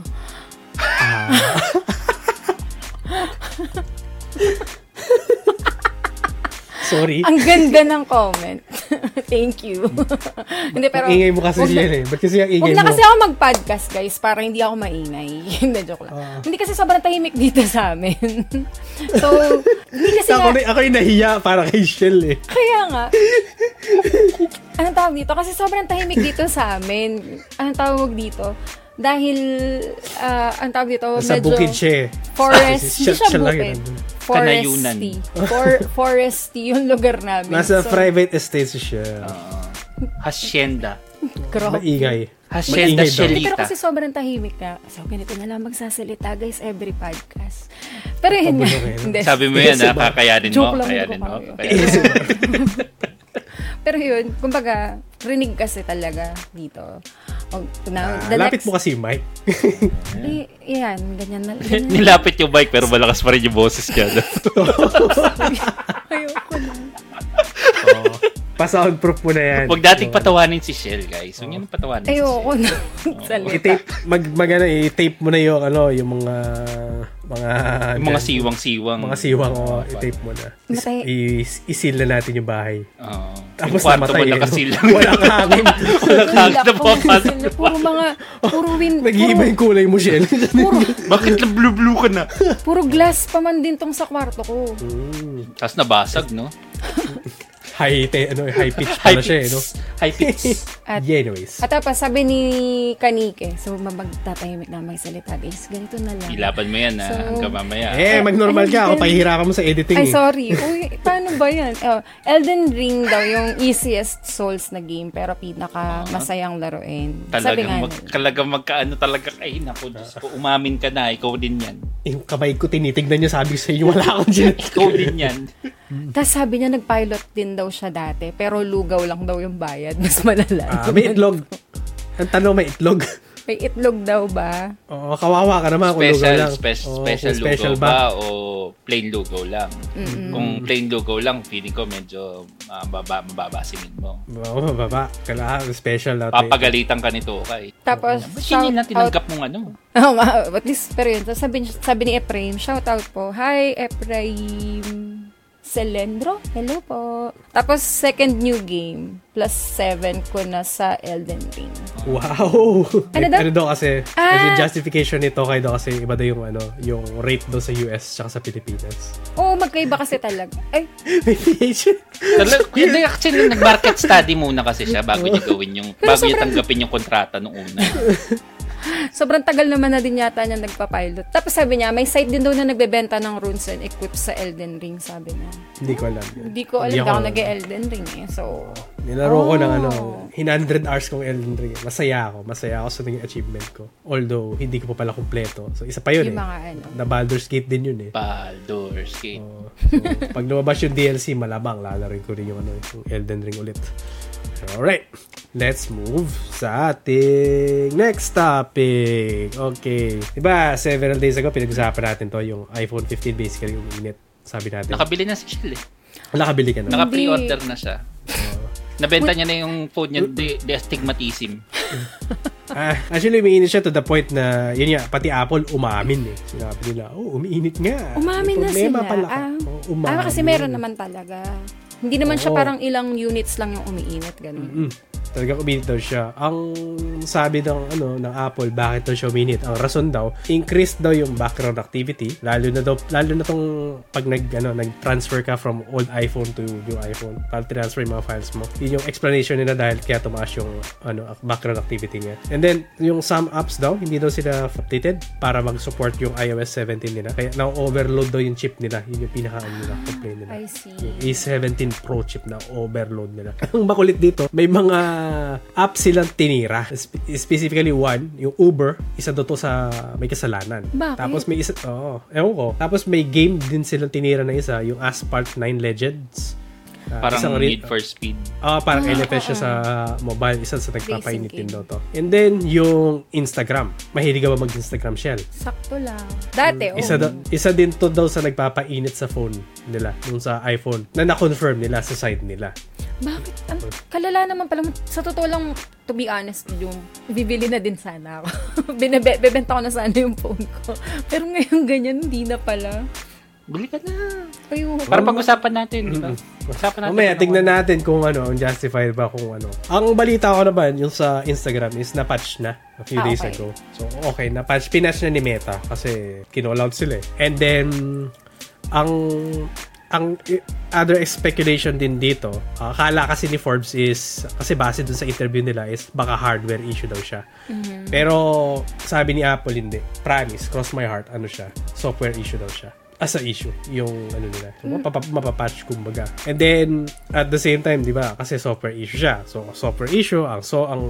S2: Sorry.
S1: Ang ganda ng comment. Thank you. hindi, pero...
S2: Ang ingay mo kasi
S1: wag na-
S2: yan eh. Ba't kasi ang ingay
S1: Huwag
S2: mo?
S1: na kasi ako mag-podcast, guys, para hindi ako maingay. Hindi, joke lang.
S2: Ah.
S1: Hindi kasi sobrang tahimik dito sa amin. so, hindi kasi
S2: ako,
S1: nga,
S2: na, ako yung nahiya para kay Shell eh.
S1: kaya nga, anong tawag dito? Kasi sobrang tahimik dito sa amin. Anong tawag dito? Dahil, ah, anong tawag dito?
S2: Nasa
S1: Medyo-
S2: bukid siya eh.
S1: Forest,
S2: Siya-
S1: hindi siya
S2: siya lang yun.
S1: bukid. Foresty. For, foresty yung lugar namin.
S2: Nasa
S1: So,
S2: private estate siya.
S3: Hacienda.
S1: grabe.
S2: Maingay.
S3: Hacienda
S2: Maingay daw.
S1: Hindi, pero
S3: Shelita.
S1: kasi sobrang tahimik ka. So, ganito na lang magsasalita, guys, every podcast. Pero yun nga.
S2: Pabulo kayo.
S1: Hindi.
S3: Sabi mo yan,
S2: Yes, diba?
S3: ha? Kakayanin mo.
S1: Joke lang,
S3: Kakayanin
S1: joke
S3: mo.
S1: lang.
S3: kakayanin mo.
S1: Pero yun, kumbaga, rinig kasi talaga dito. O, now,
S2: Ah,
S1: the
S2: lapit
S1: next,
S2: mo kasi, Mike.
S1: Eh, yan, ganyan na. Ganyan.
S3: Nilapit yung bike pero malakas pa rin yung boses niya.
S1: Ayoko na.
S2: Oo. Pa-soundproof mo na yan.
S3: Huwag dating patawanin si Shell, guys. Huwag niyo nang patawanin si
S1: Ayoko
S3: Shell.
S1: na. Salita.
S2: I-tape, mag, mag, ano, i-tape mo na yung, ano, yung mga, mga,
S3: Yung mga siwang-siwang.
S2: mga siwang, o, i-tape mo na. Is-
S1: Matay.
S2: i- I-seal na natin yung bahay.
S3: Oo.
S2: Tapos
S3: Yung kwarto mo
S2: namatay, eh, no?
S3: nakasilang.
S2: Walang hangin.
S3: Walang
S1: Wala
S3: hangin na
S1: po.
S3: papasok.
S1: Puro mga, puro win,
S2: Nag-iiba yung kulay mo, Shell.
S1: puro,
S3: Bakit na blue-blue ka na?
S1: puro glass pa man din tong sa kwarto ko.
S3: Tapos nabasag, no?
S2: high, te, ano, high pitch
S3: High
S2: pala siya, eh, no?
S3: pitch. High pitch.
S1: At-
S2: yeah, anyways.
S1: At tapos sabi ni Kanike, so magtatahimik na may salita guys, ganito na lang.
S3: Ilaban mo yan, ha?
S1: So-
S3: Hanggang mamaya.
S2: eh, mag-normal
S1: Ay,
S2: ka. Ako,
S1: ganun.
S2: pahihirapan mo sa editing,
S1: Ay,
S2: eh.
S1: sorry. Uy, paano ba yan? Oh, Elden Ring daw yung easiest Souls na game pero pinaka masayang laruin. Sabi nga
S3: Ah. Talagang, mag,
S1: nila.
S3: talagang magkaano talaga kay naku,
S2: Ah.
S3: Diyos ko, umamin ka na, ikaw din yan.
S2: Yung kamay ko, tinitignan niya, sabi ko sa inyo, wala akong dyan.
S3: Ikaw din yan.
S1: Tapos sabi niya nag-pilot din daw siya dati pero lugaw lang daw yung bayad. Mas malala.
S2: Ah, may itlog. Ang tanong, may itlog.
S1: May itlog daw ba?
S2: Oo, kawawa ka naman Ah, kung lugaw
S3: Special,
S2: lang. Oh,
S3: spe-
S2: Oo,
S3: special,
S2: kung
S3: lugaw ba? o plain lugaw lang? Kung plain lugaw lang, feeling ko medyo ah, baba, mababa singin mo.
S2: Oo, mababa. Kailangan special natin.
S3: Papagalitan ka nito, okay?
S1: Tapos,
S3: Ba't
S1: shout
S3: hindi lang
S1: out
S3: tinanggap mong ano?
S1: Oo nga, at least, pero yun. Tapos sabi, sabi ni Ephraim, shout out po. Hi, Ephraim Celendro. Hello po. Tapos, second new game. Plus 7 ko na sa Elden Ring.
S2: Wow!
S1: Ano
S2: Ano,
S1: daw?
S2: ano daw kasi,
S1: Ah!
S2: yung justification nito kay daw kasi iba daw yung, ano, yung rate daw sa US tsaka sa Pilipinas.
S1: Oo, magkaiba kasi talaga. Ay,
S2: May PH.
S3: Talaga, hindi actually, nag-market study muna kasi siya bago niya gawin yung,
S1: Pero
S3: bago niya
S1: sobrang-
S3: tanggapin yung kontrata nung una.
S1: sobrang tagal naman na din yata niya nagpa-pilot. Tapos sabi niya, may site din daw na nagbebenta ng runes and equips sa Elden Ring, sabi niya.
S2: Hindi ko alam.
S1: Hindi ko alam, ako nag-Elden Ring eh. So,
S2: Nilaro ko ng
S1: Oh.
S2: ano, 100 hours kong Elden Ring. Masaya ako. Masaya ako sa naging achievement ko. Although, hindi ko pa pala kumpleto. So, isa pa yun eh.
S1: Yung mga ano.
S2: Na Baldur's Gate din yun eh.
S3: Baldur's Gate.
S2: Oo. So, pag lumabas yung DLC, malabang lalaroin ko rin yung, ano, yung Elden Ring ulit. Alright. Let's move sa ating next topic. Okay. Diba, several days ago, pinag-usapan natin to, yung iPhone 15 basically yung init. Sabi natin,
S3: Nakabili na si Shell eh.
S2: nakabili ka na.
S3: Naka-pre-order na siya. Nabenta niya na yung phone niya, de, de astigmatism.
S2: Ah, actually, umiinit siya to the point na, yun nga, pati Apple umamin eh. Sinabi nila, oh, umiinit nga. May
S1: Umamin na
S2: problema
S1: sila.
S2: Pala ka."
S1: ah,
S2: Oo,
S1: ah,
S2: umamin.
S1: kasi meron naman talaga. Hindi naman siya
S2: Oo.
S1: parang ilang units lang yung umiinit, ganun.
S2: Mm, talagang uminit daw siya. Ang sabi ng ano ng Apple bakit daw siya uminit? Ang rason daw, increase daw yung background activity lalo na daw lalo na tong pag nag ano nag-transfer ka from old iPhone to new iPhone. Para transfer yung mga files mo. Yun yung explanation nila dahil kaya tumaas yung ano background activity niya. And then yung some apps daw hindi daw sila updated para mag-support yung iOS 17 nila. Kaya na-overload daw yung chip nila. Yun yung pinaka ano nila complaint nila.
S1: I see.
S2: A17 Pro chip na overload nila. Ang makulit dito, may mga app silang tinira. Spe- specifically one, yung Uber, isa daw to sa may kasalanan.
S1: Bakit?
S2: Tapos may isa, oo, ewan ko. Tapos may game din silang tinira na isa, yung Asphalt 9 Legends. Ah,
S3: Parang
S2: isang re-
S3: Need for Speed.
S2: Ah, parang
S1: Ah,
S2: LFS siya
S1: oo.
S2: sa mobile. Isa sa nagpapainit din
S1: Racing game.
S2: daw to. And then, yung Instagram. Mahilig ka ba mag-Instagram, Shell?
S1: Sakto lang. Dati, oh. oo.
S2: Mm. Isa, da- isa din to daw sa nagpapainit sa phone nila, dun sa iPhone, na na-confirm nila sa side nila.
S1: Bakit? Ang kalala naman pala. Sa totoo lang, to be honest, yung bibili na din sana ako. Binabe- Bebenta ko na sana yung phone ko. Pero ngayon ganyan, hindi na pala.
S3: Bili ka na.
S1: Ayoko.
S3: Para pag-usapan natin, di ba? Usapan natin.
S2: Oh. Mamaya,
S3: kung
S2: tignan
S3: ano.
S2: natin kung ano, ang justified ba kung ano. Ang balita ko naman, yung sa Instagram is na-patch na a few
S1: Ah,
S2: days
S1: okay.
S2: ago. So, okay, na-patch. Pinatch na ni Meta kasi kinollout sila eh. And then, ang ang i- other speculation din dito, ah, akala kasi ni Forbes is, kasi base dun sa interview nila is baka hardware issue daw siya.
S3: Mm-hmm.
S2: Pero sabi ni Apple hindi. Promise, cross my heart, ano siya, software issue daw siya as a issue yung ano nila. So, mapapa- mapapatch kumbaga. And then at the same time, 'di ba? Kasi software issue siya. So software issue ang so ang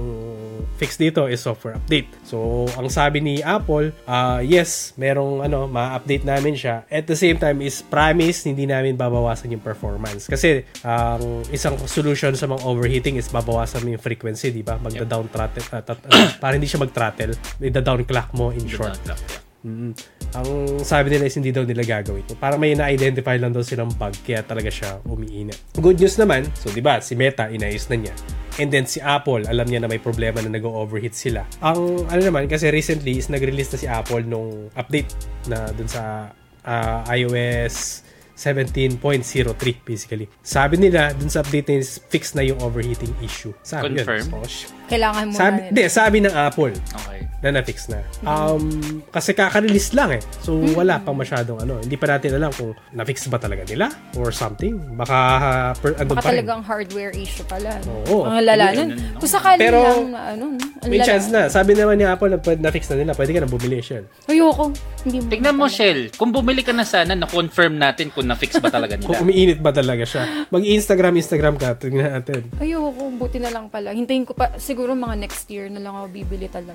S2: fix dito is software update. So ang sabi ni Apple, ah, yes, merong ano, ma-update namin siya. At the same time is promise hindi namin babawasan yung performance kasi ang isang solution sa mga overheating is babawasan mo yung frequency, 'di ba? Magda-down throttle ah, tat- ano, para hindi siya mag-throttle, ida-down clock mo in
S3: Tignan
S2: short.
S3: natin.
S2: Mm. Ang sabi nila is hindi daw nila gagawin. Parang may na-identify lang daw silang bug kaya talaga siya umiinit. Good news naman, so 'di ba si Meta inayos na niya. And then si Apple, alam niya na may problema na nag-overheat sila. Ang ano naman kasi recently is nag-release na si Apple nung update na dun sa ah, iOS 17.03 basically. Sabi nila dun sa update na is fixed na yung overheating issue. Sabi yun.
S3: Confirm?
S2: So, sh-
S1: Kailangan muna
S2: sabi,
S1: nila.
S2: di, sabi ng Apple
S3: Okay.
S2: na na-fix na. Um, kasi kaka-release lang eh. So,
S1: Hmm.
S2: wala pang masyadong ano. Hindi pa natin alam kung na-fix ba talaga nila or something. Baka, uh, per, andun
S1: Baka
S2: pa rin.
S1: talagang hardware issue pala. no?
S2: Oo.
S1: Ang
S2: Hindi,
S1: lala
S2: ano.
S1: nun.
S3: ganun, no?
S1: Kung sakali
S2: Pero,
S1: lang, na ano, no? Ang
S2: May
S1: lala.
S2: chance na. Sabi naman ni Apple na pwede- na-fix na nila. Pwede ka na bumili siya.
S1: Ayoko. Hindi mo.
S3: Tignan mo, Shell. Kung bumili ka na sana, na-confirm natin kung na-fix ba talaga
S2: Kung
S3: nila.
S2: umiinit ba talaga siya. Mag-Instagram, Instagram ka. Tingnan natin.
S1: Ayoko. Buti na lang pala. Hintayin ko pa. Siguro mga next year na lang ako bibili talaga.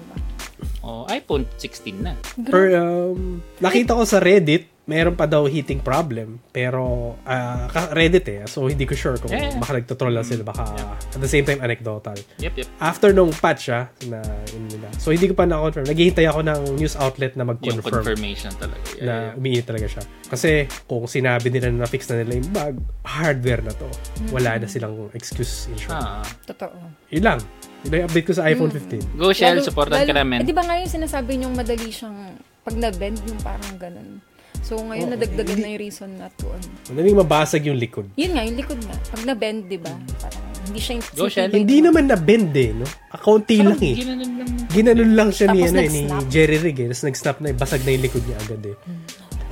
S3: Oh, iPhone 16 na.
S2: Or, um, nakita ko sa Reddit, meron pa daw heating problem. Pero, ah, ka- Reddit eh. So, hindi ko sure kung
S3: Yeah.
S2: baka nagtotroll lang sila. Baka, at the same time, anecdotal.
S3: Yep, yep.
S2: after nung patch ah, na yun nila. So hindi ko pa na-confirm. Naghihintay ako ng news outlet na
S3: Yung
S2: mag-confirm
S3: confirmation talaga. Yeah,
S2: na
S3: yeah.
S2: umiinit talaga siya. Kasi kung sinabi nila na fix na nila yung bug, hardware na to. Wala
S1: Mm.
S2: na silang excuse in short.
S3: Ah.
S1: Totoo.
S2: Yun lang. Yun lang yung update ko
S1: Mm.
S2: sa iPhone 15.
S3: Go, Shell.
S1: Lalo-
S3: Supportan
S1: lalo-
S3: ka namin.
S1: Eh, di ba nga yung sinasabi niyong madali siyang pag na-bend yung parang ganun. So,
S2: Oo,
S1: ngayon nadagdagan
S2: hindi-
S1: na yung reason na to. ano.
S2: Madaling mabasag yung likod.
S1: Yun nga, yung likod nga. Pag na-bend, di ba? Parang hindi siya yung
S3: Mm. Go, Shell.
S2: Hindi naman na-bend eh, no? Kaunti lang eh.
S3: Ginanon lang.
S2: Ginanon lang siya ni,
S1: Tapos
S2: ano, eh, ni
S1: nag-snap. Mm.
S2: Jerry Rig eh. Tapos nag-snap na eh. Basag na yung likod niya agad eh.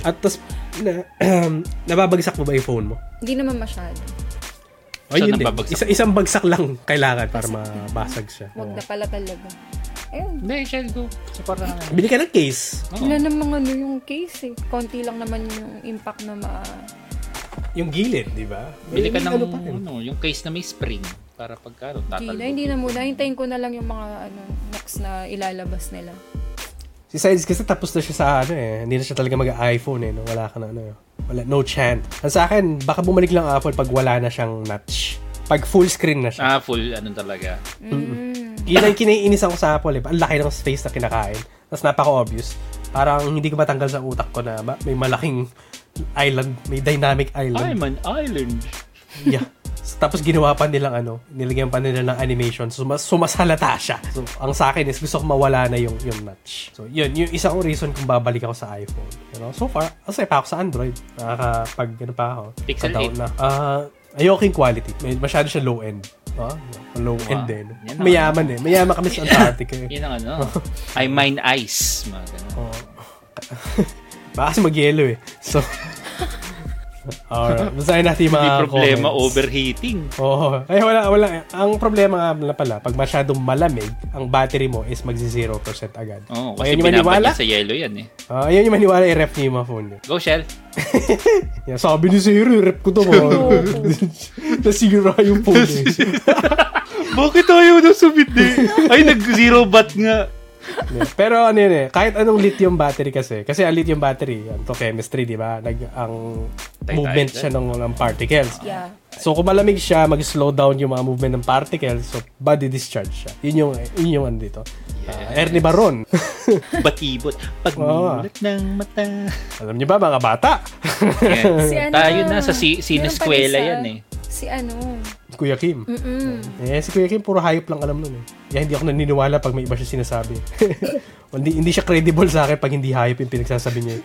S2: At tapos, na, nababagsak mo ba yung phone mo?
S1: Hindi naman masyado.
S2: Ay,
S3: So,
S2: yun din.
S3: nababagsak.
S2: Isa, isang bagsak lang kailangan para mabasag siya. Oo.
S1: Huwag na pala talaga. Ayun.
S3: Hindi, Shell. Go. Supportan ka namin.
S2: Bili ka ng case.
S3: Oo.
S1: Wala namang ano yung case eh. Konti lang naman yung impact na ma...
S2: Yung gilid, di ba?
S3: Bili ka
S2: May
S3: ng
S2: ano pa rin.
S3: ano, yung case na may spring para pagkaroon
S1: Hindi
S3: tatalbo.
S1: na, hindi na muna. Hintayin ko na lang yung mga ano, next na ilalabas nila.
S2: Si Sides kasi tapos na siya sa ano eh. Hindi na siya talaga mag-iPhone eh. no? Wala ka na ano. Wala, no chance. Ang sa akin, baka bumalik lang ang Apple pag wala na siyang notch. Pag full screen na siya.
S3: Ah, full ano talaga.
S1: Mm.
S2: Yun ang kinaiinis ako sa Apple eh. Ang laki ng space na kinakain. Tapos napaka-obvious. Parang hindi ko matanggal sa utak ko na ma- may malaking island, may dynamic island.
S3: I'm an island.
S2: yeah. Tapos ginawa pa nilang ano, nilagyan pa nila ng animation. So, mas, sumasalata siya. So, ang sa akin is gusto ko mawala na yung, yung notch. So, yun. Yung isa kong reason kung babalik ako sa iPhone. You know? So far, asay pa ako sa Android. Nakakapag, ano pa ako.
S3: Pixel
S2: kataon
S3: 8.
S2: Na. Ah, ayoko yung quality. May, masyado siya low-end. Ah, low end
S3: Wow.
S2: eh. no?
S3: Yan ang-
S2: Mayaman eh. Mayaman kami sa Antarctica eh.
S3: Yun ang ano. I mine ice. Mga ganun.
S2: Oo. Baka kasi mag-yellow eh. So, alright. Basahin natin yung mga
S3: Hindi problema
S2: Ah, comments.
S3: overheating.
S2: Oo. Ay, wala, wala. Ang problema nga pala pala, pag masyadong malamig, ang battery mo is magsi-0% agad. Ayaw
S3: Oo, Oh, kasi
S2: nyo
S3: binabad
S2: maniwala?
S3: niya sa yellow yan eh.
S2: Ah, ayun yung maniwala, i-ref niyo yung mga phone niyo.
S3: Go, Shell.
S2: Yan, sabi ni Zero, i-ref ko to. mga- Nasira yung phone niya.
S3: Bakit ayaw na sumindi? Ay, nag-zero bat nga.
S2: Yeah. Pero ano yun eh, kahit anong lithium battery kasi, kasi ang lithium battery, yan to chemistry, di ba? Nag, ang
S3: Tay-tay,
S2: movement
S3: tay.
S2: siya ng, ng particles.
S1: Yeah.
S2: So kung malamig siya, mag-slow down yung mga movement ng particles, so body discharge siya. Yun yung, yun yung ano dito. Ah, Ernie Baron.
S3: Batibot. Pag
S2: Oo.
S3: nilat ng mata.
S2: Alam niyo ba mga bata?
S3: Yes.
S1: Si ano,
S3: Tayo Mm. Ah, na sa si
S1: meron pa
S3: sineskwela
S1: isa.
S3: yan eh.
S1: Si ano.
S2: Kuya Kim.
S1: Mm-mm.
S2: Eh, si Kuya Kim, puro hayop lang alam nun eh. Kaya hindi ako naniniwala pag may iba siya sinasabi. hindi, hindi siya credible sa akin pag hindi hayop yung pinagsasabi niya. eh.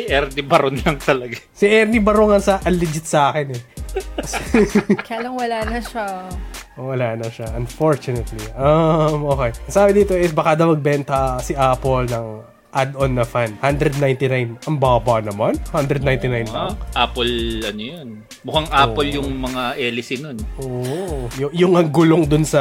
S3: Si Erdi Baron lang talaga.
S2: si Ernie Barongan sa ang legit sa akin eh.
S3: Mm.
S1: Kaya lang wala na siya.
S2: Wala na siya, unfortunately. Um, okay. Ang Sabi dito is baka daw magbenta si Apple ng add-on na fan. 199. Ang baba naman. 199 lang.
S3: Ah, Apple, ano yun? Mukhang Apple
S2: Oh.
S3: yung mga Elise nun.
S2: Oo. Oh. Y- yung ang gulong dun sa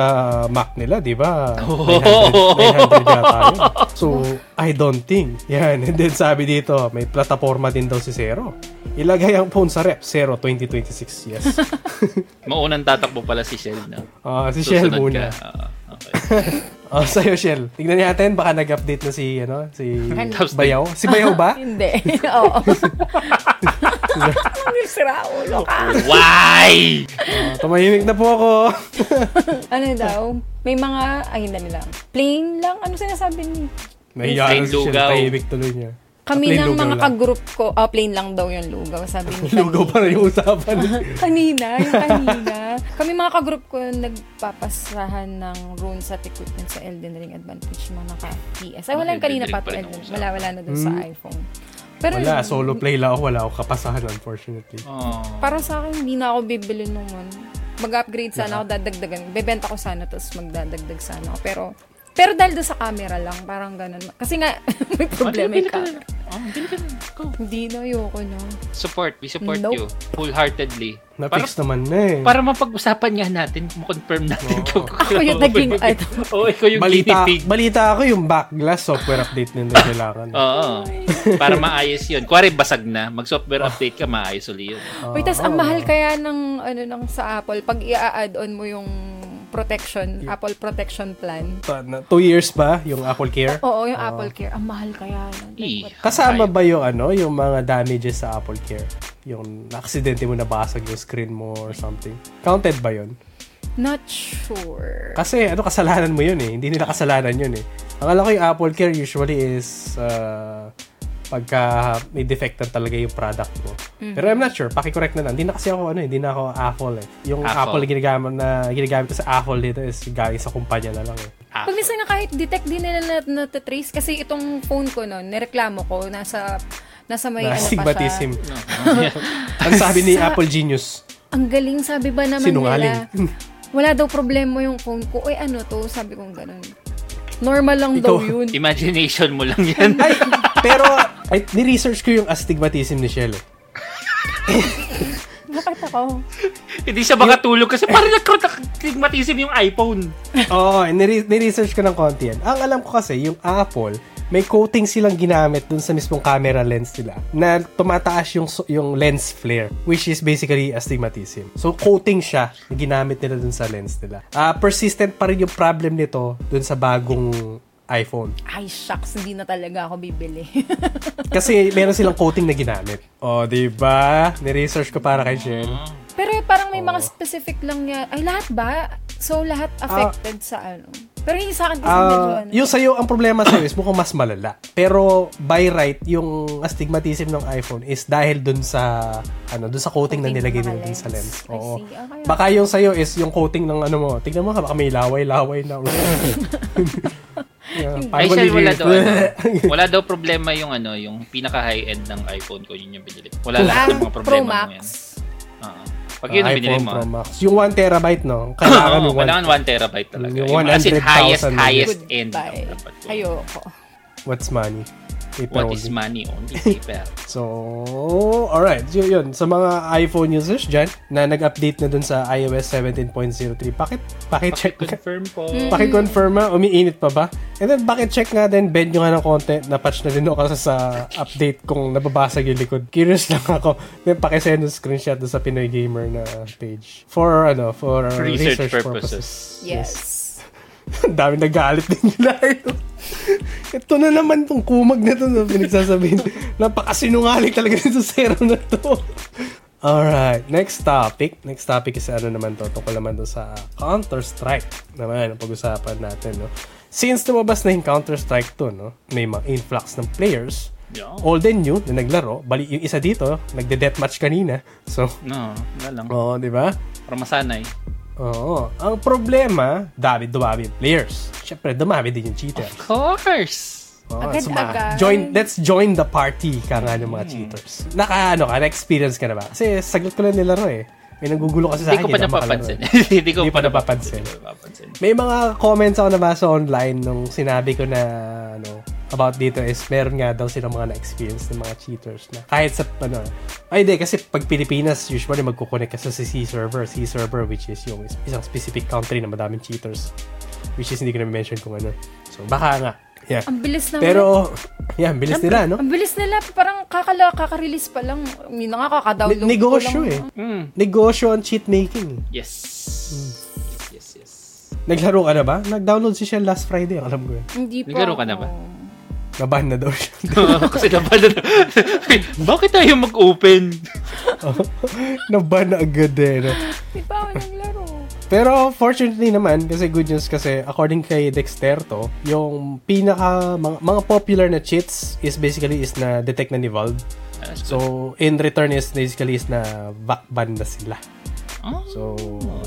S2: Mac nila, di ba?
S3: Oo.
S2: 900, 900 yata yun. So, I don't think. Yan. And then sabi dito, may plataforma din daw si Zero. Ilagay ang phone sa rep. Zero 2026. Yes.
S3: Maunang tatakbo pala si Shell na.
S2: Ah, si Shell muna.
S3: Ah, okay.
S2: Oh, sa'yo, Shell. Tingnan natin, baka nag-update na si, ano, si
S3: Tapos na-
S2: Bayaw. Si Bayaw
S3: Ah?
S2: ba?
S1: Hindi. Oo. Ang sira ulo ka.
S3: Why?
S2: Oh, tumahimik na po ako.
S1: Ano daw? May mga, ay hindi lang. Plain lang. Ano sinasabi ni?
S2: Nahiya na
S3: Plain
S2: si Shell.
S3: lugaw.
S2: Tahimik tuloy niya.
S1: Kami
S2: Ah, Plain
S1: ng
S2: lugaw
S1: mga
S2: lang.
S1: kagroup ko, ah, plain lang daw yung lugaw, sabi ni
S2: Lugaw pa rin yung usapan.
S1: kanina, yung kanina. Kami mga kagroup ko nagpapasahan ng runes at equipment sa Elden Ring Advantage mga naka-PS. Ay, wala yung
S3: Elden
S1: kanina
S3: Ring
S1: pa
S3: pa
S1: to
S3: rin
S1: Elden
S3: ang
S1: Wala, wala na dun sa iPhone. Pero
S2: wala, solo play lang ako. Wala ako kapasahan, unfortunately.
S3: Oh.
S1: para sa akin, hindi na ako bibili nung one. Mag-upgrade sana ako, dadagdagan. Bebenta ko sana, tapos magdadagdag sana ako. Pero, pero dahil doon sa camera lang, parang ganun. Kasi nga, may problema yung camera.
S3: Oh, bili ka na. Go.
S1: Hindi na, ayoko na.
S3: Support. We support
S1: Nope.
S3: you. Wholeheartedly. Para,
S2: Na-fix naman na eh.
S3: para mapag-usapan nga natin, confirm natin kung
S1: Ako yung naging, ano,
S3: Oo, ikaw yung
S2: balita,
S3: guinea pig.
S2: balita ako yung back glass software update nila kailangan.
S3: Oo. para maayos yun. Kuwari, basag na. Mag-software update ka, maayos uli yun.
S1: Wait, tas ang mahal kaya ng ano ng sa Apple pag i-add on mo yung protection, Apple protection plan.
S2: Ta- na- Two years ba yung Apple Care?
S1: Oo, yung Apple Care. Ang mahal kaya. nun.
S3: Eh,
S2: Kasama ba yung ano, yung mga damages sa Apple Care? Yung aksidente mo nabasag yung screen mo or something. Counted ba yun?
S1: Not sure.
S2: Kasi ano, kasalanan mo yun eh. Hindi nila kasalanan yun eh. Ang alam ko yung Apple Care usually is uh, pagka may defect na talaga yung product mo.
S1: Mm-hmm.
S2: Pero I'm not sure. Paki-correct na lang. Hindi na kasi ako ano, eh, hindi na ako Apple eh. Yung
S3: Apple.
S2: Apple, ginagamit na ginagamit ko sa Apple dito is galing sa kumpanya na lang eh.
S3: Ah,
S1: Pag minsan nga kahit detect din nila nat- natatrace kasi itong phone ko noon, nireklamo ko nasa nasa may
S2: na
S1: ano pa siya.
S2: stigmatism. Ang sabi ni Apple Genius,
S1: Ang galing sabi ba naman
S2: Sinungaling.
S1: nila. Wala daw problema yung phone ko. Uy, ano to? Sabi kong ganun. Normal lang daw
S2: Ikaw-
S1: yun.
S3: Ah, imagination mo lang yan.
S2: Ay, pero ay, ni-research ko yung astigmatism ni Shell. eh.
S1: Bakit ako?
S3: Hindi siya makatulog kasi parang nagkrotaktigmatism yung iPhone.
S2: Oo, nire- ni-research ko ng konti yan. Ang alam ko kasi, yung Apple, may coating silang ginamit dun sa mismong camera lens nila na tumataas yung so- yung lens flare which is basically astigmatism. So coating siya na ginamit nila dun sa lens nila. Ah, persistent pa rin yung problem nito dun sa bagong iPhone.
S1: Ay, shucks. Hindi na talaga ako bibili.
S2: Kasi meron silang coating na ginamit. Oh, 'di ba? Ni-research ko para kay Shell.
S1: Pero eh, parang may mga specific lang yan. Ay, lahat ba? So, lahat affected sa ano? Pero hindi sa akin kasi medyo
S2: Ah,
S1: ano.
S2: yung sa'yo, ang problema sa'yo is mukhang mas malala. Pero by right, yung astigmatism ng iPhone is dahil dun sa ano, dun sa coating na
S1: Coating
S2: nilagay
S1: ng mga
S2: nila dun sa lens.
S1: lens. I
S2: Oo.
S1: see. Okay.
S2: Baka yung sa'yo is yung coating ng ano mo. Tignan mo ka, baka may laway-laway na. yeah,
S3: Ay,
S2: parang
S3: siya wala
S2: maliliit.
S3: daw. ano, wala daw problema yung ano, yung pinaka high-end ng iPhone ko, yun yung binili. ko. Wala
S1: Ah,
S3: lahat ng mga
S1: Pro
S3: problema mo yan.
S1: Max.
S3: Oo. Pag yun yung binili
S2: Ah, iPhone
S3: mo. ah.
S2: Pro Max. Yung 1 terabyte, no? Kailangan
S3: Oo,
S2: yung 1
S3: kailangan 1 terabyte talaga.
S2: Yung
S3: Yung as in
S2: 100,000
S3: highest,
S2: na yun.
S3: highest end.
S1: Goodbye.
S3: ang dapat ko.
S1: Ayoko.
S2: What's money? Paper
S3: What is
S2: only.
S3: money only paper?
S2: So, alright. Y- yun, sa mga iPhone users dyan na nag-update na dun sa iOS 17.03, bakit? Paki-check ka.
S3: Confirm po.
S1: Hmm.
S2: Paki-confirm ma, umiinit pa ba? And then, paki-check nga din, bend nyo nga ng konti, na-patch na din ako kasi sa update kung nababasag yung likod. Curious lang ako. Then, pakisend yung screenshot doon sa Pinoy Gamer na page. For, ano, for uh,
S3: Research
S2: research,
S3: purposes.
S2: purposes.
S1: Yes.
S2: Ang dami nagalit din nila. Ito na naman tong kumag na to na pinagsasabihin. Napakasinungaling talaga nito zero na to. Alright, next topic. Next topic is ano naman to, tungkol naman to sa Counter-Strike. Naman, ang pag-usapan natin, no? Since lumabas na yung Counter-Strike to, no? May mga influx ng players.
S3: Yeah.
S2: Old and new na naglaro. Bali, yung isa dito, nagde-deathmatch kanina. So,
S3: No, wala lang.
S2: oo, di ba?
S3: Para masanay.
S2: Oo. Ang problema, dami dumami yung players. Siyempre, dumami din yung cheater.
S3: Of course!
S2: Oo,
S1: Agad-agad.
S2: suma- Oh, Join, let's join the party ka nga ng
S3: Hmm.
S2: mga cheaters. Naka, ano ka, na-experience ka na ba? Kasi saglit ko lang nilaro eh. May nagugulo kasi sa akin.
S3: Hindi ko pa
S2: hindi ako
S3: napapansin.
S2: makalaro eh.
S3: Hindi ko
S2: Hindi
S3: pa
S2: pa napapansin.
S3: napapansin. Hindi ko napapansin.
S2: May mga comments ako nabasa online nung sinabi ko na ano, about dito is meron nga daw silang mga na-experience ng mga cheaters na kahit sa ano ay hindi kasi pag Pilipinas usually magkukonek ka sa C server C server which is yung is- isang specific country na madaming cheaters which is hindi ko na mention kung ano so baka nga yeah
S1: Ang bilis naman.
S2: pero yeah bilis nila no
S1: Ang bilis nila. Parang kakala, kaka-release pa lang. Yun na nga,
S2: Ne-
S1: kaka-download
S2: negosyo
S1: ko
S2: eh
S1: lang.
S3: Mm.
S2: negosyo ang cheat making
S3: Yes. Hmm. Yes, yes.
S2: naglaro ka na ba nag-download si Shell last Friday alam ko yun
S1: Hindi pa.
S3: Naglaro ka na
S1: ako.
S3: ba?
S2: nabahan na daw siya
S3: Kasi nabalan na. Bakit tayo mag-open?
S2: nabahan na agad eh no?
S1: Hindi pa ako naglaro.
S2: Pero fortunately naman, kasi good news kasi, according kay Dexter to, yung pinaka, mga, mga popular na cheats is basically is na detect na ni Valve.
S3: Ah,
S2: So, in return is basically is na backban na sila.
S3: Oh,
S2: So,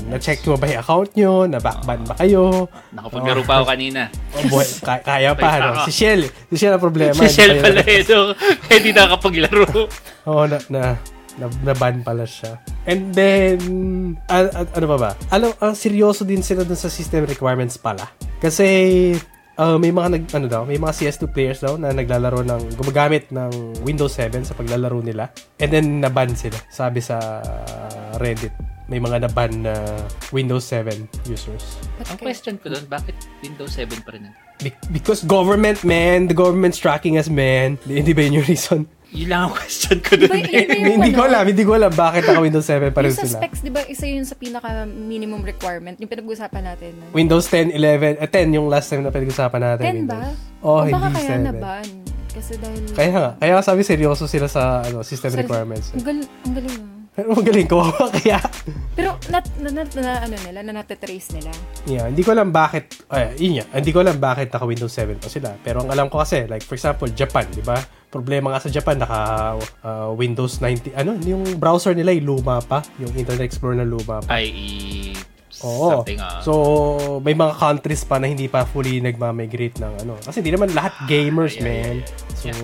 S2: na-check mo ba yung account nyo? Na-backban ba kayo?
S3: Nakapaglaro pa ako kanina.
S2: Oh, boy, ka- kaya pa,
S3: Ay,
S2: no?
S3: tama.
S2: Si Shell. Si Shell ang problema.
S3: Si Shell
S2: Hindi
S3: pala
S2: kayo-
S3: eh. So, hindi nakapaglaro.
S2: Oo, na, na, na, na-ban pala siya. And then, a- a- ano ba ba? Alam, ang seryoso din sila dun sa system requirements pala. Kasi, uh, may mga nag, ano daw, may mga CS2 players daw na naglalaro ng, gumagamit ng Windows 7 sa paglalaro nila. And then, naban sila. Sabi sa Reddit, may mga naban na Windows 7 users.
S3: Ang question ko doon, bakit Windows 7 pa rin? yun?
S2: Be- because government, man. The government's tracking us, man. Hindi ba yun yung reason?
S3: Yun lang ang question ko doon.
S1: Iba- iba yung
S2: hindi ko
S1: ano,
S2: alam. Hindi ko alam bakit naka Windows 7 pa rin
S1: yung sa
S2: sila.
S1: specs, di ba, isa yun sa pinaka minimum requirement, yung pinag-uusapan natin. Na.
S2: Windows 10, 11, eh, 10 yung last time na pinag-usapan natin.
S1: 10
S2: Windows.
S1: ba?
S2: Oh,
S1: o baka
S2: hindi
S1: kaya
S2: 7.
S1: na ban? Kasi dahil...
S2: Kaya nga. Kaya nga sabi seryoso sila sa ano, system
S1: Sorry.
S2: requirements.
S1: Ang, gal- ang galing ah.
S2: Pero magaling ko. kaya,
S1: Pero nat, na, na, na, ano nila, na natatrace nila.
S2: yeah, hindi ko alam bakit, ay, yun nga, hindi ko alam bakit naka Windows 7 pa sila. Pero ang alam ko kasi, like for example, Japan, di ba? Problema nga sa Japan, naka ah, Windows 90, ano, yung browser nila, yung luma pa. Yung Internet Explorer na luma pa.
S3: IE
S2: Oo.
S3: something. ah.
S2: So, may mga countries pa na hindi pa fully nagmamigrate ng ano. Kasi hindi naman lahat gamers,
S3: Ah, yeah,
S2: man.
S3: yeah, yeah.
S2: So,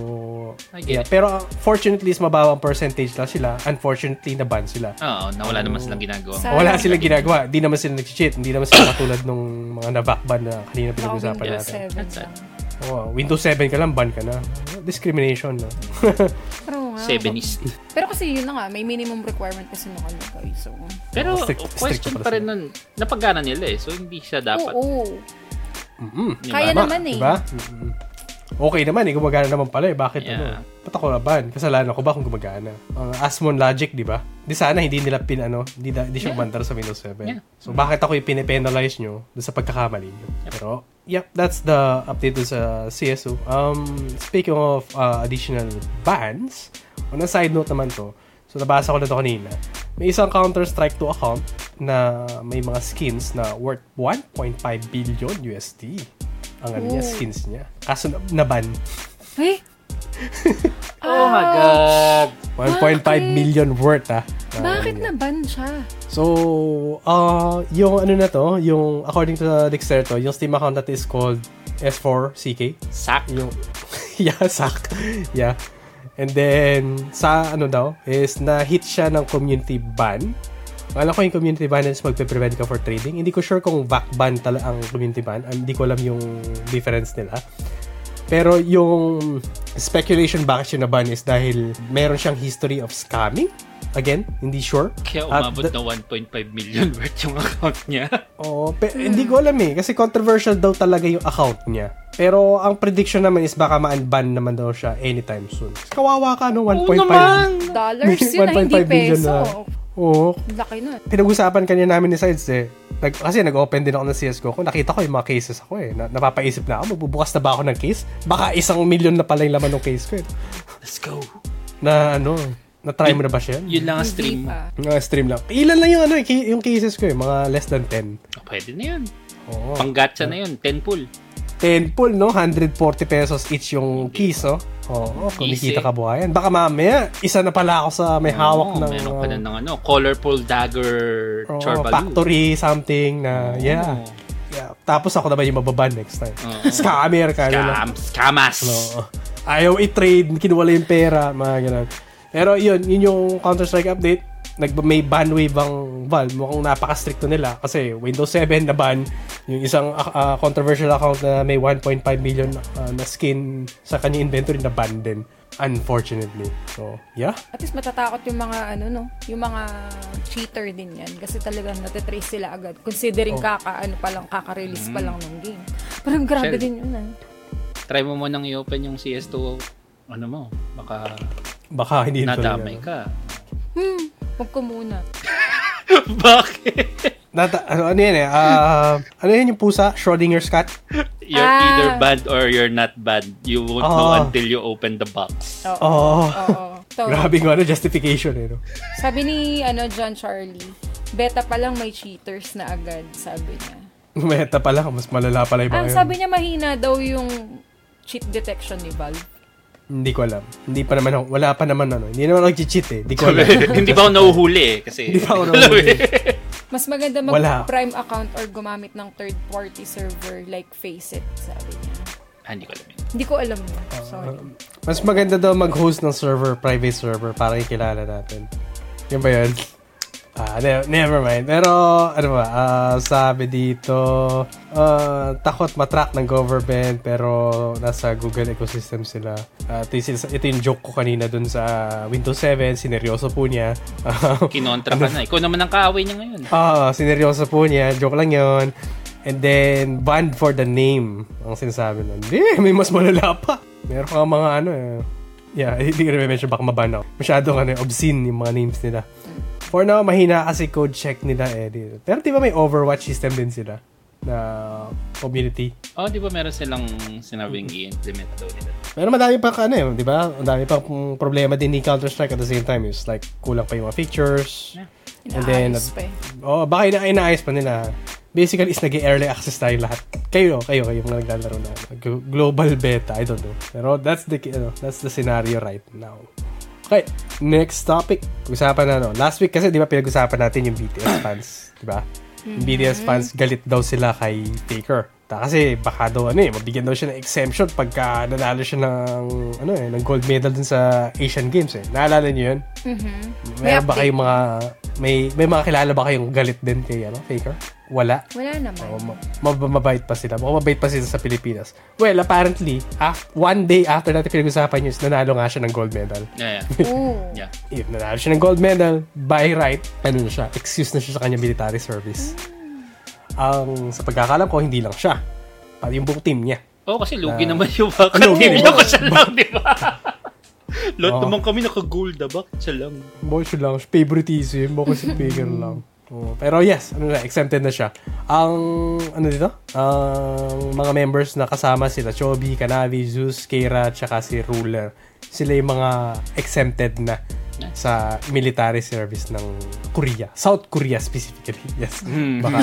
S3: I get
S2: yeah.
S3: it.
S2: Pero uh, fortunately, is mababang percentage lang sila. Unfortunately, naban sila.
S3: Oo, na wala naman silang ginagawa.
S1: Sa-
S2: Wala silang ginagawa. Hindi naman sila nag-cheat. Hindi naman sila katulad nung mga nabakban na kanina
S1: Baka
S2: pinag-usapan
S1: Windows
S2: natin.
S1: 7
S3: That's
S1: lang.
S2: Oh, Windows 7 ka lang, ban ka na. Discrimination, no?
S1: Pero nga.
S3: 7
S1: Pero kasi yun na nga, may minimum requirement kasi nung ano guys. So,
S3: Pero
S2: Strict- strict
S3: question
S2: pala
S3: pa rin
S2: sila.
S3: nun, napagana nila eh. So hindi siya dapat.
S1: oo.
S2: Mm-mm.
S3: Di ba?
S1: Kaya
S2: Tama,
S1: naman eh.
S2: Diba? Mm-mm. Okay naman eh, gumagana naman pala eh. Bakit
S3: Yeah.
S2: ano? Ba't ako naban? Kasalanan ko ba kung gumagana? Uh, Asmon Logic, di ba? Di sana hindi nila pin ano, di, da, di siya
S3: Yeah.
S2: umandar sa Windows 7.
S3: Yeah.
S2: So bakit ako yung pinipenalize nyo doon sa pagkakamali nyo? Pero, yep, that's the update doon sa CSO. Um, speaking of uh, additional bans, on a side note naman to, so nabasa ko na to kanina, may isang Counter-Strike 2 account na may mga skins na worth 1.5 billion USD ang ano niya,
S1: Ooh.
S2: skins niya. Kaso na- naban.
S1: Hey! Ah.
S3: Oh my God!
S2: 1.5
S1: Bakit?
S2: million worth ah.
S1: Bakit
S2: na?
S1: na ban siya?
S2: So, ah yung ano na to, yung according to Dexter to, yung Steam account natin is called S4CK.
S3: Sak.
S2: Yung, yeah, sak. Yeah. And then, sa ano daw, is na-hit siya ng community ban. Ang Alam ko yung community ban is magpe-prevent ka for trading. Hindi ko sure kung back ban tala ang community ban. Ah, Hindi ko alam yung difference nila. Pero yung speculation bakit siya na-ban is dahil meron siyang history of scamming. Again, hindi sure.
S3: Kaya
S2: At
S3: umabot
S2: Ah, the-
S3: na 1.5 million worth yung account niya.
S2: Oo, pe-
S1: Hmm.
S2: hindi ko alam eh. Kasi controversial daw talaga yung account niya. Pero ang prediction naman is baka ma-unban naman daw siya anytime soon. Kawawa ka, no? 1.5.
S1: Dollars yun na, hindi
S2: 1.5 billion
S1: peso.
S2: na. Oo.
S1: Laki nun.
S2: Pinag-usapan kanya namin ni Sides eh. Nag, kasi nag-open din ako ng CSGO ko. Nakita ko yung mga cases ako eh. Na, napapaisip na ako, magbubukas na ba ako ng case? Baka isang million na pala yung laman ng case ko eh.
S3: Let's go.
S2: Na ano, na-try mo na ba siya?
S3: Yun lang ang
S1: Hindi
S3: stream.
S1: pa.
S3: mo.
S2: Mga stream lang. Ilan lang yung, ano, eh, ki- yung cases ko eh. Mga less than 10.
S3: Oh, pwede na yun.
S2: Oo.
S3: Panggatsa na yun. 10 pool.
S2: 10 pull, no? 140 pesos each yung keys, no? Oo, oh, kumikita
S3: Easy.
S2: ka buhayan. Baka mamaya, isa na pala ako sa may hawak
S3: Oo,
S2: ng,
S3: Oh, Meron ka na ng ano, colorful dagger
S2: uh,
S3: charbaloo.
S2: factory, something na, yeah.
S3: Oo.
S2: yeah. Tapos ako naman yung mababan next time.
S3: Oo.
S2: Scammer ka.
S3: Scam, scamas.
S2: No. Ayaw i-trade, kinuwala yung pera, mga ganun. Pero yun, yun yung Counter-Strike update. Nag may ban wave ang Valve. Mukhang napaka-stricto nila kasi Windows 7 na ban. Yung isang ah, ah, controversial account na may 1.5 million ah, na skin sa kanyang inventory na ban din. Unfortunately. So, yeah.
S1: At least matatakot yung mga ano no, yung mga cheater din yan kasi talagang natitrace sila agad considering kaka ano pa lang kaka-release pa lang ng game. Parang grabe
S3: Shell.
S1: din yun ah.
S3: Try mo mo nang i-open yung CS2. Ano mo? Baka
S2: Baka hindi ano. ito
S3: nadamay ka.
S1: Hmm, huwag ko muna.
S3: Bakit?
S2: Nata- ano, ano yan eh? ah, ano yan yung pusa? Schrodinger's cat?
S3: You're
S1: Ah.
S3: either banned or you're not banned. You won't know
S2: Ah.
S3: until you open the box.
S1: Oo.
S2: Oo.
S1: Oo. So, Oh.
S2: Grabe yung ano, justification eh. No?
S1: sabi ni ano John Charlie, beta pa lang may cheaters na agad, sabi niya.
S2: Diba Meta pala, mas malala pala iba
S1: Ang
S2: ngayon.
S1: sabi niya mahina daw yung cheat detection ni Valve.
S2: Hindi ko alam. Hindi pa naman ako, wala pa naman ano. Hindi naman ako nag-cheat eh. Hindi ko
S3: Sabi,
S2: alam.
S3: hindi ba ako nauhuli eh? Kasi,
S2: Hindi pa ako
S3: Alam mo
S2: nahuli.
S3: eh.
S1: Mas maganda
S2: Wala.
S1: mag-prime account or gumamit ng third-party server like Faceit, sabi niya.
S3: Ah, hindi ko alam yun.
S1: Hindi ko alam yun. Sorry.
S2: Mas maganda daw mag-host ng server, private server, para ikilala natin. Yun ba yun? Ah, ne- never mind. Pero, ano ba, ah, sabi dito, ah, takot matrack ng government, pero nasa Google ecosystem sila. Ah, ito, yung, sins- ito yung joke ko kanina dun sa Windows 7, sineryoso po niya.
S3: Kinontra
S2: Ano?
S3: ka na. Ikaw naman ang kaaway niya ngayon.
S2: Ah, sineryoso po niya. Joke lang yon. And then, banned for the name. Ang sinasabi nun. Hindi, may mas malala pa. Meron kang mga ano eh. Yeah, hindi ko na mention baka maban ako. Masyadong ano, eh, obscene yung mga names nila. For now, mahina kasi code check nila eh. Di- Pero di ba may Overwatch system din sila? Na community.
S3: Oh, di ba meron silang sinabing i-implement daw nila?
S2: Pero madami pang ano eh, di ba? Ang dami pang mm, problema din ni Counter-Strike at the same time. It's like, kulang pa yung mga features. And then,
S1: Inaayos pa eh.
S2: Oo, oh, baka ina inaayos pa nila. Basically, is nag early access tayo lahat. Kayo, kayo, kayo mga naglalaro na glo- global beta. I don't know. Pero that's the, ano, that's the scenario right now. Okay, next topic. Usapan na, ano. Last week kasi, di ba, pinag-usapan natin yung BTS fans. di ba? Yung BTS fans, galit daw sila kay Taker. Ta, kasi baka daw, ano eh, mabigyan daw siya ng exemption pagka nanalo siya ng, ano eh, ng gold medal dun sa Asian Games eh. Naalala niyo yun?
S1: Mm-hmm.
S2: Meron
S1: May
S2: ba
S1: update.
S2: kayong mga may may mga kilala ba kayong galit din kay ano, Faker? Wala.
S1: Wala naman.
S2: O, Oh, ma- mab- mabait pa sila. Mukhang mabait pa sila sa Pilipinas. Well, apparently, af- one day after natin pinag-usapan yun, is nanalo nga siya ng gold medal.
S3: Yeah, yeah.
S1: Oo.
S3: yeah.
S2: Yun, nanalo siya ng gold medal, by right, ano na siya, excuse na siya sa kanya military service.
S1: Hmm.
S2: Ang sa pagkakalam ko, hindi lang siya. Pati yung buong team niya.
S3: Oo, Oh, kasi lugi naman yung baka.
S2: Ano,
S3: Hindi
S2: oo.
S3: ko siya lang, di ba? Lot
S2: Oo.
S3: naman kami naka-gold, ah, bakit siya lang?
S2: Boy siya lang. Favoritism. Baka si Faker lang. Oo. Pero yes, ano na, exempted na siya. Ang, ano dito? Ang mga members na kasama sila, Chobi, Kanavi, Zeus, Keira, tsaka si Ruler. Sila yung mga exempted na sa military service ng Korea. South Korea Eh, specifically. Yes.
S3: Hmm.
S2: Baka,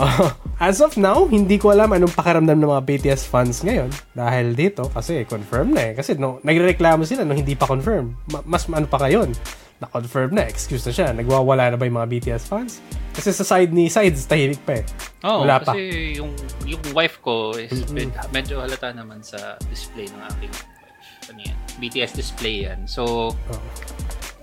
S2: Oo. as of now, hindi ko alam anong pakiramdam ng mga BTS fans ngayon dahil dito kasi confirm na eh. Kasi no, nagreklamo sila nung hindi pa confirm. Ma- mas ano pa ngayon? Na-confirm na, excuse na siya. Nagwawala na ba yung mga BTS fans? Kasi sa side ni Sides, tahimik pa eh.
S3: Oo,
S2: Wala pa.
S3: Oh, kasi yung, yung wife ko is med- medyo halata naman sa display ng aking ano yan, BTS display yan. So,
S2: Oo.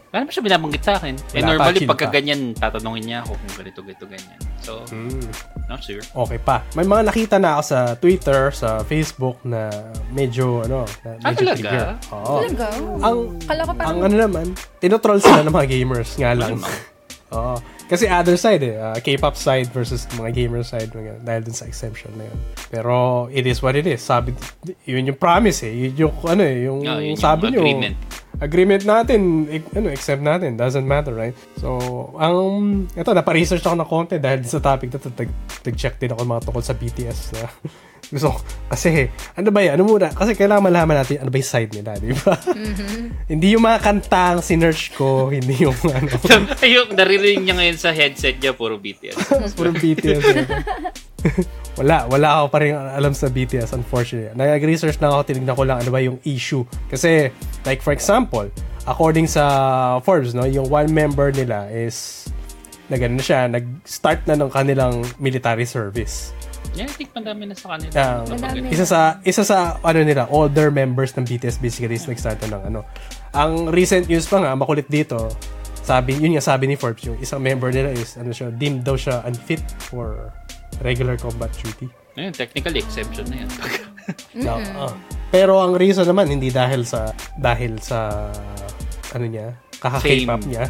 S3: Wala naman siya binabanggit sa akin.
S2: Wala
S3: Eh,
S2: pa,
S3: normally,
S2: chill
S3: pagka
S2: pa.
S3: ganyan, tatanungin niya ako kung ganito, ganito, ganyan. So,
S2: Hmm.
S3: not sure.
S2: Okay pa. May mga nakita na ako sa Twitter, sa Facebook na medyo ano, na
S3: Ah,
S2: medyo
S3: talaga?
S2: trigger. Oo.
S1: Talaga?
S2: Ang-
S1: Kala ko parang
S2: Oh. Ang ano naman, tinotroll sila ng mga gamers nga lang. Oo. Kasi other side eh, ah, K-pop side versus mga gamer side mga, dahil dun sa exemption na yun. Pero it is what it is. Sabi, yun yung promise eh. Yun yung ano eh, yung
S3: Ah, yun yung
S2: sabi nyo.
S3: agreement.
S2: Agreement natin, eh, ano, exempt natin. Doesn't matter, right? So, ang, ito, naparesearch ako ng konti dahil sa topic na to, nag- nag-check din ako ng mga tungkol sa BTS na gusto ko. Kasi, ano ba yan? Ano muna? Kasi kailangan malaman natin ano ba yung side nila, di ba? hindi yung mga kantang sinerch ko, hindi yung ano.
S3: Ayun, naririnig niya ngayon sa headset niya, puro BTS.
S2: Puro BTS. yun. wala, wala ako pa rin alam sa BTS, unfortunately. Nag-research na ako, tinignan ko lang ano ba yung issue. Kasi, like for example, according sa Forbes, no, yung one member nila is na ganun na siya, nag-start na ng kanilang military service.
S3: yeah, I think pandami na sa kanila.
S2: Ah,
S1: Madami.
S2: isa sa isa sa ano nila, older members ng BTS basically is nag-start na ng ano. Ang recent news pa nga makulit dito. Sabi, yun nga sabi ni Forbes, yung isang member nila is ano siya, deemed daw siya unfit for regular combat duty.
S3: Ayun, technical exception na yan. Mm.
S2: Now, ah. pero ang reason naman hindi dahil sa dahil sa ano niya, kaka-K-pop
S3: Fame.
S2: niya.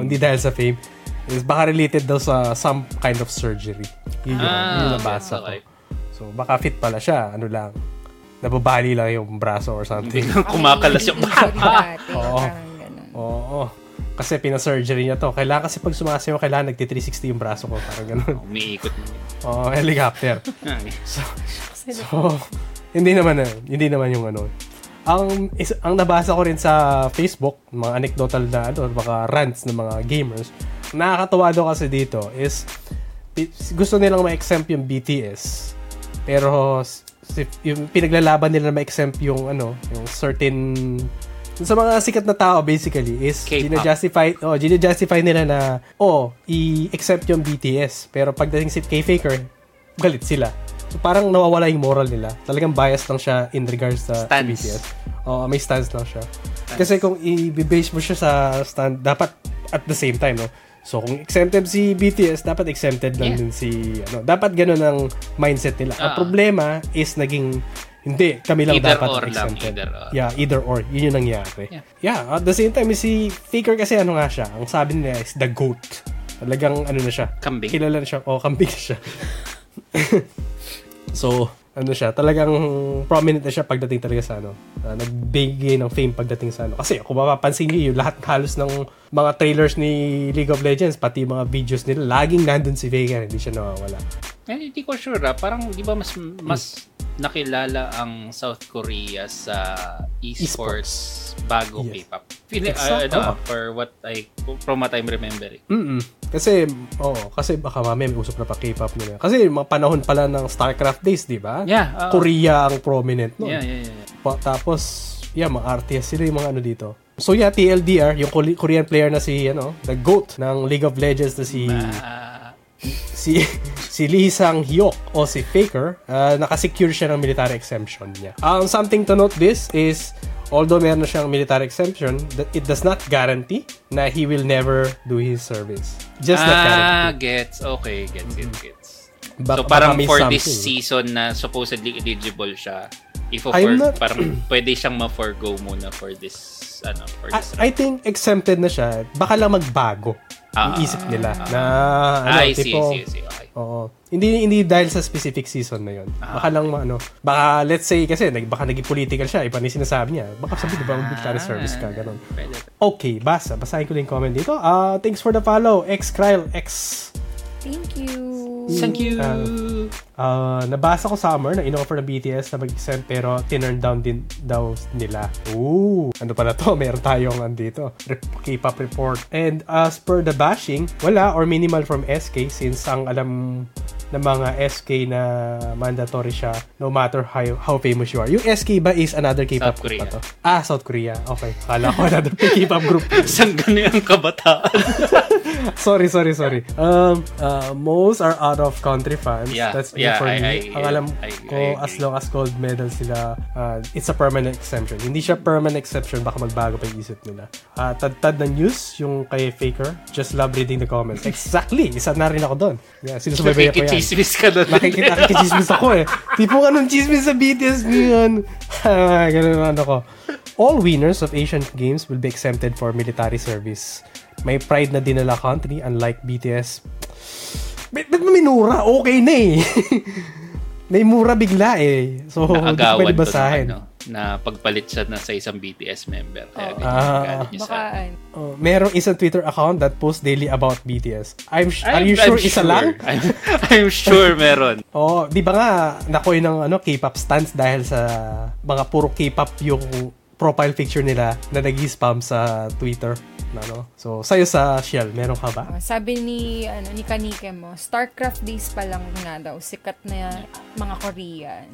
S2: Oo, hindi dahil sa fame. Is baka related daw sa some kind of surgery. Yun yung, yun yung nabasa ko.
S3: Ah, okay.
S2: So, baka fit pala siya. Ano lang. Nababali lang yung braso or something.
S3: Biglang kumakalas yung
S1: injury dati.
S2: Oo.
S1: Parang ganun.
S2: Oo. Kasi pina-surgery niya to. Kailangan kasi pag sumasayaw, kailangan nagti-360 yung braso ko. Parang ganun.
S3: Umiikot na yun.
S2: Oo, helicopter.
S3: Ah, eh.
S2: So, hindi naman na, hindi naman yung ano. Ang is, ang nabasa ko rin sa Facebook, mga anecdotal na ano, mga rants ng mga gamers, nakakatawa daw kasi dito is pi- gusto nilang ma-exempt yung BTS. Pero si- yung pinaglalaban nila na ma-exempt yung ano, yung certain yung sa mga sikat na tao basically is
S3: K-pop.
S2: gina-justify oh, gina-justify nila na oh, i-exempt yung BTS. Pero pagdating si K-Faker, galit sila. So parang nawawala yung moral nila. Talagang biased lang siya in regards sa
S3: Stance.
S2: BTS. Oo, may stance lang siya. Kasi kung i-base mo siya sa stand, dapat at the same time, no? So, kung exempted si BTS, dapat exempted lang
S3: Yeah.
S2: din si, ano, dapat ganun ang mindset nila. Ang
S3: Ah.
S2: problema is naging, hindi, kami lang
S3: Either
S2: dapat
S3: or
S2: ang
S3: lang,
S2: exempted.
S3: either or.
S2: Yeah, either or. Yun yung nangyari.
S3: Yeah.
S2: at the same time, si Faker kasi ano nga siya, ang sabi nila is the GOAT. Talagang ano na siya.
S3: Kambing.
S2: Kilala na siya. O, kambing siya. so, ano siya, talagang prominent na siya pagdating talaga sa ano. Uh, nagbigay ng fame pagdating sa ano. Kasi kung mapapansin niyo, yung lahat halos ng mga trailers ni League of Legends, pati mga videos nila, laging nandun si Vega, hindi siya nawawala.
S3: Eh, hindi ko sure ah. Parang, di ba,
S2: Hmm.
S3: mas, mas nakilala ang South Korea sa esports, bago
S2: Yes.
S3: K-pop. Feel,
S2: Exacto.
S3: ah, ano, ah, for what I, from what I'm remembering.
S2: Mm Kasi, oo, kasi baka mamaya may usap na pa K-pop nila. Kasi mga panahon pala ng StarCraft days, di ba?
S3: Yeah, oo.
S2: Korea ang prominent nun.
S3: Yeah, yeah, yeah. yeah.
S2: Pa- tapos, yeah, mga RTS sila yung mga ano dito. So yeah, TLDR, yung Kole- Korean player na si, ano, the GOAT ng League of Legends na si,
S3: Ah,
S2: si, si Lee Sang-hyuk o si Faker, ah, nakasecure siya ng military exemption niya. Um, something to note this is, although meron na siyang military exemption, that it does not guarantee na he will never do his service. Just not
S3: ah,
S2: guarantee.
S3: gets. Okay, gets, gets, gets.
S2: Ba-
S3: so parang
S2: baka may
S3: for this
S2: something.
S3: season na supposedly eligible siya, if for,
S2: I'm not-
S3: parang pwede siyang ma-forgo muna for this, ano, for
S2: I,
S3: this.
S2: I think exempted na siya. Baka lang magbago.
S3: Ah,
S2: yung isip nila. na, ano,
S3: I see,
S2: tipo,
S3: I see, I see. Okay.
S2: Oo. Hindi hindi dahil sa specific season na 'yon.
S3: Ah.
S2: Baka lang ano, baka let's say kasi nag baka naging political siya, iba na yung sinasabi niya. Baka sabi diba military service
S3: Ah.
S2: ka ganun.
S3: Pwede.
S2: Okay, basta basahin ko lang yung comment dito. Ah, thanks for the follow, X Kryle X.
S1: Thank you.
S3: Thank you.
S2: Ah. Ah, nabasa ko summer na inoffer ng BTS na mag-exempt pero tinurn down din daw nila. Ooh, ano pala to? Meron tayong andito. Rep- K-pop report. And as per the bashing, wala or minimal from SK since ang alam ng mga SK na mandatory siya no matter how, how famous you are. Yung SK ba is another K-pop
S3: South
S2: group
S3: Korea.
S2: ba to? Ah, South Korea. Okay. Kala ko another K-pop group.
S3: Saan ganun ang kabataan?
S2: sorry, sorry, sorry. Um, uh, most are out of country fans.
S3: Yeah,
S2: That's new
S3: yeah,
S2: for
S3: I-
S2: me.
S3: I-
S2: Ang alam
S3: I- I
S2: ko,
S3: agree.
S2: as long as gold medal sila, uh, it's a permanent exemption. Hindi siya permanent exception, baka magbago pa yung isip nila. Uh, tad-tad na news, yung kay Faker, just love reading the comments. Exactly! Isa na rin ako doon. Yeah, sinusubaybay ko yan.
S3: Nakikichismis ka na
S2: Nakikita nakikichismis ako eh. Tipong anong chismis sa BTS ngayon? Ah, Ganun ang ano ko. All winners of Asian Games will be exempted for military service. May pride na dinala country unlike BTS. Ba't ba't mo minura? Okay na eh. May mura bigla eh. So, hindi ko
S3: Naagawan
S2: pwede
S3: to ng
S2: basahin.
S3: ano, na pagpalit siya na sa isang BTS member. Kaya
S1: Oo.
S3: ganyan
S2: Ah.
S3: ang galit niya sa akin.
S1: Baka, ano,
S2: Oh, merong isang Twitter account that posts daily about BTS. I'm, sh- are
S3: I'm-
S2: you sure,
S3: I'm
S2: isa lang?
S3: I'm, I'm sure meron.
S2: Oh, di ba nga nakoy ng ano K-pop stance dahil sa mga puro K-pop yung profile picture nila na nag-spam sa Twitter na ano. So, sa'yo sa Shell, meron ka ba?
S1: Oh, sabi ni ano ni Kanike mo, StarCraft days pa lang nga daw sikat na mga Korean.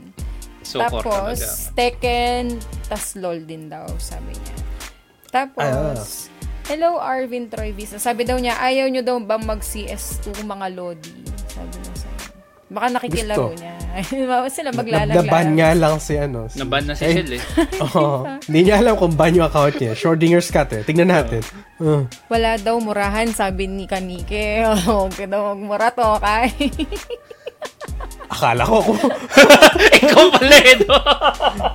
S3: So far ano talaga.
S1: Tapos Tekken, tas LOL din daw sabi niya.
S2: Ah.
S1: Tapos Hello Arvin Troy Visa. Sabi daw niya, ayaw niyo daw bang mag CS2 mga lodi? Sabi niya sa akin. Baka nakikilaro
S2: Gusto.
S1: niya. Baka sila maglalaro.
S2: Nabban nga lang si ano. Si,
S3: Naban na si
S2: Ay,
S3: Shell eh.
S2: Oo. Hindi niya alam kung ban yung account niya. Schrodinger's cat eh. Tingnan natin. Uh,
S1: Wala daw murahan, sabi ni Kanike. Huwag ka daw magmura to, kay.
S2: akala ko ako.
S3: Ikaw pala eh, no?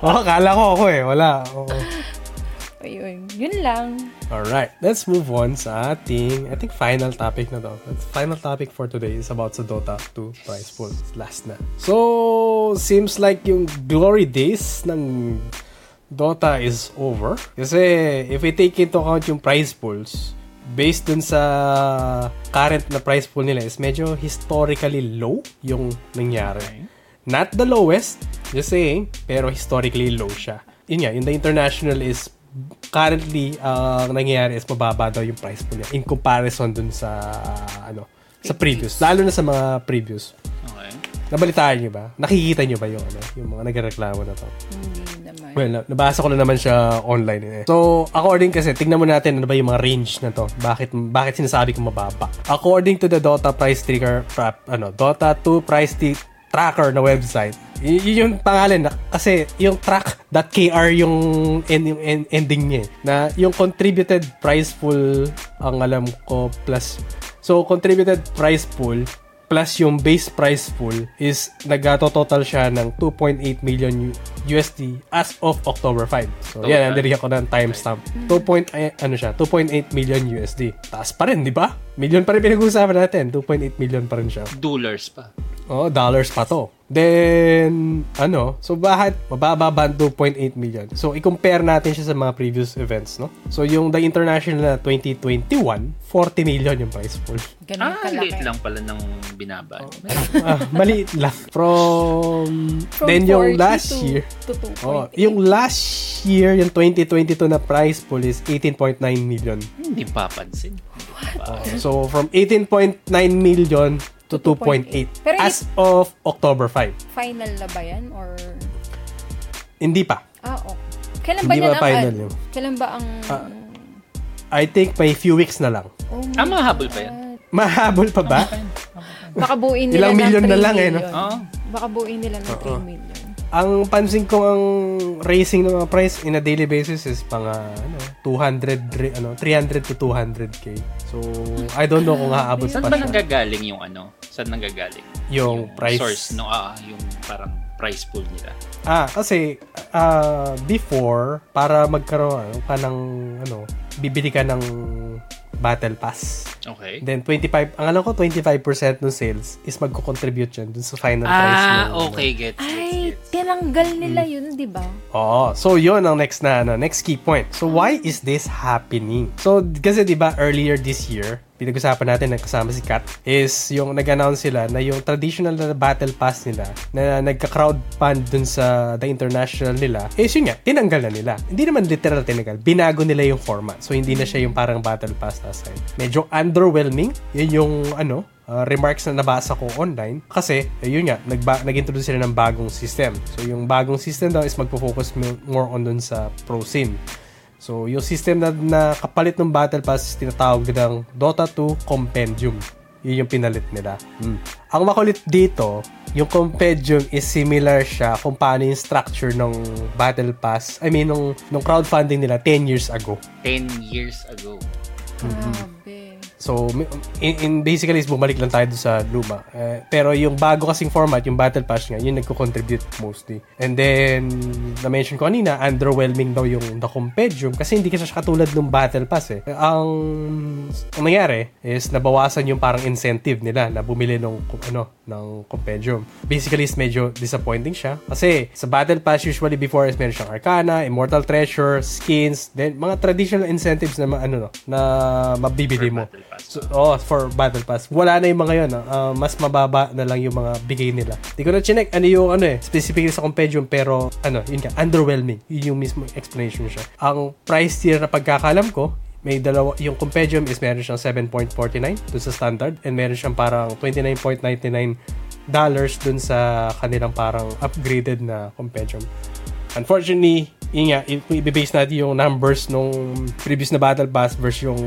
S2: oh, akala ko ako eh. Wala. Oo.
S1: Ayun, yun lang.
S2: Alright, let's move on sa ating, I think, final topic na to. The final topic for today is about sa Dota 2 prize pool. It's Last na. So, seems like yung glory days ng Dota is over. Kasi, if we take into account yung prize pools, based dun sa current na prize pool nila is medyo historically low yung nangyari. Not the lowest, just saying, pero historically low siya. Yun nga, in the international is currently, uh, ang nangyayari is mababa daw yung price po niya in comparison dun sa, uh, ano, sa previous. Lalo na sa mga previous.
S3: Okay.
S2: Nabalitaan niyo ba? Nakikita niyo ba yung, ano, yung mga nagreklamo na to?
S1: Hindi naman.
S2: Well, na- nabasa ko na naman siya online eh. So, according kasi, tignan mo natin ano ba yung mga range na to. Bakit bakit sinasabi kong mababa? According to the Dota price trigger prop, ano, Dota 2 price ti- tracker na website. Y- yun yung pangalan na, kasi yung track.kr yung, end, yung end- ending niya eh. Na yung contributed price pool ang alam ko plus so contributed price pool plus yung base price pool is nagto-total siya ng 2.8 million U- USD as of October 5. So,
S3: Total.
S2: yan, nandiyan ako ng timestamp. 2. ay, ano siya, 2.8 million USD. Taas pa rin, di ba? Million pa rin pinag-uusapan natin. 2.8 million pa rin siya.
S3: Doolars pa.
S2: Oh, dollars pa to. Then, ano, so bakit mababa ba ang 2.8 million? So, i-compare natin siya sa mga previous events, no? So, yung The International na 2021, 40 million yung price pool.
S1: Ganun
S3: Ah,
S1: kalaki.
S3: liit lang pala ng binaba.
S2: ah, maliit lang. From,
S1: From
S2: then yung
S1: 40
S2: last
S1: to-
S2: year.
S1: To 2.8.
S2: Oh, yung last year, yung 2022 na price pool is 18.9 million.
S3: Hindi papansin.
S2: Oh, so, from 18.9 million to 2.8
S1: Pero
S2: as of October 5.
S1: Final na ba yan? Or...
S2: Hindi pa.
S1: Ah, oh. Kailan ba
S2: Hindi ba
S1: yan ang...
S2: final yun?
S1: Kailan ba ang...
S2: Ah. I think may few weeks na lang.
S1: oh my
S3: Ah, mahabol pa yan.
S1: God.
S2: Mahabol pa ba?
S1: Baka buuin nila
S2: Ilang
S1: ng
S2: million na
S1: 3
S2: lang eh, no? Ah.
S1: million.
S3: Oo.
S1: Baka buuin nila ng 3 million.
S2: Ang pansin ko ang raising ng mga price in a daily basis is pang ano, 200 re- ano 300 to 200k. So I don't know kung haabot
S3: Saan
S2: pa
S3: ba
S2: siya
S3: nanggagaling yung ano? Saan nanggagaling?
S2: yung price.
S3: Source, no? Ah, yung parang price pool nila.
S2: Ah, kasi ah, before para magkaroon ano, ka ng ano, bibili ka ng battle pass.
S3: Okay.
S2: Then 25, ang alam ko 25% ng sales is magko-contribute yun dun sa final price.
S3: Ah,
S2: ng-
S3: okay. Gets, gets,
S1: Ay,
S3: gets.
S1: tinanggal nila
S2: Mm.
S1: yun, di ba?
S2: Oo. So, yun ang next na, ano, next key point. So, why is this happening? So, kasi di ba earlier this year, pinag-usapan natin ng kasama si Kat, is yung nag-announce sila na yung traditional na battle pass nila na nagka-crowd fund dun sa The International nila, is yun nga, tinanggal na nila. Hindi naman literal na tinanggal. Binago nila yung format. So, hindi na siya yung parang battle pass na side. Medyo underwhelming. Yun yung, ano, uh, remarks na nabasa ko online kasi eh, yun nga nagba- nag-introduce sila ng bagong system. So yung bagong system daw is magpo-focus mo- more on dun sa pro sim. So yung system na nakapalit ng Battle Pass is tinatawag nilang Dota 2 Compendium. Yun yung pinalit nila. Hmm. Ang makulit dito, yung compendium is similar siya kung paano yung structure ng Battle Pass. I mean, nung, nung crowdfunding nila 10 years ago.
S3: 10 years ago.
S2: Mm-hmm.
S1: Grabe.
S2: So, in, in basically, is bumalik lang tayo dun sa luma. Eh, pero yung bago kasing format, yung Battle Pass nga, yun nagko-contribute mostly. And then, na-mention ko kanina, underwhelming daw yung The Compendium kasi hindi kasi siya katulad ng Battle Pass eh. Ang, ang nangyari is nabawasan yung parang incentive nila na bumili ng, ano, ng Compendium. Basically, is medyo disappointing siya kasi sa Battle Pass, usually before is meron siyang Arcana, Immortal Treasure, skins, then mga traditional incentives na, ma- ano, no, na mabibili mo.
S3: Battle Pass.
S2: So, oh, for Battle Pass. Wala na yung mga yun. ah. Ah, mas mababa na lang yung mga bigay nila. Di ko na chinek ano yung ano eh, specifically sa compendium, pero ano, yun nga, underwhelming. Yun yung mismo explanation siya. Ang price tier na pagkakalam ko, may dalawa, yung compendium is meron siyang 7.49 dun sa standard and meron siyang parang 29.99 dollars dun sa kanilang parang upgraded na compendium. Unfortunately, yun nga, if we base natin yung numbers nung previous na Battle Pass versus yung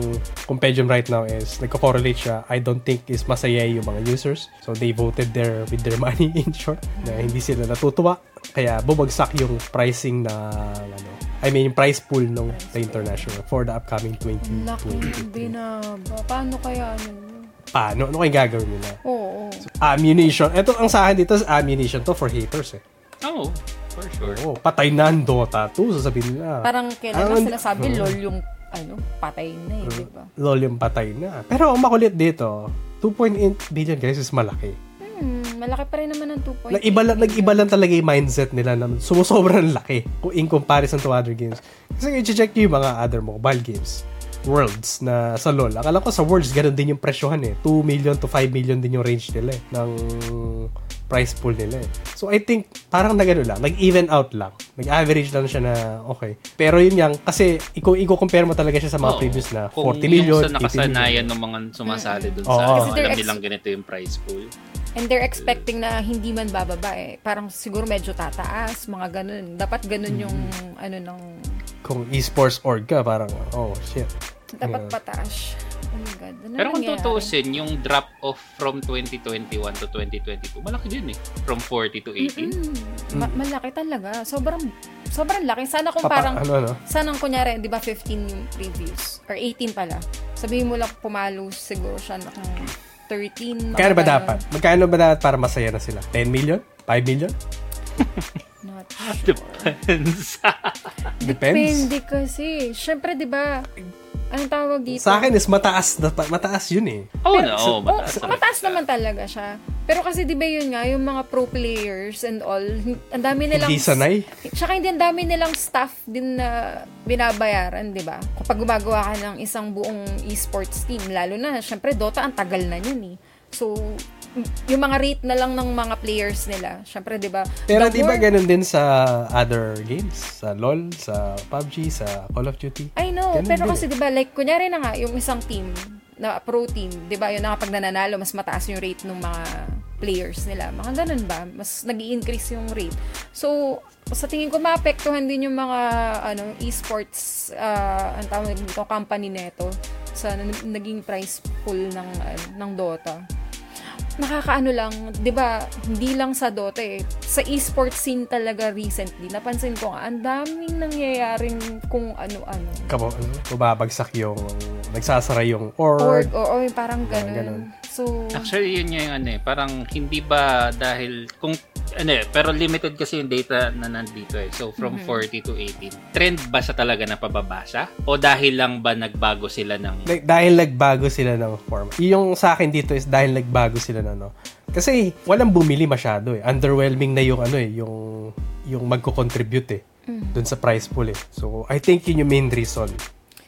S2: Compendium right now is nagko-correlate siya. I don't think is masaya yung mga users. So they voted there with their money in short na hindi sila natutuwa. Kaya bubagsak yung pricing na ano, I mean yung price pool ng the international for the upcoming
S1: Laki
S2: 2020.
S1: binaba. Paano kaya yun?
S2: Paano? Ano kayong gagawin nila?
S1: Oo. oo.
S2: Ammunition. Ito ang sa akin dito is ammunition to for haters eh.
S3: Oh, for sure.
S2: Oh, patay na ang Dota 2 sasabihin nila.
S1: Parang kailan
S2: Ang-
S1: na sinasabi, lol yung ano, patay na eh, di ba?
S2: lol yung patay na. Pero ang makulit dito, 2.8 billion guys is malaki.
S1: Hmm, malaki pa rin naman ng 2.8.
S2: Nag-iba, lang- nag-iba lang talaga yung mindset nila na sumusobrang laki kung in comparison to other games. Kasi kung i-check nyo yung mga other mobile games, worlds na sa LoL. Akala ko sa worlds, ganun din yung presyohan eh. 2 million to 5 million din yung range nila eh, ng price pool nila eh. So I think parang nagano lang, nag-even out lang. Nag-average lang siya na okay. Pero yun yang kasi iko iko compare mo talaga siya sa mga
S3: Oo.
S2: previous na
S3: Oh, Kung
S2: 40 million,
S3: Kung yung sa
S2: 80 million.
S3: nakasanayan ng mga sumasali dun
S2: Oo.
S3: sa,
S2: Kasi
S1: they're
S3: alam
S1: ex-
S3: nilang ganito yung price pool.
S1: And they're expecting na hindi man bababa eh. Parang siguro medyo tataas, mga ganun. Dapat ganun yung
S2: Mm-hmm.
S1: ano ng
S2: Kung esports org ka, parang oh shit.
S1: dapat
S2: Yeah.
S1: pataas. Oh my god. Ano
S3: Pero kung
S1: nangyayari?
S3: tutuusin, yung drop off from 2021 to 2022, malaki din eh. From 40 to 80.
S1: Mm, ma- malaki talaga. Sobrang sobrang laki. Sana kung
S2: Papa,
S1: parang
S2: ano ano?
S1: sana kung kunyari, 'di ba 15 yung previews or 18 pala. Sabihin mo lang pumalo siguro siya ng
S2: Magkano ano ba
S1: 13. mga ganun.
S2: dapat? Magkano ba dapat para masaya na sila? 10 million? 5 million?
S1: Not sure.
S3: Depends.
S2: Depends.
S1: Ah, Depende kasi. Siyempre, 'di ba? Anong tawag dito?
S2: Sa akin is mataas, dapat mataas yun eh.
S3: Oo na,
S1: Oh,
S3: oo. Mataas.
S1: so, mataas naman talaga siya. Pero kasi 'di ba yun nga yung mga pro players and all, hin- ang dami nilang
S2: Hindi sanay.
S1: Tsaka hindi ang dami nilang staff din na binabayaran, 'di ba? Kapag gumagawa ka ng isang buong esports team, lalo na syempre Dota ang tagal na yun eh. So y- yung mga rate na lang ng mga players nila, syempre 'di ba?
S2: Pero
S1: the
S2: di ba
S1: more-
S2: ganun din sa other games? Sa LoL, sa PUBG, sa Call of Duty?
S1: I know,
S2: Ganun
S1: pero
S2: din
S1: kasi 'di ba like kunyari na nga yung isang team na pro team, 'di ba? Yun na kapag nananalo mas mataas yung rate ng mga players nila. Mga ganun ba? Mas nag increase yung rate. So, sa tingin ko maapektuhan din yung mga ano esports ah ang tawag dito company nito sa nan- naging price pool ng ano, ng Dota. Nakakaano lang, 'di ba? Hindi lang sa Dota eh. Sa esports scene talaga recently, napansin ko nga ang daming nangyayaring kung ano-ano
S2: Kabo, ano, bumabagsak yung, nagsasara yung
S1: or,
S2: org.
S1: or, or yung parang ganun.
S2: ganun. Ah,
S1: So,
S3: Actually, yun yung ano eh. Parang hindi ba dahil kung ano eh, pero limited kasi yung data na nandito eh. So, from 40 to 18. Trend ba sa talaga na pababasa? O dahil lang ba nagbago sila ng...
S2: Like, dahil nagbago sila ng format. Yung sa akin dito is dahil nagbago sila ng ano. Kasi walang bumili masyado eh. Underwhelming na yung ano eh, yung, yung magko-contribute eh. Dun sa price pool eh. So, I think yun yung main reason.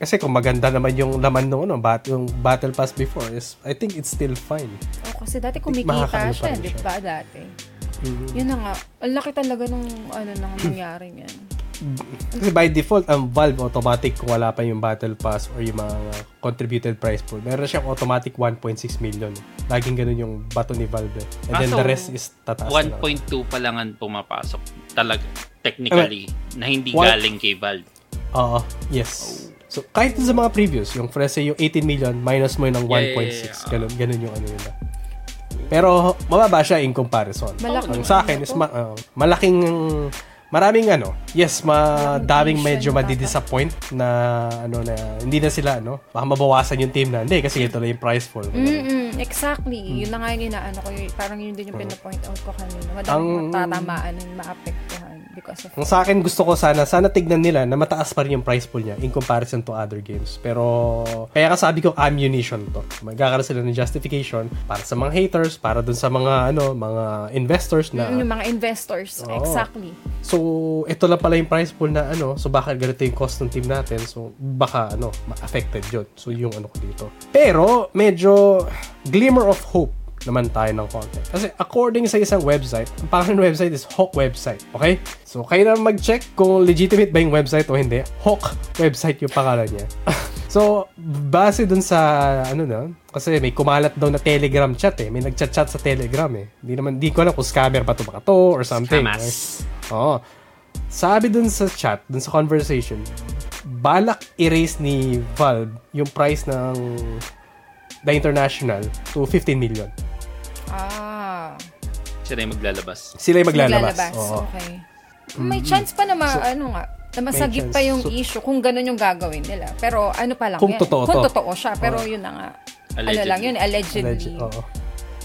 S2: Kasi kung maganda naman yung laman ng ano, bat, yung Battle Pass before is, I think it's still fine.
S1: oh, kasi
S2: makakaano
S1: dati kumikita
S2: pa
S1: siya,
S2: rin
S1: di
S2: siya. Mm-hmm.
S1: ba dati? Yun na nga, ang laki talaga nung ano nang
S2: Hmm.
S1: nangyari niyan.
S2: Kasi by default, ang Valve automatic kung wala pa yung Battle Pass or yung mga contributed price pool. Meron siyang automatic 1.6 million. Laging ganun yung bato ni Valve. eh. And
S3: Ah,
S2: then
S3: so,
S2: the rest is tataas na
S3: 1.2
S2: lang.
S3: pa lang ang pumapasok talaga technically na hindi
S2: What?
S3: galing kay Valve.
S2: Oo, yes. So, kahit dun sa mga previews, yung let's say, yung 18 million, minus mo yun ng 1.6.
S3: Yeah, yeah, yeah.
S2: Ganun, ganun yung ano nila. Pero, mababa siya in comparison.
S3: Oh,
S1: Malaki
S2: Yung sa akin
S1: ano
S2: is
S1: to?
S2: ma- ah, malaking maraming ano, yes, madaming
S1: Maraming
S2: medyo
S1: issue na
S2: madidisappoint na ano na hindi na sila ano, baka mabawasan yung team na. Hindi kasi ito lang yung price pool.
S1: Mm-mm, exactly.
S2: Hmm.
S1: Yun na nga yung inaano ko. yun- Parang yun din yung pinapoint out ko kanina. Madaming
S2: Ang-
S1: matatamaan and maapektuhan because of
S2: Ang sa akin gusto ko sana, sana tignan nila na mataas pa rin yung price pool niya in comparison to other games. Pero, kaya kasabi ko ammunition to. Magkakaroon sila ng justification para sa mga haters, para dun sa mga ano, mga investors na
S1: yung mga investors.
S2: Oo.
S1: Exactly.
S2: So, ito lang pala yung price pool na ano. So, baka ganito yung cost ng team natin. So, baka ano, ma-affected yun. So, yung ano ko dito. Pero, medyo glimmer of hope naman tayo ng konti. Kasi according sa isang website, ang pangalan ng website is Hawk website. Okay? So, kayo na mag-check kung legitimate ba yung website o hindi. Hawk website yung pangalan niya. so, base dun sa ano na, kasi may kumalat daw na Telegram chat eh. May nagchat-chat sa Telegram eh. Hindi naman, di ko alam kung scammer ba to baka to or something. Okay?
S3: Hamas.
S2: Oo. Sabi dun sa chat, dun sa conversation, balak erase ni Valve yung price ng The International to 15 million.
S1: Ah.
S3: Sila yung maglalabas.
S2: Sila yung maglalabas.
S1: Maglalabas,
S2: Oo. Mm-hmm.
S1: Okay. May chance pa na ma, ano nga, na masagip
S2: chance.
S1: pa yung
S2: So-
S1: issue kung ganun yung gagawin nila. Pero ano pa lang
S2: Kung
S1: yan.
S2: totoo
S1: kung
S2: to.
S1: totoo siya. Pero yun na nga. Ano
S3: Allegedly.
S1: lang yun, allegedly.
S2: Alleged- oo.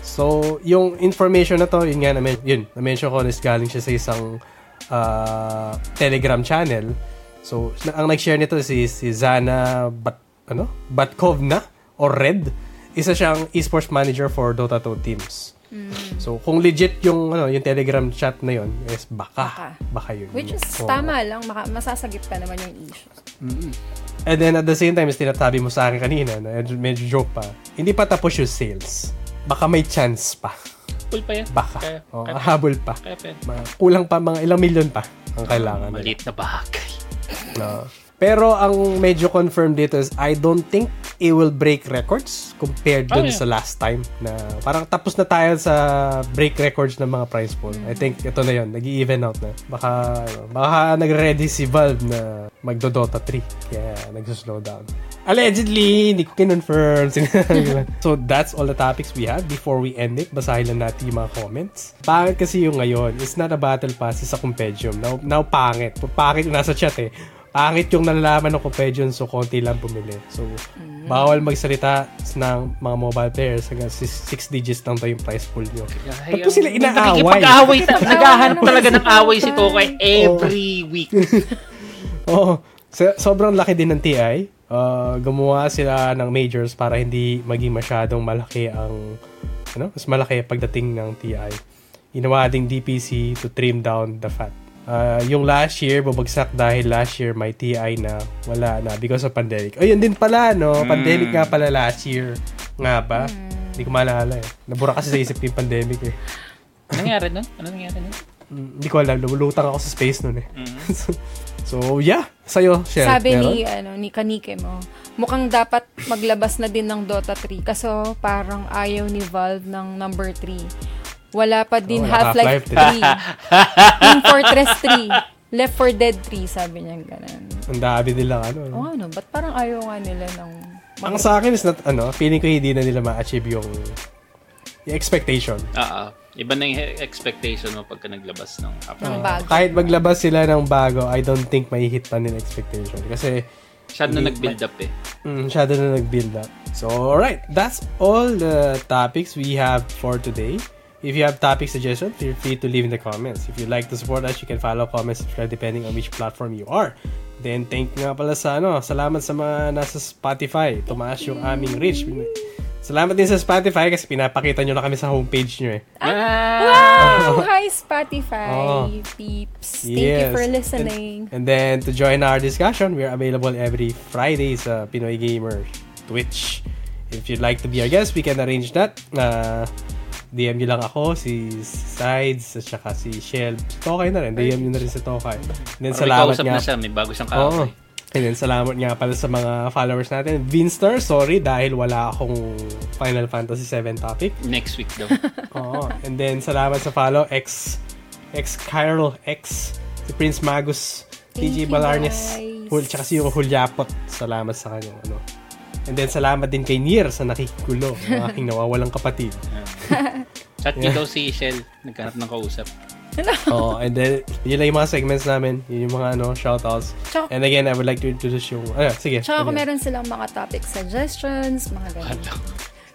S2: So, yung information na to, yun nga, na yun, na-mention ko, is galing siya sa isang ah, Telegram channel. So, na- ang nag-share nito si, si Zana Bat, ano? Batkovna or Red. Isa siyang esports manager for Dota 2 teams.
S1: Mm.
S2: So, kung legit yung ano, yung Telegram chat na yon is
S1: Baka.
S2: baka. Baka yun.
S1: Which is
S2: Oo.
S1: tama lang, maka- masasagip ka naman yung issues.
S2: And then at the same time, is tinatabi mo sa akin kanina, na medyo- medyo joke pa, hindi pa tapos yung sales. Baka may chance pa.
S3: Full pa yan.
S2: Baka.
S3: Kaya,
S2: Oh,
S3: kaya,
S2: habol pa.
S3: kaya pa yan.
S2: Mga kulang pa, mga ilang milyon pa ang kailangan. nila.
S3: Eh. Maliit na bagay.
S2: No. Pero ang medyo confirmed dito is I don't think it will break records compared dun
S3: Oh, yeah.
S2: sa last time na parang tapos na tayo sa break records ng mga prize pool. I think ito na yon nag-even out na. Baka ano, baka nag-ready si Valve na magdo-Dota 3 kaya nagsuslow down. Allegedly, hindi ko kinonfirm. Sinabi lang. so that's all the topics we had. Before we end it, basahin lang natin yung mga comments. Pangit kasi yung ngayon, it's not a battle pass, it's a compendium. Now, now pangit. Pangit yung nasa chat eh. Pangit yung nalalaman ng Copedion so konti lang bumili. So, bawal magsalita ng mga mobile players hanggang 6 digits lang to yung price pool nyo. Ba't po sila inaaway?
S3: Nakikipag-away ta- Naghahanap talaga ng away si Tokay every
S2: Oh.
S3: week.
S2: Oo. So- Oh, sobrang laki din ng TI. Ah, gumawa sila ng majors para hindi maging masyadong malaki ang ano, mas malaki pagdating ng TI. Ginawa ding DPC to trim down the fat. Ah, yung last year, babagsak dahil last year may TI na wala na because of pandemic. Ayun din pala, no? Pandemic nga pala last year. Nga ba?
S1: Hmm.
S2: Hindi ko maalala eh. Nabura kasi sa isip ko yung pandemic eh.
S3: Ano nangyari nun? Ano nangyari nun?
S2: Mm, Hindi ko alam. Lumulutang ako sa space nun eh. so, yeah. Sa'yo, Shell.
S1: Sabi
S2: meron?
S1: ni ano ni Kanike mo, mukhang dapat maglabas na din ng Dota 3 kaso parang ayaw ni Valve ng number 3. Wala pa din
S2: Oo,
S1: Half-Life
S2: Half-Life
S1: 3. Team Fortress 3. Left 4 Dead 3, sabi niya ganun.
S2: Ang dami nila ano. ano.
S1: O ano, ba't parang ayaw nga nila ng
S2: Ang sa akin is not ano, feeling ko hindi na nila ma-achieve yung, yung expectation.
S3: Oo. Ah, Iba na yung expectation mo pagka naglabas ng hapon.
S1: ng
S2: Uh,
S1: bago.
S2: kahit maglabas sila ng bago, I don't think may hit pa nila expectation. Kasi
S3: Siya na nag-build up eh.
S2: mm, masyado na nag-build up. So, alright. That's all the topics we have for today. If you have topic suggestions, feel free to leave in the comments. If you'd like to support us, you can follow, comment, subscribe depending on which platform you are. Then, thank nga pala sa ano, salamat sa mga nasa Spotify. Tumaas yung aming reach. Salamat din sa Spotify kasi pinapakita nyo na kami sa homepage nyo eh.
S3: Ah!
S1: Wow! Hi Spotify
S2: Oo.
S1: peeps. Thank you for
S2: Yes.
S1: listening.
S2: And, and then to join our discussion, we are available every Friday sa Pinoy Gamer Twitch. If you'd like to be our guest, we can arrange that. Uh, DM nyo lang ako, si Sides, at saka si Shell. Tokay na rin. DM nyo na rin si Tokay. And then,
S3: Parang
S2: salamat
S3: ikausap na
S2: nga.
S3: siya, may bago siyang
S2: Oo.
S3: kaaway.
S2: And then, salamat nga pala sa mga followers natin. Vinstar, sorry dahil wala akong Final Fantasy 7 topic.
S3: Next week daw. Ah.
S2: Oo. And then, salamat sa follow. X, X Carol, X, si Prince Magus,
S1: Thank
S2: TJ
S1: you,
S2: Balarnes,
S1: guys.
S2: Hul, tsaka si Yung Hulyapot. Salamat sa kanya. Ano. And then, salamat din kay Nier sa nakikulo, ang aking nawawalang kapatid.
S3: Chat yeah. daw si Shell. Naghanap ng kausap.
S2: Oo. and then, yun lang yung mga segments namin. Yun yung mga ano, shoutouts.
S1: Tsaka-
S2: And again, I would like to introduce yung... Ano, sige.
S1: Tsaka
S2: ano yun?
S1: kung meron silang mga topic suggestions, mga ganun.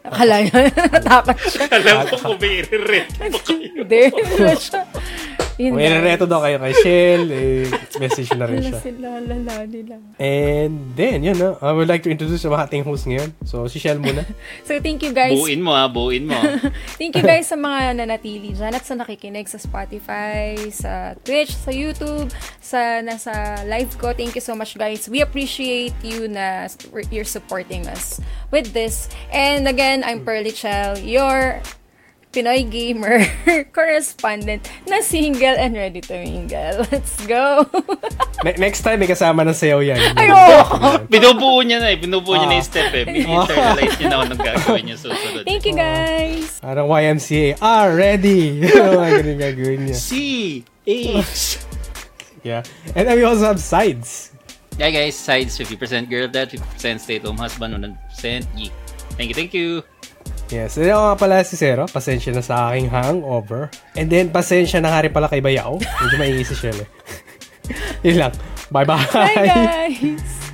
S1: Akala yun. Natakot siya.
S2: Ah,
S3: Alam ko kung may re
S1: Hindi. Wala siya. Yun
S2: Kung
S1: lang.
S2: may reto daw kayo kay Shell, eh, message na rin
S1: Wala
S2: siya.
S1: sila, lala nila.
S2: And then, yun na. I would like to introduce yung mga ating host ngayon. So, si Shell muna.
S1: So, thank you guys.
S3: Buuin mo ha, buuin mo.
S1: Thank you guys sa mga nanatili dyan at sa nakikinig sa Spotify, sa Twitch, sa YouTube, sa nasa live ko. Thank you so much guys. We appreciate you na you're supporting us with this. And again, I'm Pearly Chell, your Pinoy gamer correspondent na single and ready to mingle. Let's go!
S2: Ne- next time, may kasama ng sayaw yan.
S1: Ayoko!
S3: Binubuo niya na eh. Binubuo niya na yung
S2: Ah.
S3: step eh. Internalize niya na kung anong gagawin niya susunod.
S1: Thank you guys!
S2: Parang YMCA, are Ah, ready! Oh Mga ganun gagawin niya.
S3: C. H.
S2: Yeah. And then we also have sides.
S3: Hi guys, sides 50% girl dad, 50% stay at home husband, 100% geek. Thank you, thank you.
S2: Yes. And ako nga pala si Zero. Pasensya na sa aking hangover. And then, pasensya na nga rin pala kay Bayaw. Medyo maingi si Shell eh. Yun lang. Bye-bye!
S1: Bye guys!